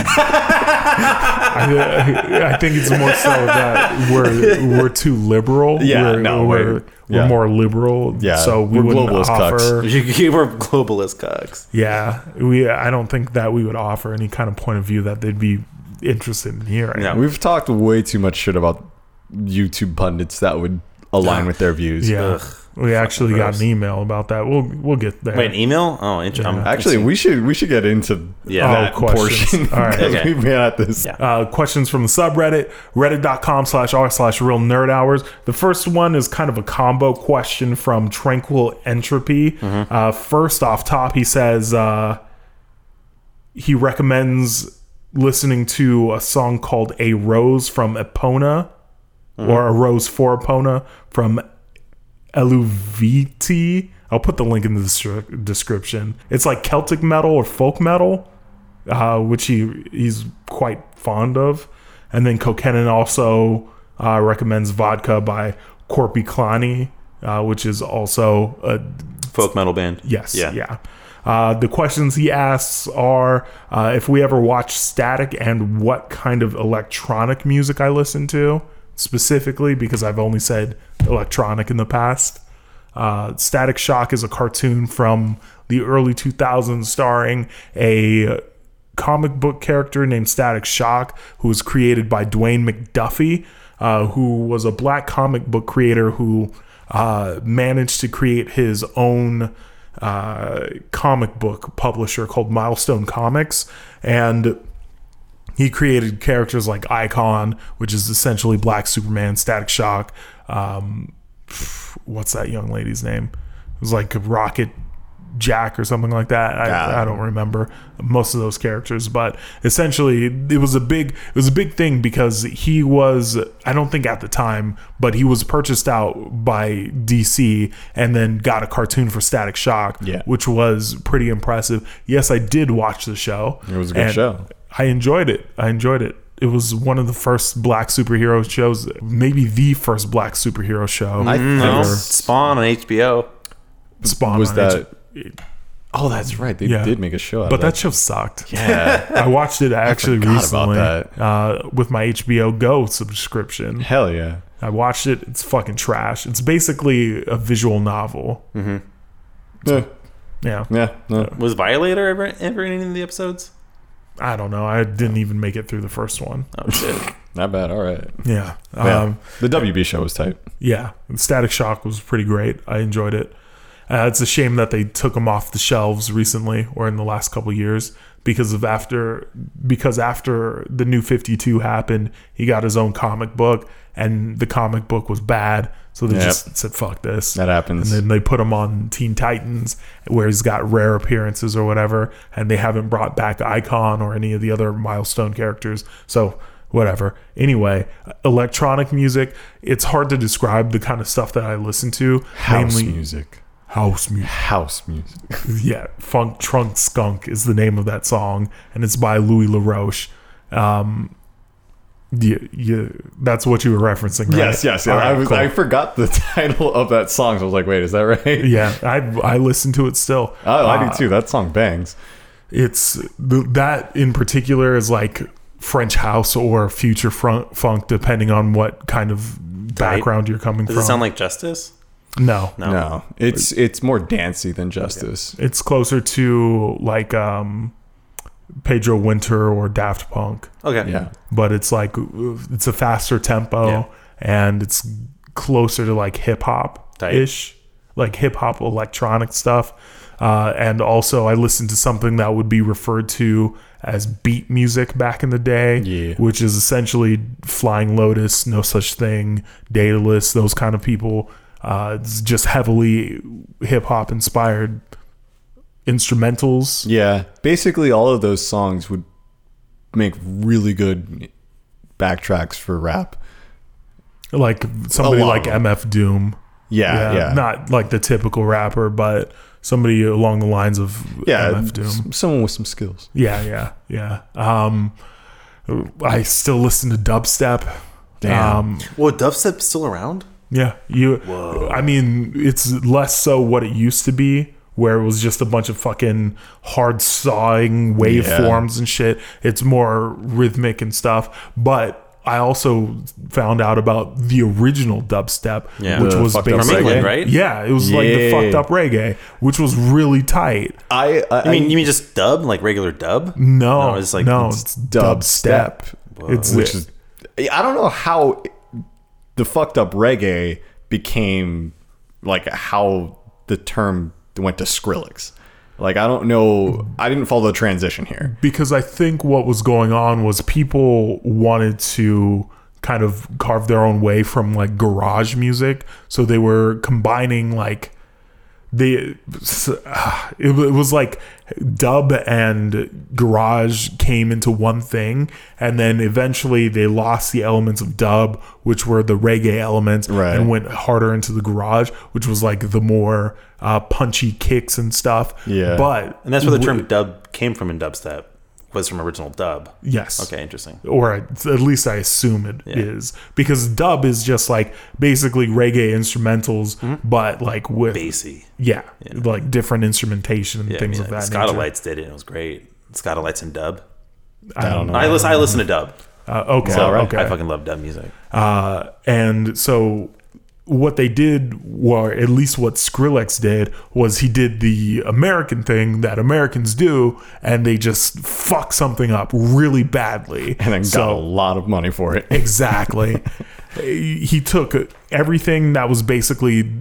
A: yeah. I, I think it's more so that we're we're too liberal.
B: Yeah,
A: we're,
B: no,
A: we're,
B: we're-
A: we're,
B: yeah.
A: more liberal.
B: Yeah,
A: so we
B: we're
A: wouldn't
B: globalist
A: offer.
B: cucks.
C: You, [LAUGHS] you were globalist cucks.
A: Yeah, we. I don't think that we would offer any kind of point of view that they'd be interested in hearing.
C: No.
B: We've talked way too much shit about YouTube pundits that would align with their views.
A: Yeah,
C: Ugh,
A: we actually got
C: gross.
A: an email about that. We'll we'll get there.
C: Wait, an email? Oh, interesting.
B: Actually, we should we should get into
C: Yeah.
B: that
A: Oh, questions.
B: [LAUGHS] portion.
A: All right.
C: [LAUGHS]
B: 'cause
C: Okay.
B: We've been at this.
C: Yeah.
A: uh, questions from the subreddit reddit.com slash r slash real nerd hours the first one is kind of a combo question from tranquil entropy uh, first off top he says uh, he recommends listening to a song called a rose from epona or a rose for epona from eluviti i'll put the link in the descri- description it's like celtic metal or folk metal uh, which he he's quite fond of. And then Kokenin also uh, recommends vodka by Corpy Klani, uh, which is also a
C: folk metal band.
A: yes,
C: Yeah.
A: yeah. Uh, the questions he asks are uh, if we ever watch static and what kind of electronic music I listen to specifically because I've only said electronic in the past. Uh, Static Shock is a cartoon from the early 2000s starring a comic book character named Static Shock, who was created by Dwayne McDuffie, uh, who was a black comic book creator who uh, managed to create his own uh, comic book publisher called Milestone Comics. And he created characters like Icon, which is essentially Black Superman, Static Shock. Um, pff, what's that young lady's name? It was like Rocket Jack or something like that.
B: Yeah.
A: I, I don't remember most of those characters, but essentially it was a big it was a big thing because he was I don't think at the time, but he was purchased out by DC and then got a cartoon for Static Shock,
B: Yeah.
A: which was pretty impressive. Yes, I did watch the show.
B: It was a good
A: And
B: show.
A: I enjoyed it. I enjoyed it. It was one of the first black superhero shows, maybe the first black superhero show.
B: I
C: No.
B: think
C: Mm, Spawn on HBO.
A: Spawn
B: was
A: on
B: that.
A: H-
B: Oh, that's right. They
A: Yeah.
B: did make a show out
A: but
B: of
A: that show sucked.
B: [LAUGHS] that.
A: I watched
B: [LAUGHS]
A: it actually
B: forgot about
A: recently
B: that.
A: Uh, with my HBO Go subscription.
B: Hell
A: [LAUGHS]
B: yeah.
A: I watched it. It's fucking trash. It's basically a visual novel.
B: Yeah.
A: Yeah,
B: Yeah. No.
C: Was Violator ever, ever in any of the episodes?
A: I don't know. I didn't even make it through the first one. [LAUGHS]
C: Oh, shit.
B: Not bad. All right.
A: Yeah.
B: Yeah.
A: Um,
B: the WB show was tight.
A: yeah, Static Shock was pretty great. I enjoyed it. Uh, it's a shame that they took them off the shelves recently or in the last couple years because of after because after the new 52 happened, he got his own comic book and the comic book was bad, so they
B: Yep.
A: just said fuck this.
B: That happens.
A: And then they put him on Teen Titans, where he's got rare appearances or whatever, and they haven't brought back Icon or any of the other milestone characters. So, whatever. Anyway, electronic music, it's hard to describe the kind of stuff that I listen to.
B: House music.
A: house music.
B: House music.
A: Yeah, Funk Trunk Skunk is the name of that song, and it's by Louis LaRoche. Um, you, you, that's what you were referencing, right?
B: Yes, yes.
A: All
B: yeah.
A: right,
B: I, was,
A: cool.
B: I forgot the [LAUGHS] title of that song. So I was like, wait, is that right?
A: yeah, I I listen to it still.
B: [LAUGHS] Oh, I
A: Uh,
B: do too. That song bangs.
A: it's th- that in particular is like French house or future front funk, depending on what kind of background you're coming
C: Does
A: from.
C: it sound like Justice?
A: no,
C: No.
B: No, it's it's more dancey than Justice.
A: it's closer to like um, Pedro Winter or Daft Punk,
C: Okay.
B: Yeah.
A: but it's like it's a faster tempo
C: Yeah.
A: and it's closer to like hip hop ish, like hip hop electronic stuff. Uh, and also, I listened to something that would be referred to as beat music back in the day,
B: Yeah.
A: which is essentially Flying Lotus, No Such Thing, Dataless, those kind of people. Uh, it's just heavily hip hop inspired instrumentals.
B: Yeah. Basically, all of those songs would make really good backtracks for rap.
A: like somebody
B: lot
A: like
B: of them.
A: MF Doom.
B: Yeah, Uh, yeah.
A: Not like the typical rapper, but somebody along the lines of
B: yeah,
A: MF Doom.
B: s- someone with some skills.
A: Yeah, yeah, yeah. Um, I still listen to dubstep.
B: Damn.
A: Um,
C: Well, Dubstep's still around?
A: yeah, you. I mean, it's less so what it used to be, where it was just a bunch of fucking hard sawing waveforms and shit. It's more rhythmic and stuff, but. I also found out about the original dubstep,
C: Yeah.
A: which
B: The
A: was
B: fucked up
A: basically
C: From England, right?
A: Yeah, it was like the
B: Yeah.
A: fucked up reggae, which was really tight.
B: I, I,
C: You mean you mean just dub, like regular dub?
A: No,
C: No, it's like-
A: no,
C: it's
A: it's dubstep. It's
B: which is I don't know how the fucked up reggae became like how the term went to Skrillex. Like I don't know, I didn't follow the transition here.
A: because I think what was going on was people wanted to kind of carve their own way from like garage music, so they were combining like they s- [SIGHS] ah, it, wa- it was like dub and garage came into one thing and then eventually they lost the elements of dub which were the reggae elements
B: Right.
A: and went harder into the garage which was like the more uh, punchy kicks and stuff
B: Yeah.
A: but
C: And that's where the term dub came from in dubstep, was from original dub.
A: yes
C: Okay, interesting.
A: or at at least I assume it is, because dub is just like basically reggae instrumentals, but like with
C: Bassy.
A: yeah, like different instrumentation and
C: Yeah,
A: things
C: I mean,
A: of that
C: Scotta
A: nature.
C: Lights did it. and It was great. Scotta Lights and dub.
A: I don't know.
C: I listen. I listen to dub.
A: Uh, okay,
C: So
A: okay.
C: I fucking love dub music.
A: Uh, and so what they did, or at least what Skrillex did, was he did the American thing that Americans do, and they just fuck something up really badly,
B: And then
A: so,
B: got a lot of money for it.
A: Exactly. he took everything that was basically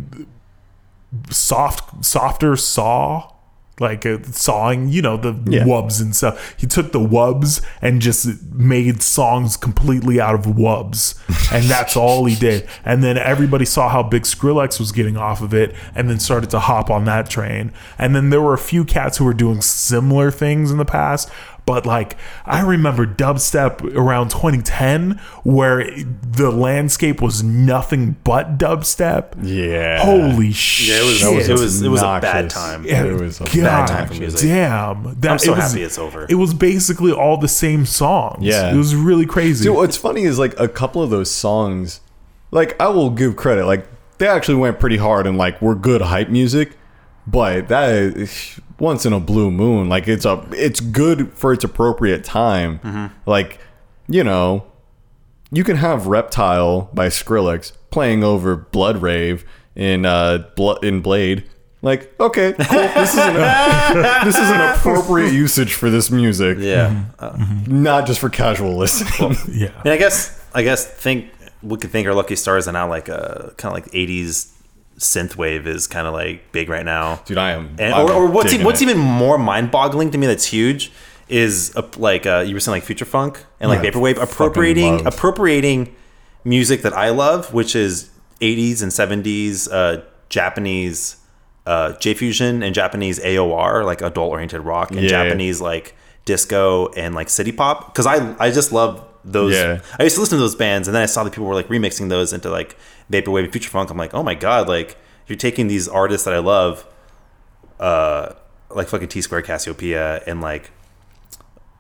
A: soft, softer saw, like uh sawing, you know, the
B: Yeah.
A: wubs and stuff. He took the wubs and just made songs completely out of wubs. And that's all he did. And then everybody saw how big Skrillex was getting off of it and then started to hop on that train. And then there were a few cats who were doing similar things in the past. But like I remember dubstep around 2010 where the landscape was nothing but dubstep.
B: Yeah.
A: Holy shit.
C: Yeah, it was.
B: That was
C: It was. It was a bad
B: obnoxious.
C: time.
B: Yeah. It was a
A: God
B: bad
C: time for music.
A: Damn. That,
C: I'm so
A: it was-
C: happy it's over.
A: It was basically all the same songs.
B: Yeah.
A: It was really crazy.
B: Dude, what's funny is like a couple of those songs, like I will give credit, like they actually went pretty hard and like we're good hype music, but that is, once in a blue moon, like it's a it's good for its appropriate time. Like, you know, you can have Reptile by Skrillex playing over Blood Rave in uh Blo- in Blade. Like, okay, cool. this is an, [LAUGHS] this is an appropriate usage for this music,
C: Yeah.
A: Mm-hmm.
C: Uh,
B: not just for casual listening.
A: yeah.
C: and I guess. I guess. Think we could think our lucky stars are now like a kind of like '80s synth wave is kind of like big right now.
B: Dude, I am.
C: And,
B: I'm
C: or, or what's
B: digging
C: even, what's
B: it.
C: even more mind-boggling to me that's huge is uh, like uh, you were saying like future funk and like
B: Yeah.
C: vaporwave
B: Fucking
C: appropriating
B: love.
C: appropriating music that I love, which is 80s and 70s uh, Japanese uh, J fusion and Japanese AOR like adult oriented rock and
B: Yeah.
C: Japanese like disco and like city pop because I I just love those.
B: Yeah.
C: I used to listen to those bands and then I saw that people were like remixing those into like vaporwave and future funk. I'm like, oh my god, like you're taking these artists that I love, uh, like fucking T Square Cassiopeia and like,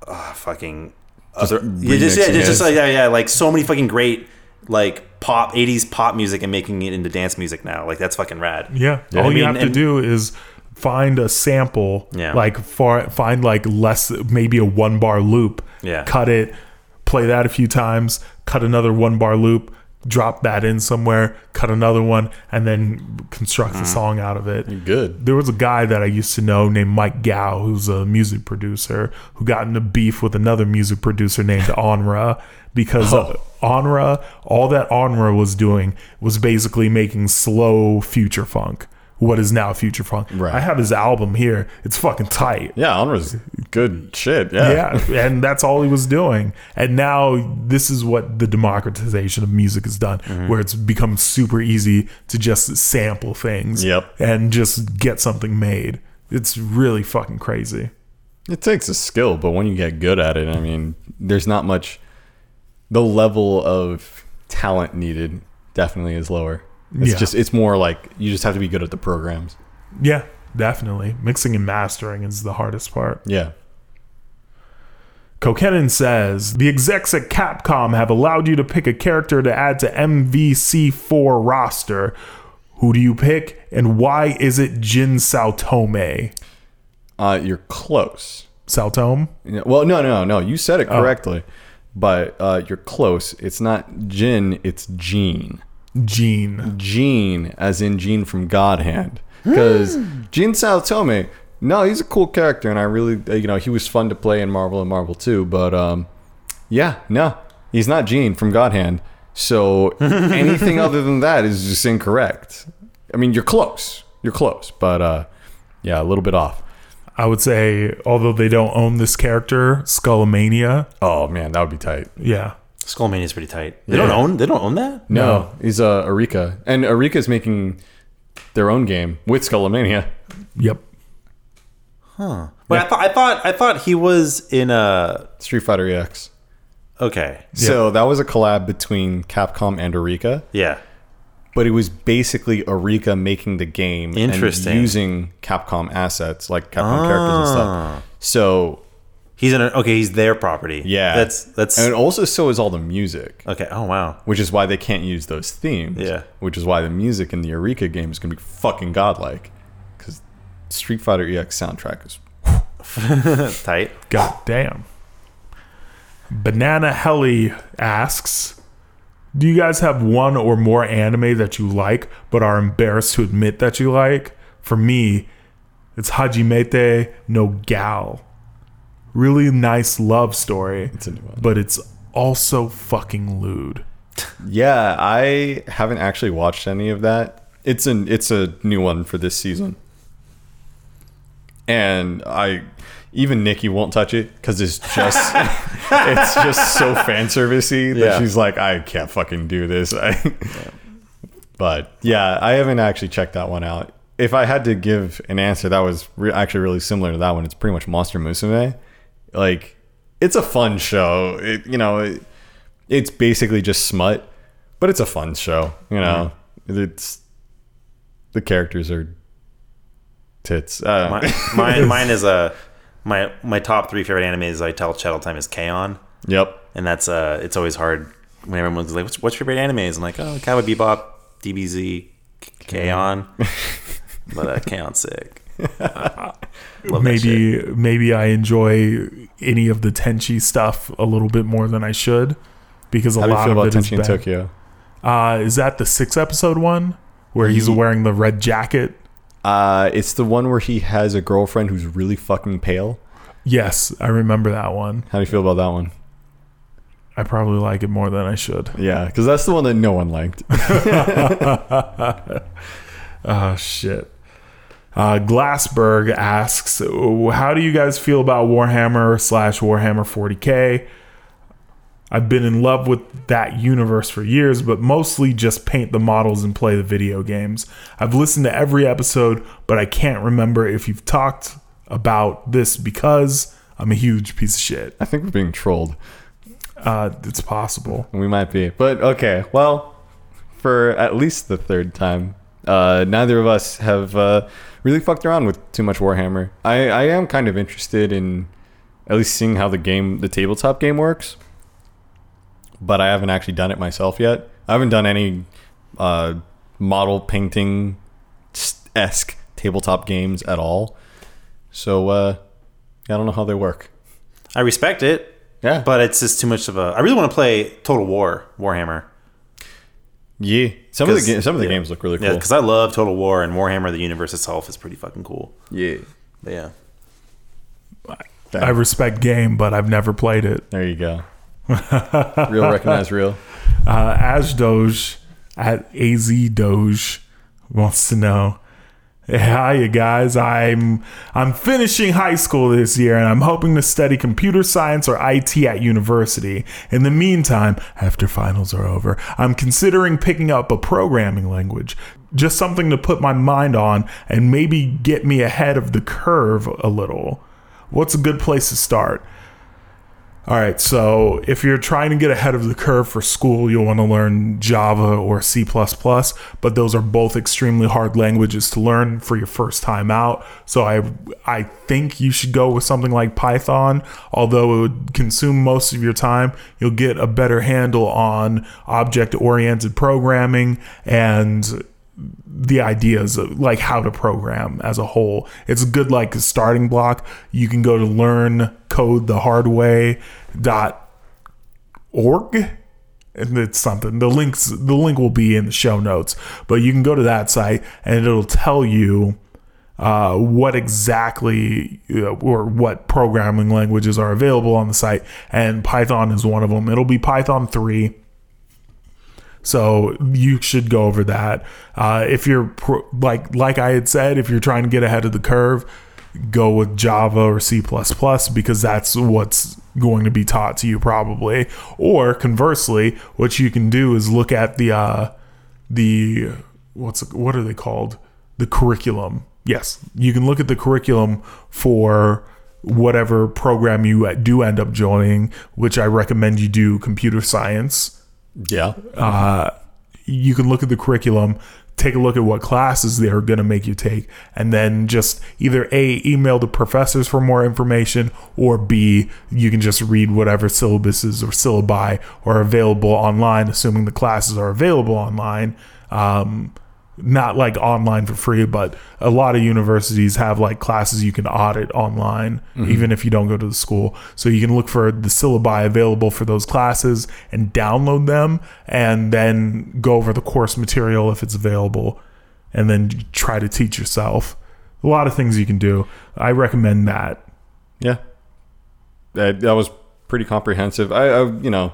C: uh, fucking other, yeah, just, yeah,
B: remixing
C: just, just
B: it.
C: like yeah, yeah, like so many fucking great like pop '80s pop music and making it into dance music now. Like that's fucking rad.
A: Yeah.
C: Yeah,
A: All
C: I
A: you
C: mean,
A: have to
C: and-
A: do is find a sample,
C: Yeah.
A: like far, find like less, maybe a one bar loop,
C: Yeah.
A: cut it, play that a few times, cut another one bar loop, drop that in somewhere, cut another one, and then construct
C: Mm-hmm.
A: a song out of it.
B: Good.
A: There was a guy that I used to know named Mike Gao, who's a music producer, who got into beef with another music producer named Onra because Onra, all that Onra was doing was basically making slow future funk, what is now future funk.
B: Right.
A: I have his album here. It's fucking tight.
B: Yeah, Onra's good shit. Yeah.
A: [LAUGHS] Yeah, and that's all he was doing. And now this is what the democratization of music has done, where it's become super easy to just sample things
B: Yep.
A: and just get something made. It's really fucking crazy.
B: It takes a skill, but when you get good at it, I mean, there's not much. The level of talent needed definitely is lower. It's
A: Yeah.
B: just it's more like you just have to be good at the programs.
A: Yeah, definitely. Mixing and mastering is the hardest part.
B: Yeah.
A: Kokenin says the execs at Capcom have allowed you to pick a character to add to MVC4 roster. Who do you pick, and why is it Jin Saotome?
B: Uh, you're close.
A: Saotome?
B: Yeah, Well, no, no, no. You said it correctly, but uh, you're close. It's not Jin. It's Gene.
A: Gene.
B: Gene, as in Gene from Godhand, because Gene Saotome. No, he's a cool character, and I really, uh, you know, he was fun to play in Marvel and Marvel 2, But um, yeah, no, he's not Gene from Godhand. So anything other than that is just incorrect. I mean, you're close. You're close, but uh, yeah, a little bit off.
A: I would say, although they don't own this character, Skullomania.
B: Oh man, that would be tight.
A: Yeah.
C: Skullmania is pretty tight. They don't own. They don't own that.
B: No, he's uh, Arika, and Arika's making their own game with Skullomania.
A: Yep.
C: But I thought I thought I thought he was in a
B: Street Fighter E EX.
C: okay.
B: So that was a collab between Capcom and Arika,
C: Yeah.
B: but it was basically Arika making the game
C: Interesting.
B: and using Capcom assets like Capcom characters and
C: Ah.
B: stuff. So
C: He's in a, okay. He's their property.
B: yeah,
C: That's that's
B: and also so is all the music,
C: okay. Oh wow.
B: which is why they can't use those themes.
C: Yeah.
B: which is why the music in the Arika game is gonna be fucking godlike because Street Fighter EX soundtrack is
C: That's tight.
A: God damn. Banana Heli asks Do you guys have one or more anime that you like but are embarrassed to admit that you like? For me, it's Hajimete no Gal. Really nice love story,
B: a new one.
A: but it's also fucking lewd.
B: Yeah, I haven't actually watched any of that. It's an it's a new one for this season. And I even Nikki won't touch it because it's just it's just so fan servicey that
C: Yeah.
B: she's like, I can't fucking do this. [LAUGHS] I, But yeah, I haven't actually checked that one out. If I had to give an answer, that was re- actually really similar to that one. It's pretty much Monster Musume. Like, it's a fun show. It you know. It, it's basically just smut, but it's a fun show. You know,
A: Mm-hmm.
B: it's the characters are tits. Uh,
C: My, mine
B: [LAUGHS]
C: mine is a my my top three favorite animes I tell Chat all the time is K-On!
B: yep.
C: and that's uh it's always hard when everyone's like what's what's your favorite animes I'm like oh Cowboy Bebop DBZ
B: [LAUGHS]
C: K-On! but uh, K-on's sick. Love that shit.
A: maybe maybe I enjoy any of the Tenchi stuff a little bit more than I should because a
B: How do you
A: lot
B: feel
A: of
B: about
A: it is
B: Tenchi in
A: bad.
B: Tokyo?
A: Uh, is that the six episode one where he's
B: Mm-hmm.
A: wearing the red jacket?
B: Uh, it's the one where he has a girlfriend who's really fucking pale.
A: Yes, I remember that one.
B: How do you feel about that one?
A: I probably like it more than I should.
B: Yeah, because that's the one that no one liked. [LAUGHS]
A: Oh shit. Uh, Glassberg asks, "How do you guys feel about Warhammer slash Warhammer 40k? I've been in love with that universe for years, but mostly just paint the models and play the video games. I've listened to every episode, but I can't remember if you've talked about this because I'm a huge piece of shit.
B: I think we're being trolled.
A: Uh, it's possible.
B: We might be, but okay. Well, for at least the third time, uh, neither of us have uh, really fucked around with too much Warhammer. I, I am kind of interested in at least seeing how the game, the tabletop game works, but I haven't actually done it myself yet. I haven't done any uh, model painting esque tabletop games at all. So uh, I don't know how they work.
C: I respect it,
B: Yeah,
C: but it's just too much of a. I really want to play Total War Warhammer.
B: yeah, some of the
C: 'Cause-
B: ga- some of the
C: yeah.
B: games look really
C: Yeah,
B: cool.
C: because I love Total War and Warhammer. The universe itself is pretty fucking cool.
B: yeah.
C: But yeah,
A: I respect game, but I've never played it.
B: There you go. real recognize real.
A: Uh, Ash Doge at AZ Doge wants to know. Hi, you guys. I'm I'm finishing high school this year, and I'm hoping to study computer science or IT at university. In the meantime, after finals are over, I'm considering picking up a programming language, just something to put my mind on and maybe get me ahead of the curve a little. What's a good place to start? All right, so if you're trying to get ahead of the curve for school, you'll want to learn Java or C, but those are both extremely hard languages to learn for your first time out. So I, I think you should go with something like Python, although it would consume most of your time. You'll get a better handle on object oriented programming and the ideas of like how to program as a whole. It's a good like starting block. You can go to learn code the hard way dot org and it's something. The links the link will be in the show notes, but you can go to that site and it'll tell you uh, what exactly you know, or what programming languages are available on the site and Python is one of them. It'll be Python 3. So you should go over that. Uh, if you're pro- like like I had said, if you're trying to get ahead of the curve, go with Java or C++ because that's what's going to be taught to you probably. Or conversely, what you can do is look at the uh, the what's what are they called? The curriculum. Yes, you can look at the curriculum for whatever program you do end up joining, which I recommend you do computer science
B: Yeah.
A: uh, you can look at the curriculum, take a look at what classes they're going to make you take, and then just either A, email the professors for more information, or B, you can just read whatever syllabuses or syllabi are available online, assuming the classes are available online. Um, not like online for free, but a lot of universities have like classes you can audit online, even if you don't go to the school. So you can look for the syllabi available for those classes and download them, and then go over the course material if it's available, and then try to teach yourself. A lot of things you can do. I recommend that.
B: Yeah. That, that was pretty comprehensive. I, I, you know,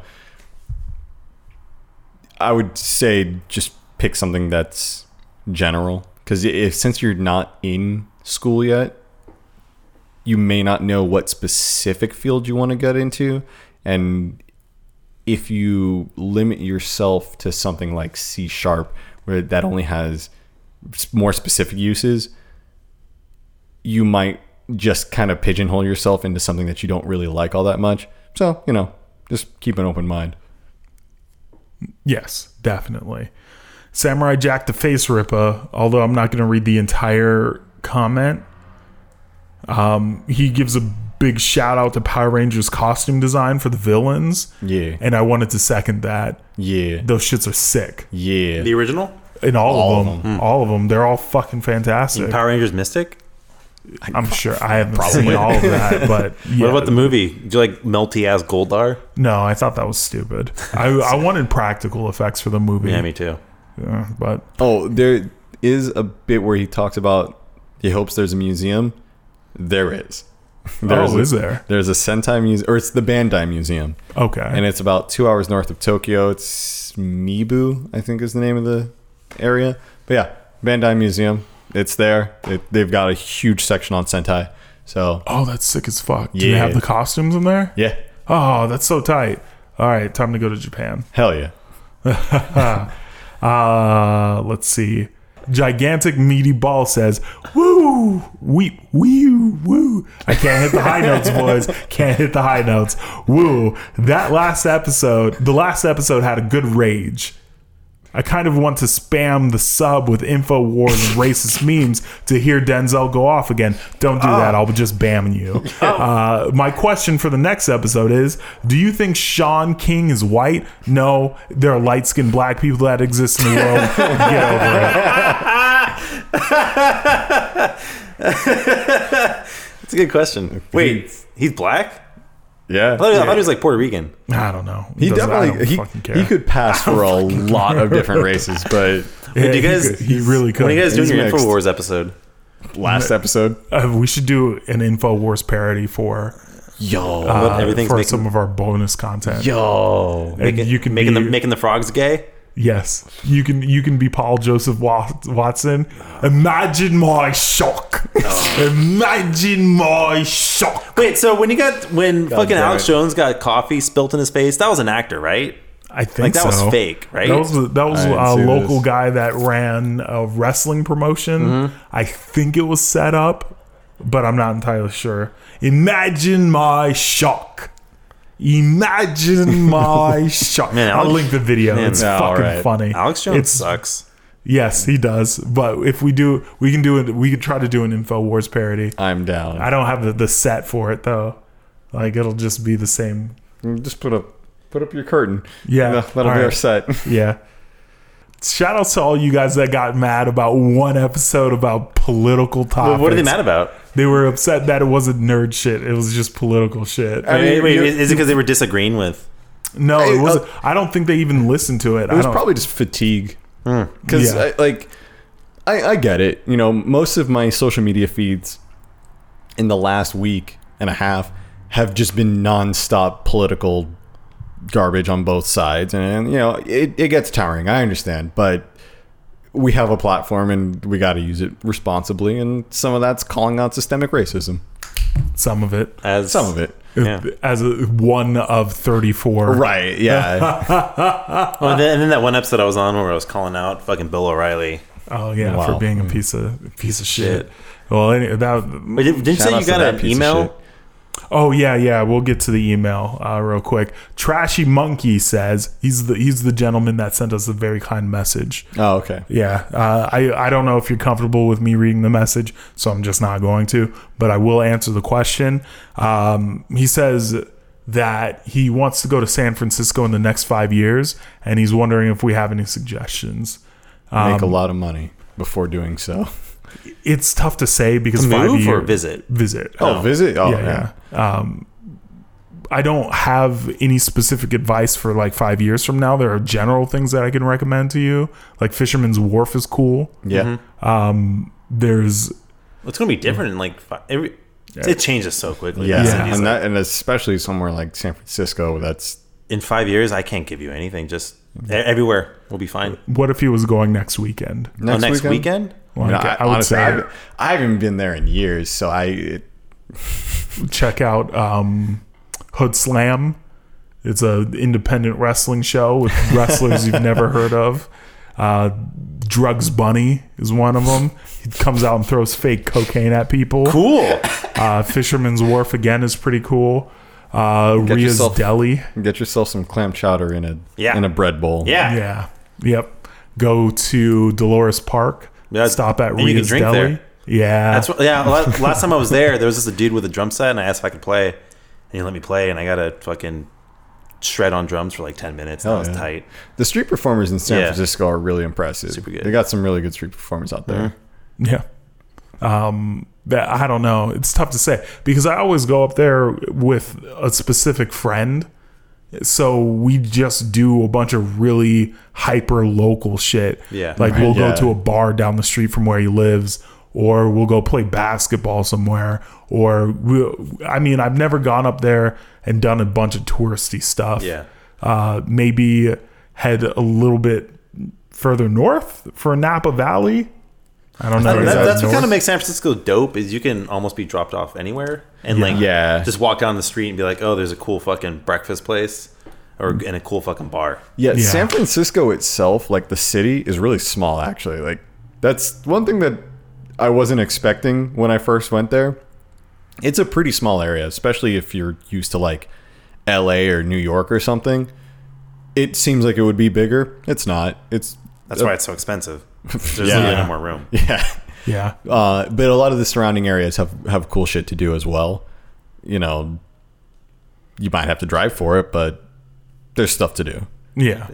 B: I would say just pick something that's general because if since you're not in school yet, you may not know what specific field you want to get into, and if you limit yourself to something like C sharp, where that only has s- more specific uses, you might just kind of pigeonhole yourself into something that you don't really like all that much. So, you know, just keep an open mind.
A: Yes, definitely. Samurai Jack the Face Ripper, although I'm not going to read the entire comment, um, he gives a big shout out to Power Rangers costume design for the villains.
B: Yeah.
A: And I wanted to second that.
B: Yeah.
A: Those shits are sick.
B: Yeah.
C: the original
A: In all,
B: All
A: of
B: of
A: them. All of them. They're all fucking fantastic.
C: Power Rangers Mystic.
A: I'm sure. I haven't seen all of that, but yeah.
C: What about the movie? Do you like melty ass Goldar?
A: No, I thought that was stupid. I, I wanted practical effects for the movie.
C: Yeah, me too.
A: Uh, but
B: Oh, there is a bit where he talks about he hopes there's a museum. There is. [LAUGHS]
A: oh,
B: a,
A: is there?
B: There's a Sentai museum, or it's the Bandai Museum,
A: Okay.
B: and it's about two hours north of Tokyo. It's Mibu, I think, is the name of the area. But yeah, Bandai Museum. It's there. It, they've got a huge section on Sentai. So
A: Oh, that's sick as fuck. Do they
B: Yeah.
A: have the costumes in there?
B: yeah,
A: Oh, that's so tight. All right, time to go to Japan.
B: hell yeah.
A: Uh, let's see. Gigantic meaty ball says, "Woo, wee, wee, woo." I can't hit the high notes, boys. Can't hit the high notes. Woo. That last episode, the last episode had a good rage. I kind of want to spam the sub with info wars and racist [LAUGHS] memes to hear Denzel go off again. Don't do
B: Ah.
A: that. I'll be just bamming
B: [LAUGHS]
A: you.
B: Oh.
A: Uh, my question for the next episode is Do you think Sean King is white? No, there are light skinned black people that exist in the world.
B: [LAUGHS]
A: Get over it.
C: That's a good question. Wait, he's black?
B: Yeah,
C: I thought, I thought he uh, was like Puerto Rican.
A: I don't know.
B: he
A: doesn't- I
B: definitely
A: don't
B: he,
A: fucking care.
B: he could pass for a lot of different races,
A: [LAUGHS]
B: but
A: Yeah,
C: do you
A: he
C: guys-
A: could- he, really could.
C: When are you guys doing
B: He's
C: your
B: mixed.
C: InfoWars episode?
B: last episode,
A: Uh, we should do an InfoWars parody for
B: yo,
A: uh,
C: everything's
A: for
C: making-
A: some of our bonus content.
C: [LAUGHS] Yo, making,
A: you can
C: making
A: be-
C: the making the frogs gay.
A: Yes, you can you can be Paul Joseph Wa- Watson. Imagine my shock. Imagine my shock.
C: Wait, so when you got when fucking
B: damn
C: Alex
B: it.
C: Jones got coffee spilt in his face, that was an actor, right?
A: I think
C: Like that was
A: so.
C: fake, right?
A: That was that was
B: I didn't
A: a
B: see
A: local
B: this.
A: guy that ran a wrestling promotion.
C: Mm-hmm.
A: I think it was set up, but I'm not entirely sure. Imagine my shock.
B: [LAUGHS]
A: Imagine my shock.
C: Man,
A: I'll
C: Alex-
A: link the video.
C: Man,
A: it's
B: no,
A: fucking
B: alright.
A: funny.
C: Alex Jones
A: It's-
C: sucks.
A: Yes, he does. But if we do, we can do it. We could try to do an Infowars parody.
B: I'm down.
A: I don't have the, the set for it though. Like it'll just be the same.
B: Just put up put up your curtain.
A: Yeah, all
B: that'll be our
A: right.
B: set.
A: Yeah. Shout out to all you guys that got mad about one episode about political topics.
C: What are they mad about?
A: They were upset that it wasn't nerd shit. It was just political shit.
B: I mean,
C: Wait, wait,
B: you're-
C: is, is it because they were disagreeing with?
A: no,
B: I-
A: it wasn't. I don't think they even listened to it.
B: It
A: I
B: was
A: don't,
B: probably just fatigue. Because,
A: Yeah.
B: like, I, I get it. You know, most of my social media feeds in the last week and a half have just been nonstop political garbage on both sides. And, and, you know, it, it gets tiring. I understand. But we have a platform and we got to use it responsibly. And some of that's calling out systemic racism.
A: some of it.
C: As
B: Some of it.
C: Yeah.
A: As a, one of 34. [LAUGHS]
B: Right. [LAUGHS] Yeah.
C: Oh, and, then, and then that one episode I was on where I was calling out fucking Bill O'Reilly.
A: Oh yeah, for
B: Wow.
A: being a piece of piece of shit. Well, any, that.
C: Wait, did- didn't you
B: Mm. Shout
C: say
B: out
C: you
B: to
C: got
B: that
C: an
B: piece of
C: email?
B: shit.
A: Oh yeah, yeah. We'll get to the email uh, real quick. Trashy monkey says he's the he's the gentleman that sent us a very kind message.
B: oh, okay.
A: Yeah, uh, I I don't know if you're comfortable with me reading the message, so I'm just not going to. But I will answer the question. Um, he says that he wants to go to San Francisco in the next five years, and he's wondering if we have any suggestions.
B: Make
A: Um,
B: a lot of money before doing so.
A: It's tough to say because five
C: Move or
A: years
C: visit?
A: visit.
B: Oh, visit? Oh,
A: yeah, yeah. Um, I don't have any specific advice for like five years from now. There are general things that I can recommend to you. Like Fisherman's Wharf is cool.
B: Yeah.
A: There's
C: It's going to be different in like fi- every. It changes so quickly.
B: Yeah,
C: These cities,
B: and
C: like,
B: that, and especially somewhere like San Francisco, that's
C: in five years, I can't give you anything. Just e-
B: Mm.
C: everywhere, we'll be fine.
A: what if he was going next weekend?
B: next,
C: oh, next weekend?
A: Like,
B: You know,
A: I,
B: I,
A: would
B: honestly,
A: say
B: I've, I haven't been there in years, so I it,
A: check out um, Hood Slam. It's a independent wrestling show with wrestlers you've never heard of. Uh, Drugs Bunny is one of them. He comes out and throws fake cocaine at people.
C: Cool. [LAUGHS]
A: Uh, Fisherman's Wharf again is pretty cool. Uh, Ria's
B: yourself-
A: Deli.
B: get yourself some clam chowder in a
C: Yeah.
B: in a bread bowl.
C: Yeah.
A: Yeah. Yep. Go to Dolores Park.
C: Yeah,
A: Stop at
C: and you can
A: Ria's
C: drink
A: Deli.
C: there.
A: Yeah.
C: That's what, yeah. la- Last time I was there, there was just a dude with a drum set, and I asked if I could play, and he let me play, and I got to fucking shred on drums for like ten minutes. And that was
B: yeah.
C: tight.
B: the street performers in San
C: Yeah.
B: Francisco are really impressive.
C: Super good. Mm-hmm.
B: They got some really good street performers out there.
A: yeah. Um, that I don't know. It's tough to say because I always go up there with a specific friend. So we just do a bunch of really hyper local shit.
C: Yeah.
A: Like we'll go
B: yeah.
A: to a bar down the street from where he lives or we'll go play basketball somewhere or we, I mean I've never gone up there and done a bunch of touristy stuff.
C: Yeah.
A: Uh, maybe head a little bit further north for Napa Valley. I don't know.
C: That-
A: Is that
C: that's what
A: north?
C: kind of makes San Francisco dope is you can almost be dropped off anywhere and like
B: Yeah.
C: just walk down the street and be like, oh, there's a cool fucking breakfast place or and a cool fucking bar.
B: Yeah,
A: Yeah.
B: San Francisco itself, like the city, is really small. Actually, like that's one thing that I wasn't expecting when I first went there. It's a pretty small area, especially if you're used to like L.A. or New York or something. It seems like it would be bigger. It's [LAUGHS] not. It's
C: That's why it's so expensive. There's
B: Yeah.
C: literally no more room.
B: Yeah.
A: Yeah.
B: Uh, but a lot of the surrounding areas have, have cool shit to do as well. You know, you might have to drive for it, but there's stuff to do.
A: Yeah.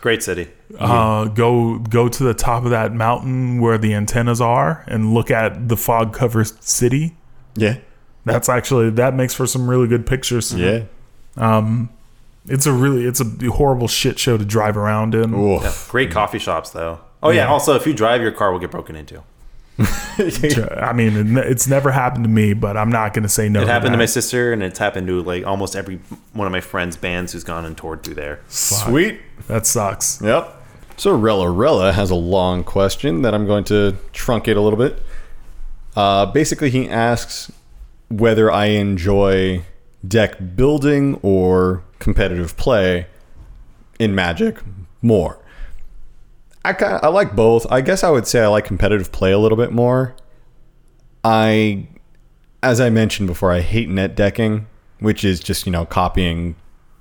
C: Great city.
A: Uh, go go to the top of that mountain where the antennas are and look at the fog covered city.
B: Yeah.
A: That's actually that makes for some really good pictures.
B: Yeah.
A: It's a really it's a horrible shit show to drive around in.
B: Ooh.
C: Great coffee shops, though. Oh, yeah.
A: Yeah.
C: Also, if you drive, your car will get broken into.
A: uh, I mean, it ne- it's never happened to me, but I'm not going to say no.
C: It happened
A: that.
C: to my sister, and it's happened to like almost every one of my friends' bands who's gone and toured through there.
B: Sweet.
A: That sucks.
B: Yep. So Rella Rella has a long question that I'm going to truncate a little bit. Uh, basically, he asks whether I enjoy deck building or competitive play in Magic more. I kind I like both. I guess I would say I like competitive play a little bit more. I, as I mentioned before, I hate net decking, which is just you know copying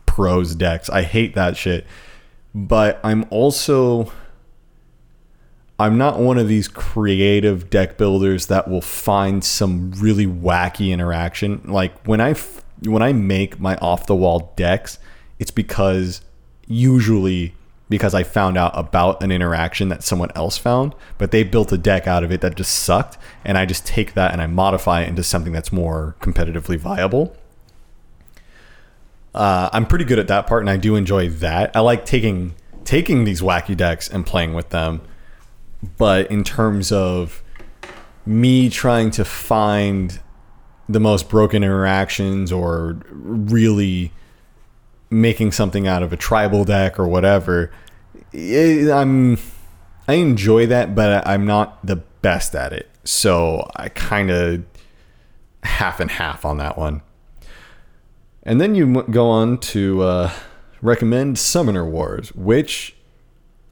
B: pros decks. I hate that shit but I'm also I'm not one of these creative deck builders that will find some really wacky interaction. Like when I f- when I make my off the wall decks, it's because usually because I found out about an interaction that someone else found, but they built a deck out of it that just sucked, and I just take that and I modify it into something that's more competitively viable. Uh, I'm pretty good at that part, and I do enjoy that. I like taking taking these wacky decks and playing with them. But in terms of me trying to find the most broken interactions or really making something out of a tribal deck or whatever, eh, I'm I enjoy that, but I'm not the best at it. So I kind of half and half on that one. And then you m- go on to uh, recommend Summoner Wars, which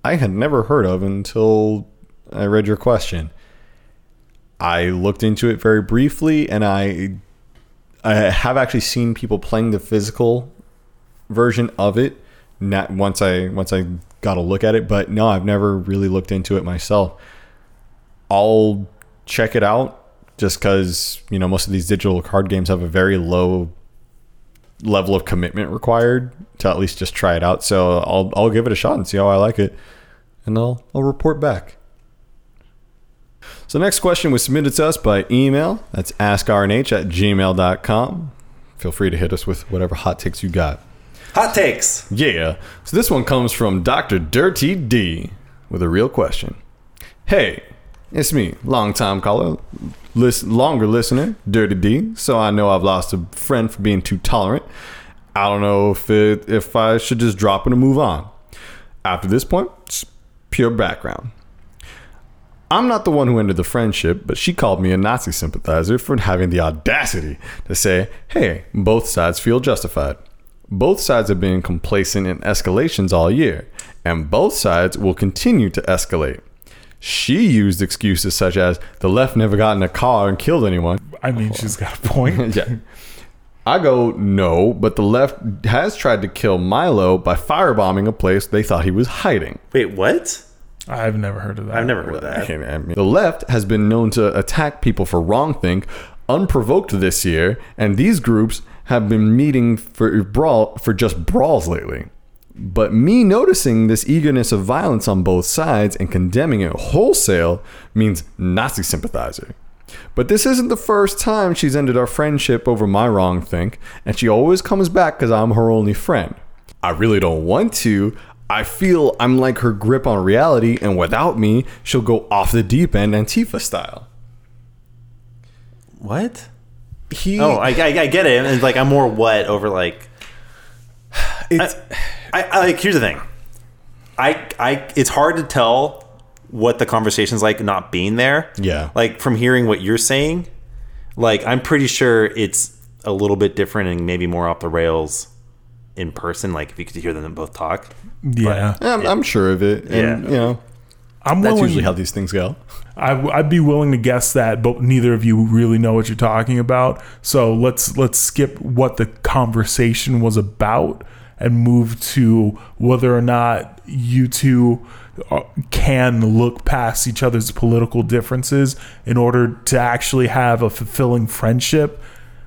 B: I had never heard of until I read your question. I looked into it very briefly, and I I have actually seen people playing the physical version of it. Not once I once I got a look at it, but no, I've never really looked into it myself. I'll check it out just because you know most of these digital card games have a very low level of commitment required to at least just try it out. So I'll I'll give it a shot and see how I like it, and I'll I'll report back. So next question was submitted to us by email. That's askrnh at gmail.com. Feel free to hit us with whatever hot takes you got.
C: Hot takes.
B: Yeah. So this one comes from Dr. Dirty D with a real question. Hey, it's me, long time caller, list, longer listener, Dirty D. So I know I've lost a friend for being too tolerant. I don't know if it, if I should just drop it and move on. After this point, it's pure background. I'm not the one who ended the friendship, but she called me a Nazi sympathizer for having the audacity to say, hey, both sides feel justified. Both sides have been complacent in escalations all year, and both sides will continue to escalate. She used excuses such as the left never got in a car and killed anyone. [LAUGHS]
A: I mean, she's got a
C: [LAUGHS]
A: point.
B: Yeah. I go, no, but the left has tried to kill Milo by firebombing a place they thought he was hiding.
C: Wait, what?
A: I've never heard of that.
C: I've never heard of that.
B: Hey, man. The left has been known to attack people for wrongthink unprovoked this year, and these groups have been meeting for brawl for just brawls lately. But me noticing this eagerness of violence on both sides and condemning it wholesale means Nazi sympathizer. But this isn't the first time she's ended our friendship over my wrong think, and she always comes back because I'm her only friend. I really don't want to. I feel I'm like her grip on reality, and without me, she'll go off the deep end Antifa style.
C: What?
B: He,
C: Oh, I, I, I get it. It's like I'm more what over like. [SIGHS]
B: It's-
C: I, I, I like. Here's the thing. I I it's hard to tell what the conversation's like not being there.
B: Yeah.
C: Like from hearing what you're saying, like I'm pretty sure it's a little bit different and maybe more off the rails in person. Like if you could hear them both talk.
A: Yeah.
B: I'm, I'm sure of it. And,
C: Yeah.
B: you know,
A: I'm
B: that's
A: willing.
B: usually how these things go.
A: I, would be willing to guess that, but neither of you really know what you're talking about. So let's let's skip what the conversation was about and move to whether or not you two uh, can look past each other's political differences in order to actually have a fulfilling friendship.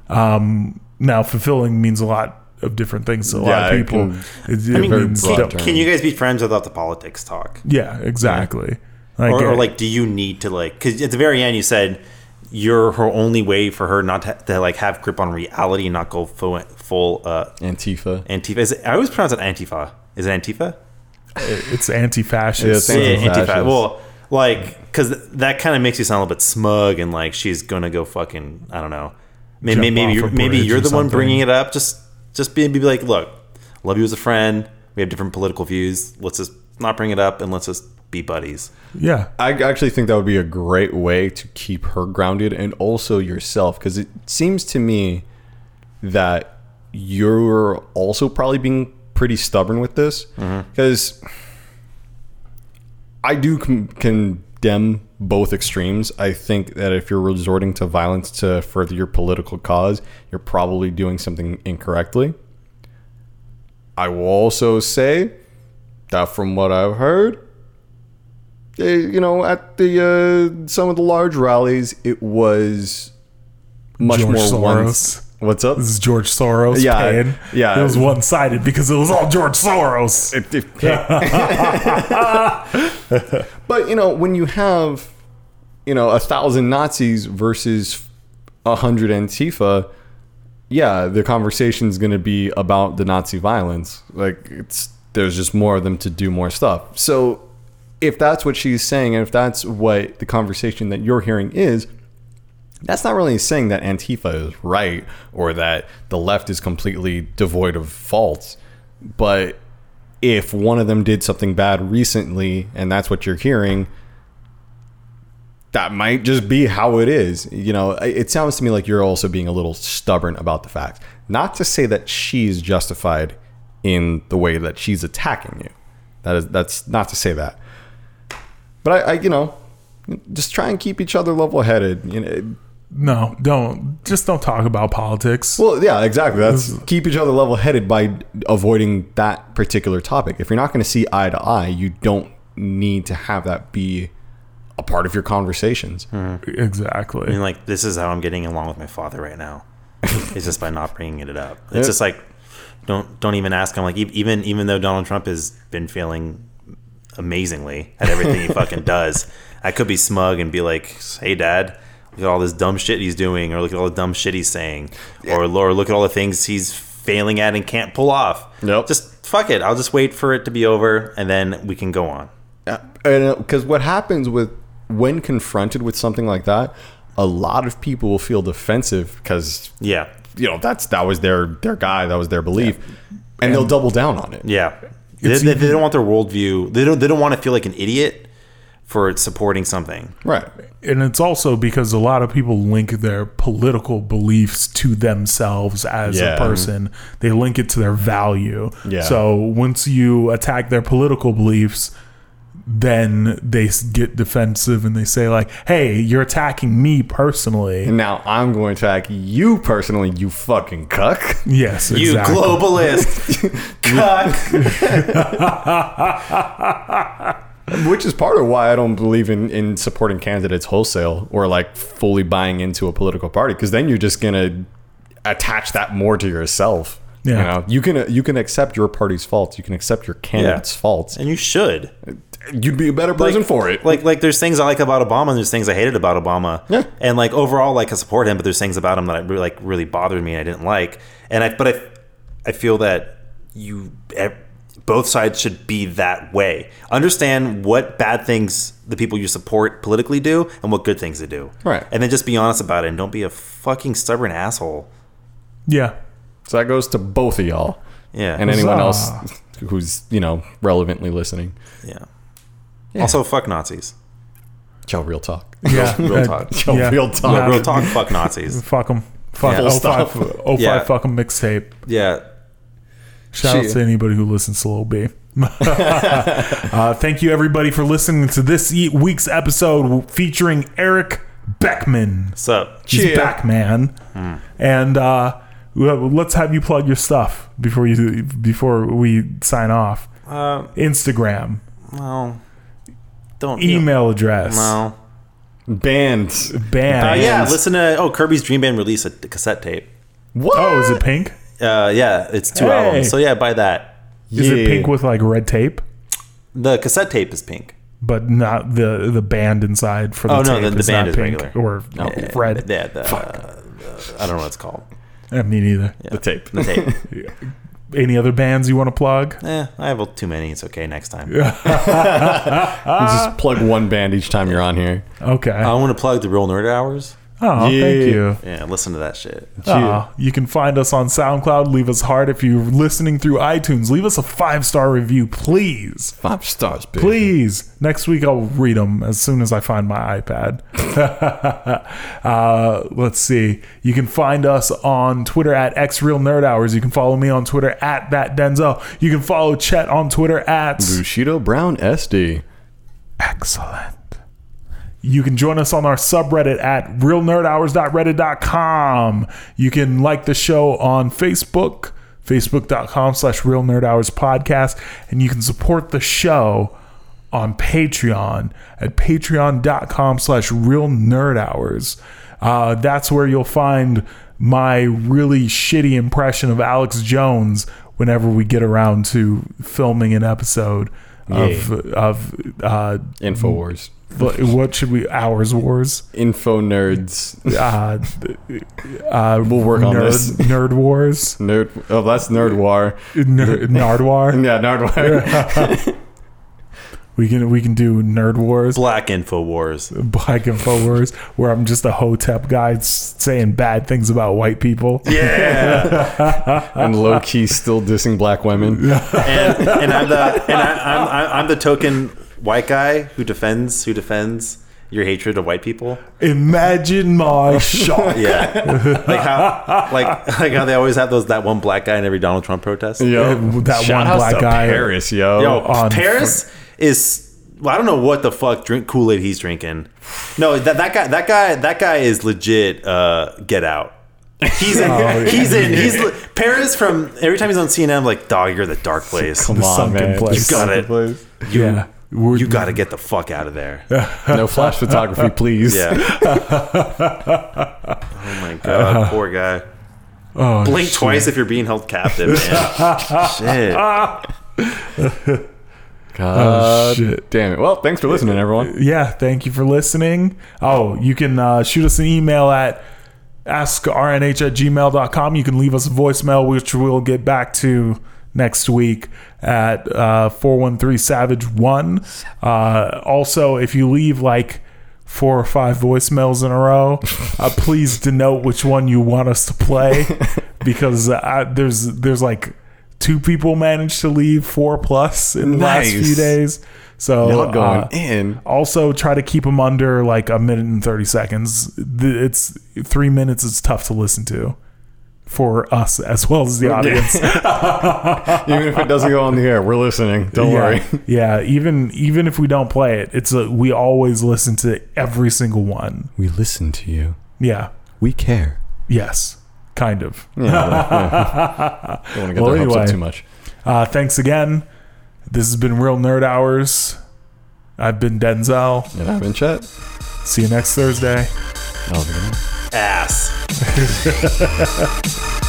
A: Um, now, fulfilling means a lot of different things to a lot
B: Yeah,
A: of
B: it
A: people.
B: can-
A: It- it
C: I mean,
A: means-
C: can,
B: broad
A: don't-
B: term.
C: can you guys be friends without the politics talk?
A: yeah, exactly. Like,
C: Or, or
A: uh,
C: like, do you need to like? Because at the very end, you said you're her only way for her not to, to like have grip on reality and not go full full uh,
B: Antifa.
C: Antifa. Is it, I always pronounce it Antifa. Is it Antifa?
A: it's anti-fascist.
B: Yeah, it's
C: Yeah,
B: anti-
C: Antifa.
B: Fascist.
C: Well, like, because that kind of makes you sound a little bit smug and like she's gonna go fucking. I don't know. Maybe
A: Jump
C: maybe
A: off a
C: you're, maybe
A: bridge
C: you're
A: or
C: the one
A: something.
C: bringing it up. Just just be, be like, look, love you as a friend. We have different political views. Let's just not bring it up and let's just be buddies.
A: yeah.
B: I actually think that would be a great way to keep her grounded and also yourself because it seems to me that you're also probably being pretty stubborn with this
A: Mm-hmm.
B: because I do con condemn both extremes. I think that if you're resorting to violence to further your political cause, you're probably doing something incorrectly. I will also say that from what I've heard, eh, you know, at the uh, some of the large rallies, it was much
A: George
B: more
A: Soros.
B: one- What's up?
A: This is George Soros.
B: Yeah,
A: paying.
B: yeah.
A: It was one-sided because it was all George Soros.
B: [LAUGHS] but you know, when you have, you know, a thousand Nazis versus a hundred Antifa, yeah, the conversation's going to be about the Nazi violence. Like it's there's just more of them to do more stuff. So if that's what she's saying, and if that's what the conversation that you're hearing is, that's not really saying that Antifa is right or that the left is completely devoid of faults. But if one of them did something bad recently and that's what you're hearing, that might just be how it is. You know, I- it sounds to me like you're also being a little stubborn about the facts. Not to say that she's justified in the way that she's attacking you. That is that's not to say that. But I, I you know, just try and keep each other level-headed. You know,
A: No, don't. Just don't talk about politics.
B: Well, yeah, exactly. That's keep each other level headed by avoiding that particular topic. If you're not going to see eye to eye, you don't need to have that be a part of your conversations.
A: exactly.
C: And like, this is how I'm getting along with my father right now. it's just by not bringing it up. It's just like, don't don't even ask him. Like, e- even even though Donald Trump has been failing amazingly at everything he fucking does, I could be smug and be like, "Hey, Dad, look at all this dumb shit he's doing, or look at all the dumb shit he's saying, or or look at all the things he's failing at and can't pull off."
B: Yep.
C: Just fuck it. I'll just wait for it to be over, and then we can go on.
B: Uh, Because what happens with when confronted with something like that, a lot of people will feel defensive because
C: Yeah.
B: you know that's that was their their guy, that was their belief, and they'll double down on it.
C: Yeah, they, they, they don't want their worldview. They don't. They don't want to feel like an idiot for supporting something.
B: Right.
A: and it's also because a lot of people link their political beliefs to themselves as
B: Yeah.
A: a person. They link it to their value.
B: Yeah.
A: So once you attack their political beliefs, then they s- get defensive and they say like, "Hey, you're attacking me personally."
B: [LAUGHS] And now I'm going to attack you personally, you fucking cuck. [LAUGHS]
A: Yes,
C: You
A: exactly.
C: globalist cuck.
B: Which is part of why I don't believe in, in supporting candidates wholesale or like fully buying into a political party because then you're just gonna attach that more to yourself.
A: Yeah.
B: You, know? you can you can accept your party's faults. You can accept your candidate's faults.
C: [LAUGHS] and you should.
B: You'd be a better person for it.
C: Like like there's things I like about Obama and there's things I hated about Obama.
B: Yeah.
C: And like overall like I support him, but there's things about him that I really, like really bothered me and I didn't like. And I but I I feel that you eh, both sides should be that way. Understand what bad things the people you support politically do and what good things they do.
B: Right.
C: And then just be honest about it and don't be a fucking stubborn asshole.
A: Yeah.
B: So that goes to both of y'all
C: Yeah.
B: and anyone else
A: Huzzah.
B: who's you know relevantly listening.
C: yeah. Also fuck Nazis.
B: Yo, real talk.
A: Yeah.
B: [LAUGHS] real talk.
A: [LAUGHS]
B: Yo,
A: yeah.
B: real talk.
A: Yeah.
C: Real talk fuck Nazis.
A: [LAUGHS] Fuck them. Fuck
C: Yeah.
A: oh
C: Full
A: five.
B: stop.
A: 05, 05
C: Yeah.
A: fuck 'em mixtape.
C: Yeah.
A: Shout out
B: She-
A: to anybody who listens to Lil B. [LAUGHS] uh, thank you, everybody, for listening to this e- week's episode featuring Eric Beckman.
C: What's up?
A: He's
B: Cheer.
A: back, man.
C: Hmm.
A: And uh, well, let's have you plug your stuff before you before we sign off.
C: Uh,
A: Instagram.
C: well, don't you-
A: email address.
C: No.
B: Bands.
A: Band.
C: Uh, yeah, listen to oh Kirby's Dream Band released a cassette tape.
B: What?
A: Oh, is it pink?
C: Uh, yeah, it's two
A: Hey.
C: albums. So yeah, buy that.
A: Is
B: Yeah.
A: it pink with like red tape,
C: The cassette tape is pink.
A: but not the the band inside for the
C: Oh,
A: tape?
C: no, the- the
A: is
C: band
A: not
C: is
A: pink
C: regular.
A: or
C: Yeah,
A: red.
C: Yeah, the, the- I don't know what it's called.
A: I Me neither.
B: The tape.
C: The tape.
A: [LAUGHS] Any other bands you want to plug?
C: eh, I have too many. It's okay next time.
A: Ah.
B: Just plug one band each time you're on here.
A: Okay.
C: I want to plug the Real Nerd Hours.
A: oh,
B: yeah.
A: thank you.
C: Oh, Yeah, listen to that shit.
A: Aw, you can find us on SoundCloud. Leave us hard if you're listening through iTunes. Leave us a five star review, please.
B: Five stars, baby.
A: Please. Next week I'll read them as soon as I find my iPad. [LAUGHS] uh, let's see. You can find us on Twitter at xrealnerdhours. You can follow me on Twitter at that Denzel. You can follow Chet on Twitter at
B: Bushido Brown SD.
A: excellent. You can join us on our subreddit at realnerdhours.reddit.com. You can like the show on Facebook, facebook.com slash real nerd hours podcast. And you can support the show on Patreon at patreon.com slash real nerd hours. Uh, that's where you'll find my really shitty impression of Alex Jones whenever we get around to filming an episode of, of uh,
B: Infowars.
A: but what should we hours wars
B: Info nerds.
A: [LAUGHS] uh,
B: [LAUGHS] We'll work on
A: nerd,
B: this.
A: nerd wars
B: Nerd. Oh, that's nerd war.
A: nerd, nardwar
B: Yeah, nerd war.
A: we can we can do nerd wars
C: Black Info Wars.
A: [LAUGHS] black info wars where i'm just a hotep guy s- saying bad things about white people
B: [LAUGHS] and low key still dissing black women.
C: and, and I'm the and I, I'm- I'm I'm the token white guy who defends who defends your hatred of white people.
A: imagine
C: Oh,
A: my shock
C: Yeah, [LAUGHS] like how like like how they always have those that one black guy in every Donald Trump protest.
B: Yo,
A: that
B: shout
A: one
B: outs
A: black
B: to
A: guy.
B: Paris, yo.
C: Yo,
A: on-
C: Paris is well, I don't know what the fuck drink Kool Aid he's drinking. No, that that guy that guy that guy is legit. Uh, get out. He's in. He's in. He's li- Paris from every time he's on CNN. I'm like, dog, you're the dark place.
B: Come
A: The
B: on,
A: sunken
B: man.
A: place.
B: You got
C: Sunken
B: it. Place.
C: You,
A: yeah We're-
C: you got to get the fuck out of there.
B: [LAUGHS] No flash photography, please.
A: [LAUGHS]
C: Yeah. oh [LAUGHS] my god, poor guy.
A: oh,
C: Blink twice if you're being held captive, [LAUGHS] man. Shit.
B: God
A: Oh, shit.
B: damn it. Well, thanks for listening, everyone.
A: yeah thank you for listening oh you can uh, shoot us an email at askrnh at gmail.com you can leave us a voicemail which we'll get back to next week at uh, 413 savage 1 uh, also if you leave like four or five voicemails in a
B: [LAUGHS]
A: row uh, please denote which one you want us to
B: [LAUGHS]
A: play because uh, I, there's there's like two people managed to leave four plus in the last
B: Nice.
A: few days so
B: Y'all going
A: uh,
B: in.
A: also try to keep them under like a minute and 30 seconds Th- it's three minutes it's tough to listen to for us as well
B: [LAUGHS]
A: as the audience
B: Even if it doesn't go on the air, we're listening. Don't worry.
A: yeah even even if we don't play it it's a we always listen to every single one
B: We listen to you.
A: yeah
B: We care.
A: yes kind of
B: Don't want to get
A: Well,
B: their hopes
A: anyway.
B: up too much.
A: uh, thanks again this has been real nerd hours i've been denzel
B: And I've been Chet.
A: see you next thursday
B: I'll be
C: Ass.